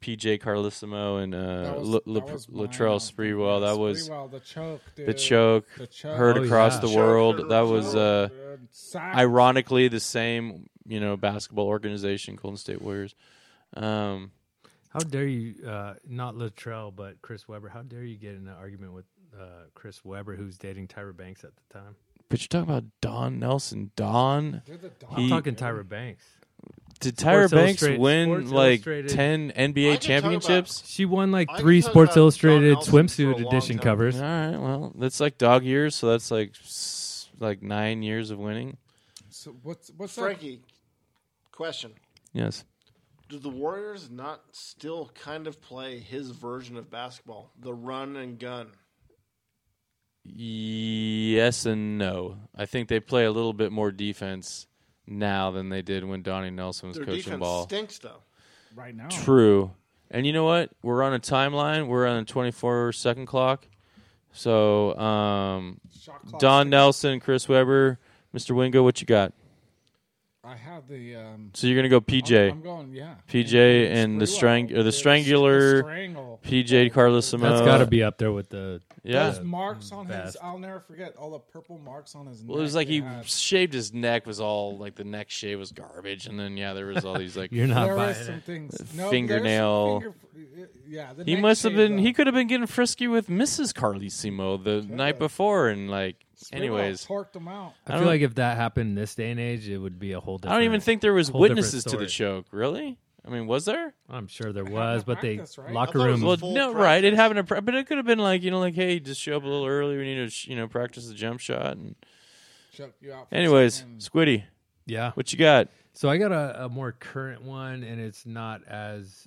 S4: PJ Carlissimo and uh,
S5: That was-
S4: L-
S5: that was mine,
S4: Latrell
S5: I think.
S4: Sprewell. That was
S5: Sprewell, the choke,
S4: the
S5: dude.
S4: choke,
S5: The choke.
S4: heard
S1: Oh,
S4: across
S1: yeah.
S4: the
S3: Choke
S4: world.
S3: heard
S4: That
S3: across
S4: was
S3: the
S4: uh,
S5: Dude, Sack.
S4: ironically the same you know basketball organization golden state warriors um
S1: How dare you, uh, not Latrell, but Chris Weber? How dare you get in an argument with uh, Chris Weber, who's dating Tyra Banks at the time?
S4: but you're talking about don nelson don
S5: They're the dog.
S1: I'm
S4: He-
S1: talking Tyra Banks.
S4: did tyra
S1: Sports
S4: banks
S1: Illustrated-
S4: win
S1: Sports
S4: like
S1: Illustrated-
S4: 10
S3: I
S4: nba
S3: could talk about-
S4: championships
S1: She won like
S3: I can
S1: three
S3: talk
S1: Sports
S3: about uh, John
S1: Illustrated
S3: Nelson for a
S1: swimsuit
S3: long
S1: edition
S3: time.
S1: covers.
S4: all right well that's like dog years so that's like s- like nine years of winning
S5: So what's what's up?
S3: Frankie, question.
S4: yes
S3: Do the Warriors not still kind of play his version of basketball? The run and gun.
S4: yes and no i think they play a little bit more defense now than they did when donnie nelson was
S3: Their
S4: coaching
S3: defense
S4: ball
S3: stinks though.
S5: right now?
S4: True. And you know what? We're on a timeline. We're on a 24 second clock. So, um,
S5: Shot clock.
S4: Don Nelson, Chris Weber, Mr. Wingo, what you got?
S5: I have the um.
S4: So you're gonna go PJ,
S5: I'm, I'm going. Yeah.
S4: PJ, and the
S5: Sprewell,
S4: strang or the
S5: dude. The
S4: Strangler,
S5: strangle.
S4: PJ Carlissimo.
S1: That's got to be up there with the.
S4: yeah.
S5: Those marks on his.
S1: Best.
S5: I'll never forget all the purple marks on his.
S4: Well, it
S5: neck
S4: was like
S5: they
S4: he
S5: had.
S4: shaved his neck. Was all like the neck shave was garbage, and then yeah, there was all these like
S1: You're not
S5: There
S1: buying
S5: is some
S1: it.
S5: things.
S4: The
S5: No,
S4: fingernail.
S5: there's some finger- yeah. The
S4: He
S5: neck
S4: must have
S5: shave, uh,
S4: been.
S5: though.
S4: He could have been getting frisky with Mrs. Carlissimo the night before, and like,
S5: Sprewell
S4: anyways,
S5: torqued him out.
S1: I,
S4: I
S1: feel
S4: don't-
S1: like if that happened in this day and age, it would be a whole
S4: I
S1: different.
S4: don't even think there was
S1: whole different
S4: witnesses to the
S1: story.
S4: choke. Really? I mean, was there?
S1: I'm sure there was,
S5: that
S1: but they
S5: practice, right?
S1: locker
S3: I thought it
S1: room.
S3: was
S4: Well,
S3: a full
S4: no, right. It
S3: practice.
S4: happened, in pra- but it could have been like you know, like hey, just show up a little early. We need to, sh- you know, practice the jump shot. And
S5: Choked you out. for
S4: anyways,
S5: something.
S4: Squiddy,
S1: yeah.
S4: what you got?
S1: So I got a, a more current one, and it's not as,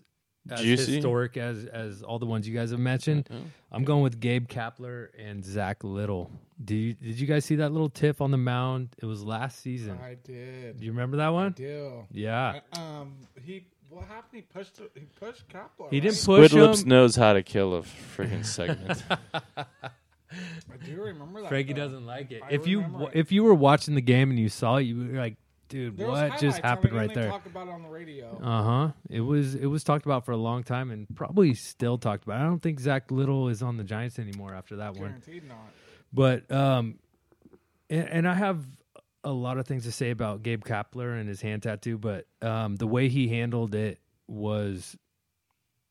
S1: as
S4: Juicy?
S1: historic as as all the ones you guys have mentioned. I'm going with Gabe Kapler and Zach Little. Did you, did you guys see that little tiff on the mound? It was last season.
S5: I did.
S1: Do you remember that one?
S5: do.
S1: Yeah.
S5: Um, he What happened? He pushed. He pushed Coppola.
S1: He
S5: right?
S1: didn't push
S4: Squid Lips
S1: him.
S4: knows how to kill a freaking segment.
S5: I do remember that.
S1: Frankie
S5: though.
S1: doesn't like it.
S5: uh, I
S1: If you
S5: remember it.
S1: if you were watching the game and you saw it, you were like, dude,
S5: There was
S1: what
S5: highlights,
S1: just
S5: and we
S1: happened
S5: didn't
S1: right
S5: even
S1: there?
S5: Talk about it on the radio.
S1: Uh huh. It was it was talked about for a long time and probably still talked about. I don't think Zach Little is on the Giants anymore after that one.
S5: Guaranteed not.
S1: But um, and, and I have a lot of things to say about Gabe Kapler and his hand tattoo, but um, the way he handled it was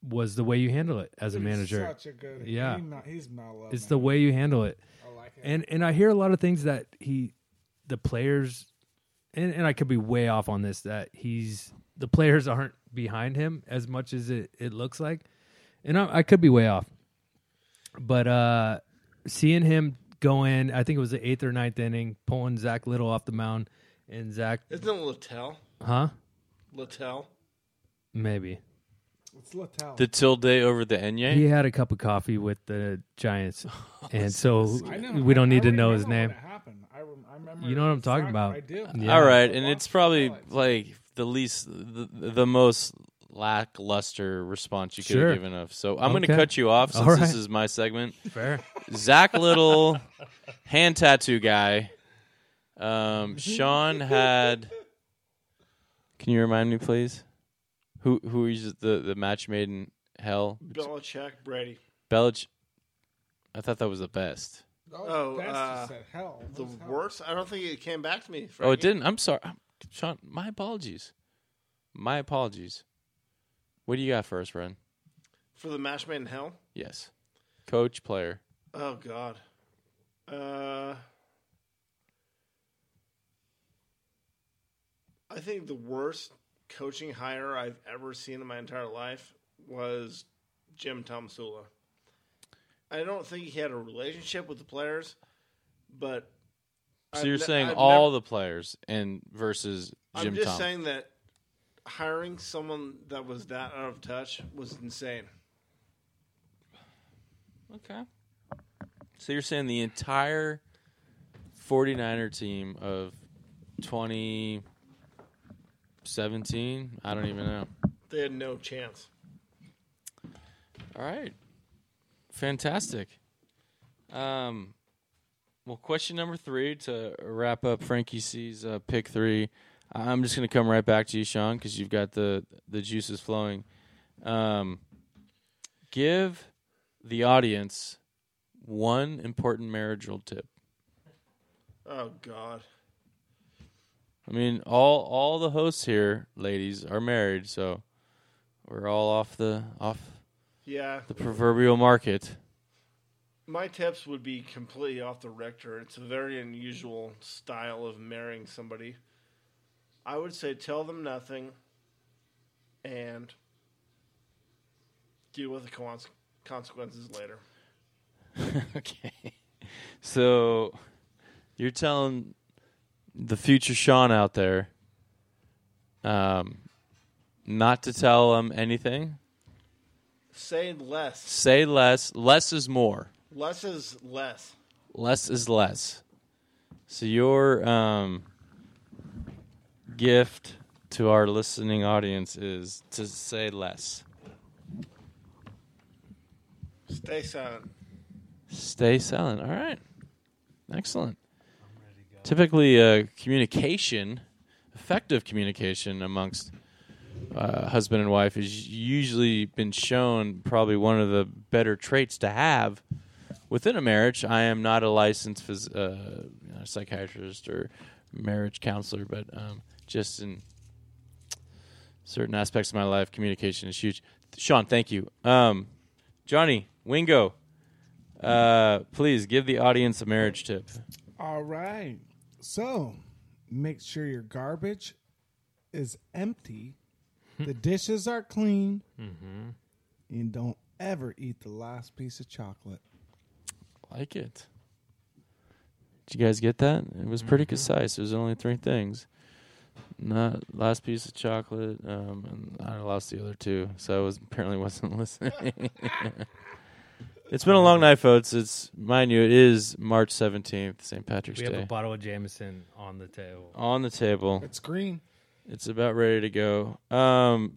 S1: was the way you handle it as a
S5: He's
S1: manager.
S5: Such a good.
S1: Yeah.
S5: he not- he's not loved.
S1: it's the way you handle it.
S5: I like it.
S1: And and I hear a lot of things that he the players and, and I could be way off on this that he's the players aren't behind him as much as it, it looks like. And I, I could be way off. But uh seeing him go in, I think it was the eighth or ninth inning, pulling Zach Little off the mound and Zach
S3: Isn't it Littell?
S1: huh?
S3: Littell?
S1: Maybe.
S5: it's Littell.
S4: the tilde over the
S1: He
S4: enye.
S1: had a cup of coffee with the Giants. and so
S5: I know-
S1: we don't need
S5: I
S1: to know his
S5: remember
S1: name.
S5: when it happened. I, rem- I remember.
S1: You know what I'm talking
S5: exactly-
S1: about.
S5: I do.
S1: Yeah.
S4: All right,
S5: I
S4: and
S5: watched
S4: it's probably
S5: the highlights.
S4: like the least, the, the most lackluster response you could
S1: Sure.
S4: have given us. So I'm going to
S1: Okay.
S4: cut you off since
S1: All
S4: this
S1: right.
S4: is my segment.
S1: Fair.
S4: Zach Little, hand tattoo guy. Um, Sean had. Can you remind me, please? Who who is the the match made in hell?
S3: Belichick, Brady.
S4: Belich. I thought that was the best.
S5: Oh,
S3: Oh,
S5: that's
S3: uh,
S5: just a hell.
S3: The
S5: That's hell.
S3: worst? I don't think it came back to me.
S4: Oh, it
S3: Frankie.
S4: didn't. I'm sorry, I'm, Sean. My apologies. My apologies. What do you got for us, Ren?
S3: For the match made in hell?
S4: Yes, coach, player.
S3: Oh, God. Uh, I think the worst coaching hire I've ever seen in my entire life was Jim Tom Sula. I don't think he had a relationship with the players, but.
S4: So
S3: I've
S4: you're
S3: ne-
S4: saying
S3: I've
S4: all
S3: never-
S4: the players and versus Jim
S3: I'm just
S4: Tom.
S3: saying that hiring someone that was that out of touch was insane.
S4: Okay. So you're saying the entire 49er team of 2017? I don't even know.
S3: They had no chance.
S4: All right. Fantastic. Um, well, question number three to wrap up Frankie C's uh, pick three. I- I'm just going to come right back to you, Sean, because you've got the, the juices flowing. Um, give the audience one important marital tip.
S3: Oh God.
S4: I mean, all all the hosts here, ladies, are married, so we're all off the off
S3: Yeah.
S4: the proverbial market.
S3: My tips would be completely off the rector. It's a very unusual style of marrying somebody. I would say tell them nothing and deal with the cons- consequences later.
S4: okay. So you're telling the future Sean out there um not to tell him anything.
S3: Say less.
S4: Say less. Less is more.
S3: Less is less.
S4: Less is less. So your um gift to our listening audience is to say less.
S3: Stay silent.
S4: Stay silent. All right. Excellent. Typically, uh, communication, effective communication amongst uh, husband and wife has usually been shown probably one of the better traits to have within a marriage. I am not a licensed phys- uh, you know, psychiatrist or marriage counselor, but um, just in certain aspects of my life, communication is huge. Sean, thank you. Um, Johnny, Wingo. Uh, please give the audience a marriage tip.
S5: All right. So make sure your garbage is empty, the dishes are clean, and don't ever eat the last piece of chocolate.
S4: Like it. Did you guys get that? It was
S1: Mm-hmm.
S4: pretty concise. There's only three things. Not last piece of chocolate, um, and I lost the other two, so I was apparently wasn't listening. it's been a long night, folks. It's mind you, it is March seventeenth, St. Patrick's
S1: We have a
S4: Day.
S1: bottle of Jameson on the table.
S4: On the table.
S5: It's green.
S4: It's about ready to go. Um,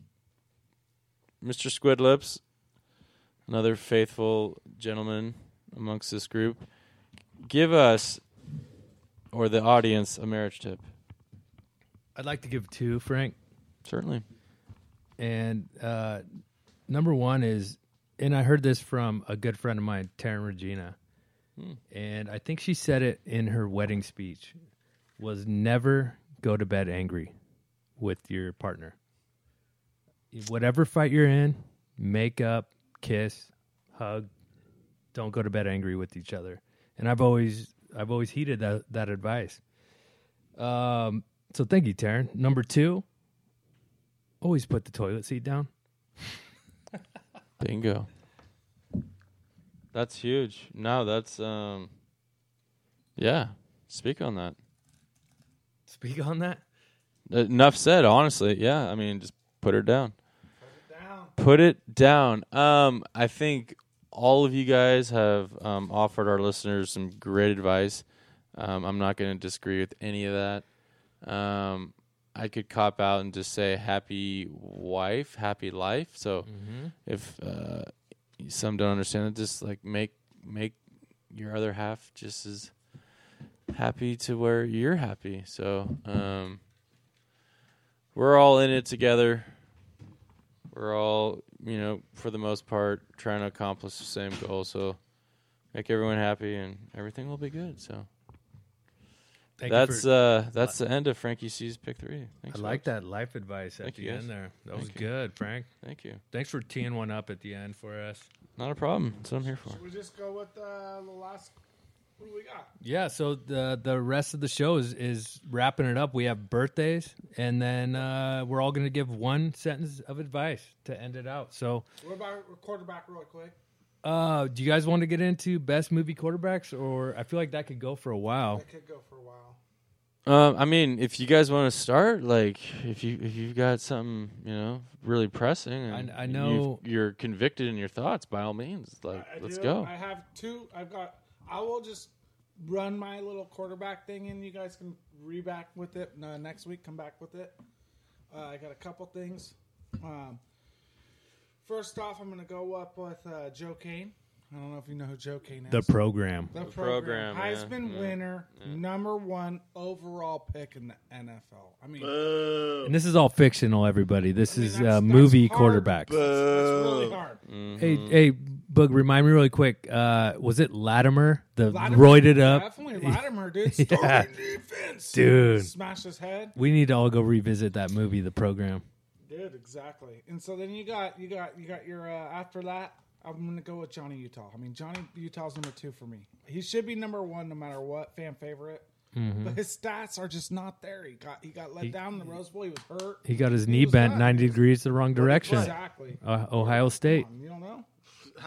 S4: Mr. Squidlips, another faithful gentleman amongst this group, give us or the audience a marriage tip.
S1: I'd like to give two, Frank.
S4: Certainly.
S1: And uh, number one is, and I heard this from a good friend of mine, Taryn Regina, and I think she said it in her wedding speech: was never go to bed angry with your partner. Whatever fight you're in, make up, kiss, hug. Don't go to bed angry with each other. And I've always, I've always heeded that that advice. Um, so thank you, Taryn. Number two, always put the toilet seat down.
S4: Bingo. That's huge. No, that's um yeah. Speak on that.
S1: Speak on that.
S4: Enough said, honestly. Yeah, I mean, just put her down. Put it down. Um, I think all of you guys have um, offered our listeners some great advice. Um, I'm not going to disagree with any of that. Um, I could cop out and just say happy wife, happy life. So if uh, some don't understand it, just like make make your other half just as happy to where you're happy. So um, we're all in it together. We're all, you know, for the most part, trying to accomplish the same goal. So make everyone happy, and everything will be good. So
S1: Thank
S4: that's
S1: you for,
S4: uh that's the end of Frankie C's pick three. Thanks,
S1: I like
S4: folks.
S1: that life advice at
S4: Thank
S1: the
S4: you, guys.
S1: end there. That was
S4: Thank you.
S1: good, Frank.
S4: Thank you.
S1: Thanks for teeing one up at the end for us.
S4: Not a problem. That's what I'm here for.
S5: Should we just go with uh, the last? What do we got?
S1: Yeah, so the the rest of the show is, is wrapping it up. We have birthdays, and then uh, we're all going to give one sentence of advice to end it out. So,
S5: What about quarterback, real quick?
S1: uh, do you guys want to get into best movie quarterbacks, or I feel like that could go for a while.
S5: That could go for a while.
S4: Um, I mean, if you guys want to start, like, if you if you've got something, you know, really pressing, and
S1: I
S4: you've-
S1: know-
S4: you're convicted in your thoughts. By all means, like,
S5: I
S4: let's
S5: do-
S4: go.
S5: I have two. I've got. I will just run my little quarterback thing, and you guys can reback with it uh, next week. Come back with it. Uh, I got a couple things. Um, first off, I'm going to go up with uh, Joe Kane. I don't know if you know who Joe Kane is.
S1: The program.
S5: The
S4: program,
S5: program.
S4: yeah,
S5: Heisman
S4: yeah,
S5: winner, number one overall pick in the NFL. I mean,
S3: Boo.
S1: And this is all fictional, everybody. This
S5: mean,
S1: is
S5: that's-
S1: uh,
S5: that's
S1: movie
S5: hard,
S1: quarterbacks.
S5: it's, it's really hard.
S1: Hey, hey, Bug, remind me really quick. Uh, was it Latimer, the
S5: Latimer-
S1: roided up?
S5: Definitely Latimer, dude. Starting
S1: Yeah.
S5: defense.
S1: Dude.
S5: Smash his head.
S1: We need to all go revisit that movie, The Program.
S5: Dude, exactly. And so then you got you got you got your uh, after that. I'm gonna go with Johnny Utah. I mean, Johnny Utah's number two for me. He should be number one no matter what, fan favorite.
S1: Mm-hmm.
S5: But his stats are just not there. He got he got let down in the Rose Bowl. He was hurt.
S1: He got his knee
S5: was
S1: bent
S5: done.
S1: 90 degrees the wrong direction.
S5: Exactly.
S1: Uh, Ohio State.
S5: Um, You don't know.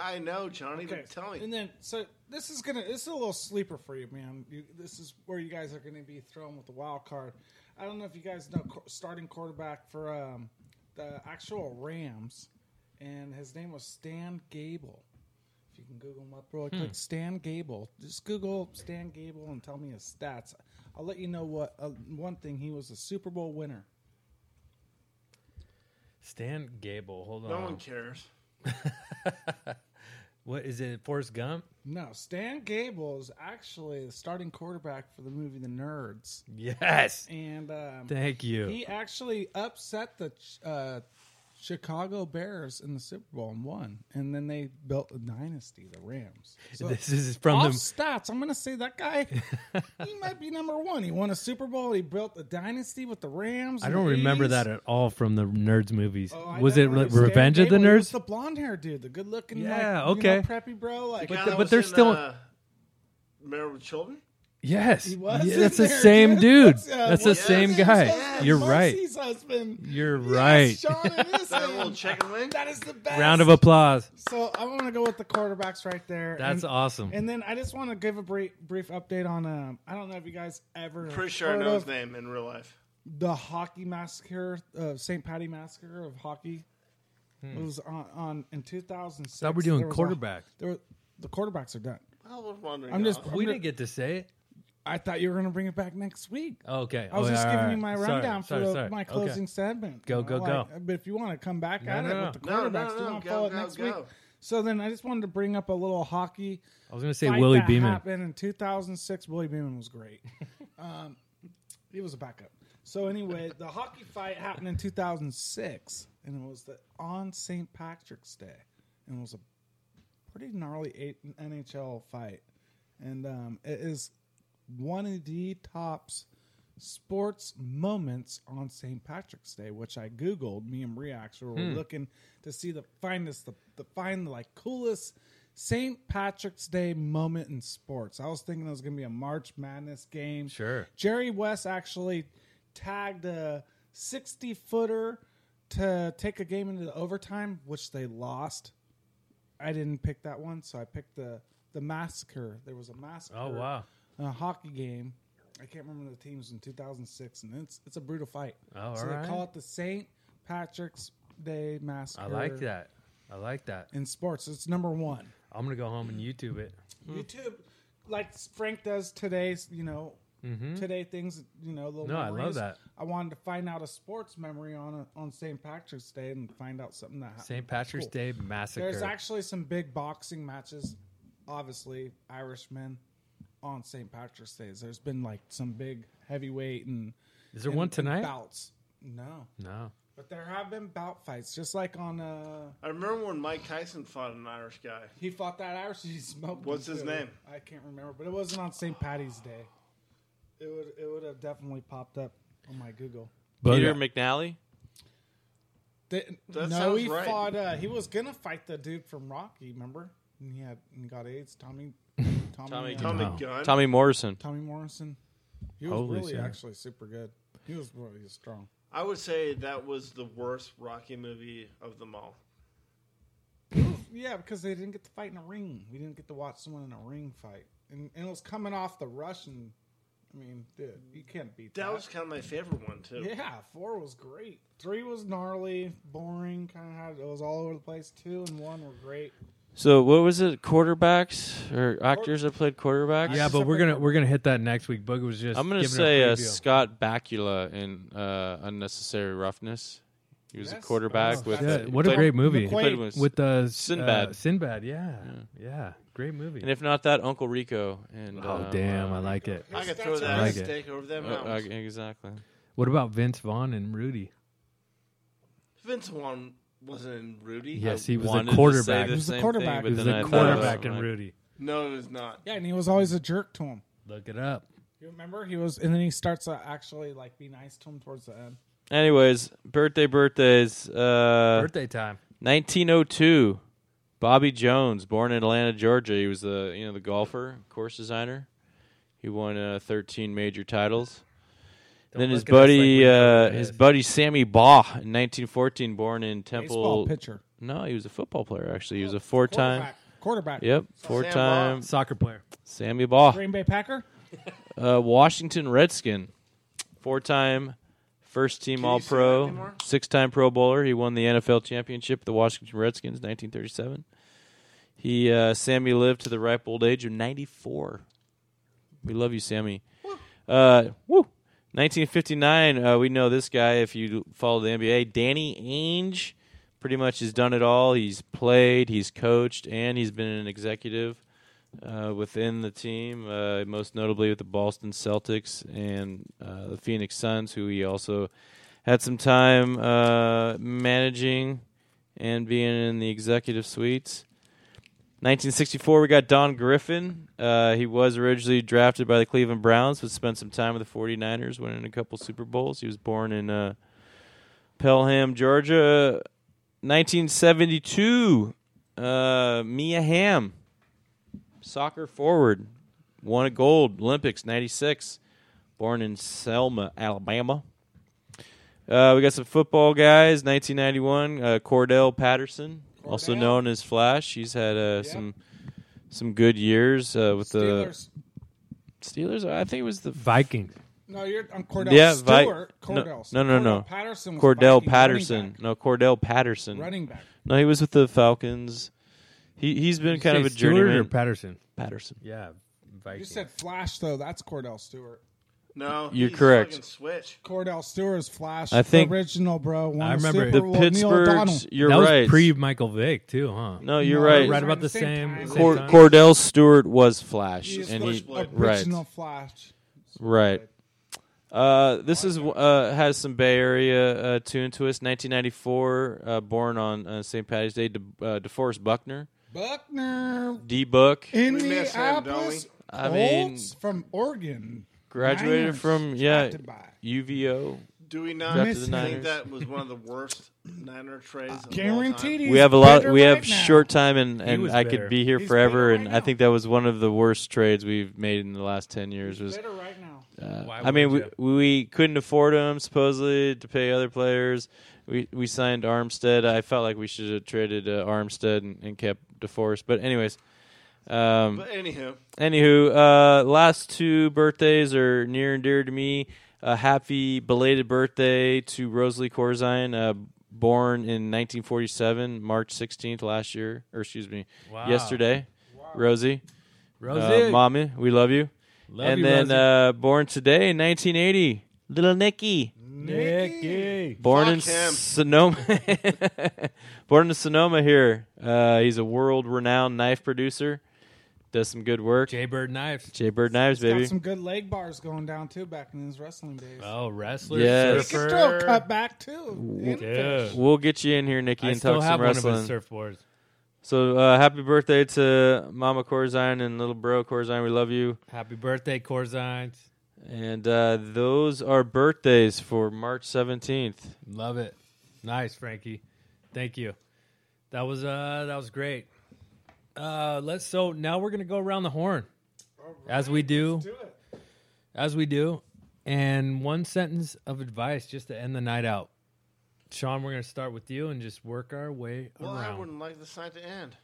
S3: I know, Johnny.
S5: Okay.
S3: but Tell me.
S5: And then so this is gonna this is a little sleeper for you, man. You, this is where you guys are gonna be thrown with the wild card. I don't know if you guys know qu- starting quarterback for um, the actual Rams, and his name was Stan Gable. If you can Google him up really quick, Stan Gable. Just Google Stan Gable and tell me his stats. I'll let you know what uh, one thing he was a Super Bowl winner.
S1: Stan Gable. Hold on.
S3: No one cares.
S1: What is it? Forrest Gump?
S5: No, Stan Gable is actually the starting quarterback for the movie The Nerds,
S1: Mm. Yes.
S5: and um,
S1: Thank you.
S5: He actually upset the uh, Chicago Bears in the Super Bowl and won, and then they built a dynasty, the Rams. So
S1: this is from
S5: off
S1: the
S5: stats, I'm going to say that guy, he might be number one. He won a Super Bowl. He built a dynasty with the Rams.
S1: I
S5: in
S1: don't
S5: the
S1: remember
S5: 80s.
S1: that at all from the Nerds movies.
S5: Oh, I
S1: was
S5: know
S1: it
S5: when
S1: Re-
S5: he was
S1: Revenge
S5: Stan
S1: of the
S5: Gable, he was
S1: Nerds?
S5: the blonde hair dude, the good looking,
S1: Yeah,
S5: like, you
S1: okay.
S5: know, preppy bro, like
S3: God,
S1: the-
S3: that
S1: but
S3: was
S1: they're
S3: in,
S1: still-
S3: uh, married with children.
S1: yes.
S5: he was.
S1: Yeah,
S5: in
S1: that's the
S5: there,
S1: same dude.
S5: That's,
S1: That's,
S5: uh,
S1: the
S5: what's his
S1: same
S5: name's
S1: guy.
S5: husband,
S1: You're right.
S5: Marcy's husband.
S1: You're
S5: Yes,
S1: right.
S5: Sean, it is
S3: That little
S5: him.
S3: chicken wing.
S5: That is the best.
S1: Round of applause.
S5: So I want to go with the quarterbacks right there.
S1: That's
S5: and,
S1: awesome.
S5: And then I just want to give a brief brief update on. Um, I don't know if you guys ever
S3: Pretty sure I
S5: heard
S3: know his
S5: of
S3: name in real life.
S5: the hockey massacre, uh, St. Patty massacre of hockey. It was on, on in 2006.
S1: Hmm. Thought we're doing
S5: there was a-
S1: quarterback.
S5: there were- the quarterbacks are done.
S3: I was wondering.
S5: I'm just-
S3: uh,
S1: we
S5: I'm
S1: didn't get to say it.
S5: I thought you were going to bring it back next week.
S1: Okay.
S5: I was
S1: Oh,
S5: just
S1: all
S5: giving
S1: right.
S5: you my
S1: Sorry,
S5: rundown
S1: sorry,
S5: for the-
S1: sorry.
S5: my
S1: Okay.
S5: closing segment.
S1: Go,
S5: you
S1: go,
S5: know,
S1: go.
S5: But if you want to come back
S1: No,
S5: at
S1: no,
S5: it
S1: no.
S5: with the
S3: No, no,
S5: quarterbacks, do you
S3: no,
S5: want to
S3: go,
S5: follow it
S3: go,
S5: next week?
S3: go.
S5: So then I just wanted to bring up a little hockey.
S1: I was going to say
S5: fight
S1: Willie
S5: that
S1: Beeman.
S5: happened in 2006. Willie Beeman was great. um, he was a backup. So anyway, the hockey fight happened in 2006, and it was the, on St. Patrick's Day, and it was a pretty gnarly eight- NHL fight, and um, it is one of the tops sports moments on St. Patrick's Day, which I googled. Me and Bree actually
S1: Hmm.
S5: were looking to see the finest, the, the find the like coolest St. Patrick's Day moment in sports. I was thinking it was going to be a March Madness game.
S1: Sure.
S5: Jerry West actually tagged a 60 footer to take a game into the overtime, which they lost. I didn't pick that one, so I picked the the massacre. There was a massacre.
S1: Oh, wow.
S5: A hockey game. I can't remember the teams in 2006, and it's it's a brutal fight.
S1: Oh,
S5: so
S1: all
S5: they
S1: right.
S5: call it the St. Patrick's Day Massacre.
S1: I like that. I like that.
S5: in sports. It's number one.
S1: I'm going to go home and YouTube it.
S5: YouTube, like Frank does today's, you know, today things, you know, little.
S1: Mm-hmm. No, I love
S5: memories.
S1: that.
S5: I wanted to find out a sports memory on a, on St. Patrick's Day and find out something that happened.
S1: St. Patrick's
S5: Cool.
S1: Day Massacre.
S5: There's actually some big boxing matches, obviously Irishmen on St. Patrick's Days. There's been like some big heavyweight and
S1: Is there
S5: and-
S1: one
S5: and
S1: tonight?
S5: bouts. No,
S1: No.
S5: but there have been bout fights, just like on uh,
S3: I remember when Mike Tyson fought an Irish guy.
S5: he fought that Irish. He smoked. him,
S3: What's his
S5: too.
S3: name?
S5: I can't remember, but it wasn't on St. Patty's Day. It would it would have definitely popped up on my Google.
S1: But
S4: Peter McNally.
S5: Didn't-
S3: That
S5: no,
S3: sounds
S5: he
S3: right.
S5: fought. Uh, he was gonna fight the dude from Rocky. Remember? And he had and got AIDS. Tommy.
S4: Tommy
S5: Tommy. uh,
S3: Tommy
S1: No.
S3: Gunn.
S4: Tommy Morrison.
S5: Tommy Morrison. He was
S1: Holy
S5: really
S1: shit.
S5: actually super good. He was really strong.
S3: I would say that was the worst Rocky movie of them all.
S5: Yeah, because they didn't get to fight in a ring. We didn't get to watch someone in a ring fight, and, and it was coming off the Russian. I mean, dude, you can't beat that.
S3: That was kind of my favorite one too.
S5: yeah, four was great. Three was gnarly, boring, kind of had it was all over the place. Two and one were great.
S4: So what was it? Quarterbacks or actors that played quarterbacks?
S1: yeah, but we're gonna we're gonna hit that next week. Booger was just.
S4: I'm gonna
S1: giving a
S4: say uh,
S1: preview.
S4: Scott Bakula in uh, Unnecessary Roughness. He was
S5: Yes.
S4: a quarterback
S5: Oh,
S4: with.
S5: shit.
S4: he
S1: Yeah, what a
S4: played-
S1: great movie
S4: he played
S1: with the uh,
S4: Sinbad.
S1: Sinbad, yeah. yeah, great movie.
S4: and if not that, Uncle Rico. And
S1: oh
S4: um,
S1: damn,
S4: uh,
S1: I like it.
S3: I could throw that
S1: I like it.
S3: steak over them
S4: uh, uh,
S3: mountains.
S4: exactly.
S1: What about Vince Vaughn and Rudy?
S3: Vince Vaughn wasn't in Rudy.
S1: Yes, he was a
S4: Wanted to say
S1: quarterback. uh,
S4: the
S1: He
S5: was a
S4: same
S5: quarterback.
S4: Thing,
S5: He
S4: but
S1: was
S4: then
S1: a
S4: I thought it was
S1: quarterback in
S4: like-
S1: Rudy.
S3: No, it was not.
S5: Yeah, and he was always a jerk to him.
S1: Look it up.
S5: You remember? He was, and then he starts to actually like be nice to him towards the end.
S4: Anyways, birthday birthdays. Uh,
S1: Birthday time.
S4: 1902. Bobby Jones, born in Atlanta, Georgia. He was the you know the golfer, course designer. He won uh, 13 major titles. And then his
S1: look at us like we
S4: buddy,
S1: know
S4: uh,
S1: who it
S4: his
S1: is.
S4: buddy Sammy Baugh, in 1914, born in Temple.
S5: Baseball pitcher.
S4: No, he was a football player. Actually, he
S1: Oh,
S4: was a four-time.
S5: Quarterback. quarterback.
S4: Yep,
S3: Sam
S4: four-time
S1: Soccer player.
S4: Sammy Baugh
S5: Green Bay Packer.
S4: uh, Washington Redskin, four-time first-team
S3: you say that
S4: All-Pro,
S3: anymore?
S4: six-time Pro Bowler. He won the NFL championship, with the Washington Redskins, 1937. He uh, Sammy lived to the ripe old age of 94. We love you, Sammy. Uh, woo. 1959. Uh, we know this guy if you follow the NBA. Danny Ainge, pretty much has done it all. He's played, he's coached, and he's been an executive uh, within the team, uh, most notably with the Boston Celtics and uh, the Phoenix Suns, who he also had some time uh, managing and being in the executive suites. 1964, we got Don Griffin. Uh, he was originally drafted by the Cleveland Browns, but spent some time with the 49ers, winning a couple Super Bowls. He was born in uh, Pelham, Georgia. 1972, uh, Mia Hamm, soccer forward, won a gold Olympics '96. Born in Selma, Alabama. Uh, we got some football guys. 1991, uh, Cordell Patterson, also
S5: Cordell.
S4: known as Flash. He's had uh, some some good years uh, with
S5: Steelers.
S4: the Steelers. I think it was the
S1: Vikings.
S5: No, you're on Cordell
S4: yeah, Vi-
S5: Stewart.
S4: no,
S5: Cordell.
S4: no, no, no.
S5: Cordell Patterson. Was
S4: Cordell
S5: Viking
S4: Patterson.
S5: Running
S4: No, Cordell Patterson.
S5: back. Running back.
S4: No, he was with the Falcons. He he's been kind of a
S1: Stewart or
S4: journeyman.
S1: Patterson.
S4: Patterson.
S1: Yeah, Viking.
S5: You said Flash though. That's Cordell Stewart.
S3: No,
S4: You're
S3: he's
S4: correct.
S3: fucking Switch.
S5: Cordell Stewart is Flash.
S4: I think-
S5: the original bro. Won
S1: I
S5: a
S1: remember
S5: Super
S4: The
S5: Bowl. Neil O'Donnell.
S4: Pittsburghs. You're
S1: that was
S4: right.
S1: pre Michael Vick too, huh?
S4: no, you're
S5: No,
S4: right.
S5: it was
S1: right about the
S5: the same
S1: same.
S5: time.
S1: same
S4: Cor-
S1: time.
S4: Cordell Stewart was Flash,
S3: He's
S4: and he
S3: Switchblade.
S4: right,
S5: original Flash.
S4: right. Uh, this is uh, has some Bay Area uh, tune to us. 1994, uh, born on uh, St. Patty's Day. De- uh, DeForest Buckner,
S5: Buckner.
S4: D Book,
S3: miss him, don't we?
S5: Indianapolis.
S4: I mean-
S5: Colts from Oregon.
S4: graduated
S5: Niners,
S4: from yeah
S5: drafted by.
S4: UVO.
S3: Do we not
S4: Drafted
S5: the
S4: Niners.
S3: think that was one of the worst Niner trades? of all
S5: Guaranteed.
S3: time?
S5: he's
S4: we have a lot.
S5: better
S4: We have
S5: right now.
S4: short time, and, and
S1: was
S4: I
S1: better.
S4: could be here
S5: He's
S4: forever.
S5: better
S4: and
S5: right
S4: I
S5: now.
S4: think that was one of the worst trades we've made in the last ten years. Was uh,
S5: Better right now.
S1: Why
S4: I mean, we,
S1: wouldn't
S4: we couldn't afford him supposedly to pay other players. We we signed Armstead. I felt like we should have traded uh, Armstead and, and kept DeForest. But anyways, um,
S3: But anywho,
S4: anywho, uh, last two birthdays are near and dear to me. A happy belated birthday to Rosalie Corzine, uh, born in 1947, March 16th last year, or excuse me,
S1: Wow.
S4: yesterday. Rosie,
S1: you?
S4: Uh,
S1: Rosie,
S4: mommy, we love you
S1: Love
S4: and
S1: you,
S4: then
S1: Rosie.
S4: uh, born today in 1980, Little Nicky.
S1: Nicky.
S4: Born
S3: Fuck
S4: in
S3: him.
S4: Sonoma. born in Sonoma here. Uh, he's a world renowned knife producer. Does some good work. Jay,
S1: Jaybird knives.
S4: Bird Knives,
S5: Got
S4: baby.
S5: some good leg bars going down too back in his wrestling days.
S1: Oh, wrestler.
S4: Yes.
S5: he
S1: surfer.
S5: can throw a cut back too. And
S1: Dude.
S5: finish.
S4: We'll get you in here, Nicky,
S1: I
S4: and
S1: still
S4: talk
S1: have
S4: some
S1: one of his
S4: wrestling.
S1: surfboards.
S4: so uh, happy birthday to Mama Corzine and little bro Corzine. We love you.
S1: Happy birthday, Corzines.
S4: And uh, those are birthdays for March 17th.
S1: Love it. Nice, Frankie. Thank you. That was uh that was great. Uh let's so now we're gonna go around the horn. as we do, as we do. And one sentence of advice just to end the night out. Sean, we're gonna start with you and just work our way
S3: well, I
S1: around.
S3: wouldn't like this night to end.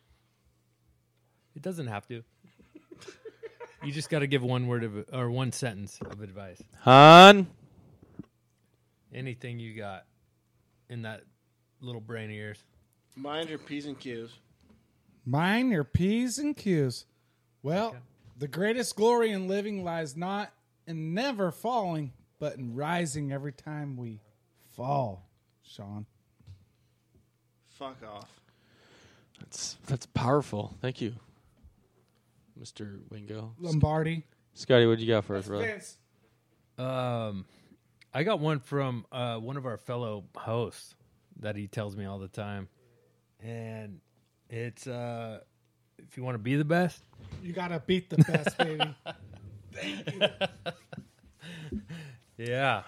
S1: It doesn't have to. you just gotta give one word of or one sentence of advice.
S4: Han.
S1: Anything you got in that little brain of yours.
S3: Mind your p's and q's.
S5: Mind your P's and Q's. Well, the greatest glory in living lies not in never falling, but in rising every time we fall, Sean.
S3: Fuck off.
S4: That's that's powerful. Thank you, Mr. Wingo.
S5: Lombardi.
S4: Scotty, what you got for us, brother?
S1: Um, I got one from uh, one of our fellow hosts that he tells me all the time, and it's uh, if you want to be the best,
S5: You gotta beat the best, baby.
S1: yeah,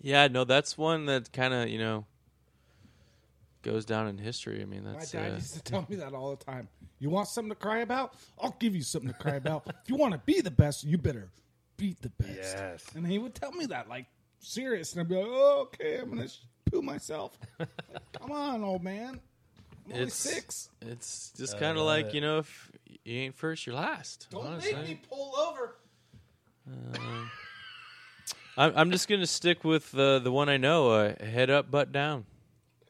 S4: Yeah, no, that's one that kind of you know goes down in history. I mean,
S5: My
S4: that's
S5: dad
S4: uh,
S5: used to tell me that all the time. You want something to cry about? I'll give you something to cry about. if you want to be the best, you better beat the best.
S1: Yes.
S5: And he would tell me that, like, serious. And I'd be like, oh, okay, I'm going to poo myself. Like, Come on, old man. I'm only
S4: It's-
S5: six.
S4: it's just kind of like you know if you ain't first, you're last.
S5: Don't
S4: honestly.
S5: make me pull over.
S4: I'm I'm just gonna stick with uh, the one I know. Uh, head up, butt down.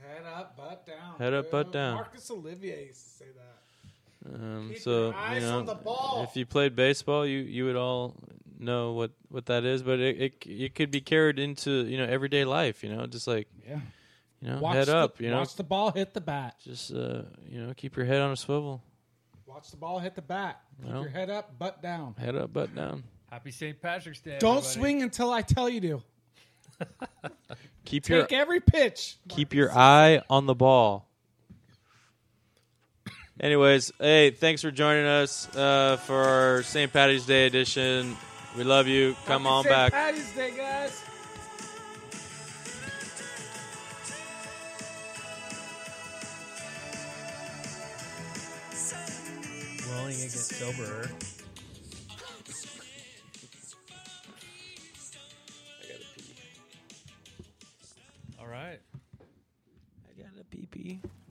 S5: Head up, butt down.
S4: Head up, butt
S5: dude.
S4: down.
S5: Marcus Olivier used to say that.
S4: Um,
S5: Keep
S4: so
S5: your eyes
S4: you know,
S5: on the ball.
S4: if you played baseball, you you would all know what what that is. But it it, it could be carried into you know everyday life. You know, just like
S5: Yeah.
S4: you know,
S5: Watch
S4: head
S5: the,
S4: up. You know,
S5: Watch the ball hit the bat.
S4: just uh, you know, keep your head on a swivel,
S5: Watch the ball hit the bat. Keep
S4: Well.
S5: your head up, butt down.
S4: head up, butt down.
S1: happy St. Patrick's Day.
S5: Don't
S1: everybody.
S5: swing until I tell you to.
S4: Keep your
S5: Take every pitch.
S4: keep your eye on the ball. Anyways, hey, thanks for joining us uh, for our St. Patty's Day edition. We love you. Come on
S5: St.
S4: back.
S5: Patty's Day, guys.
S1: Rolling it gets soberer. All right.
S4: I got a pee pee.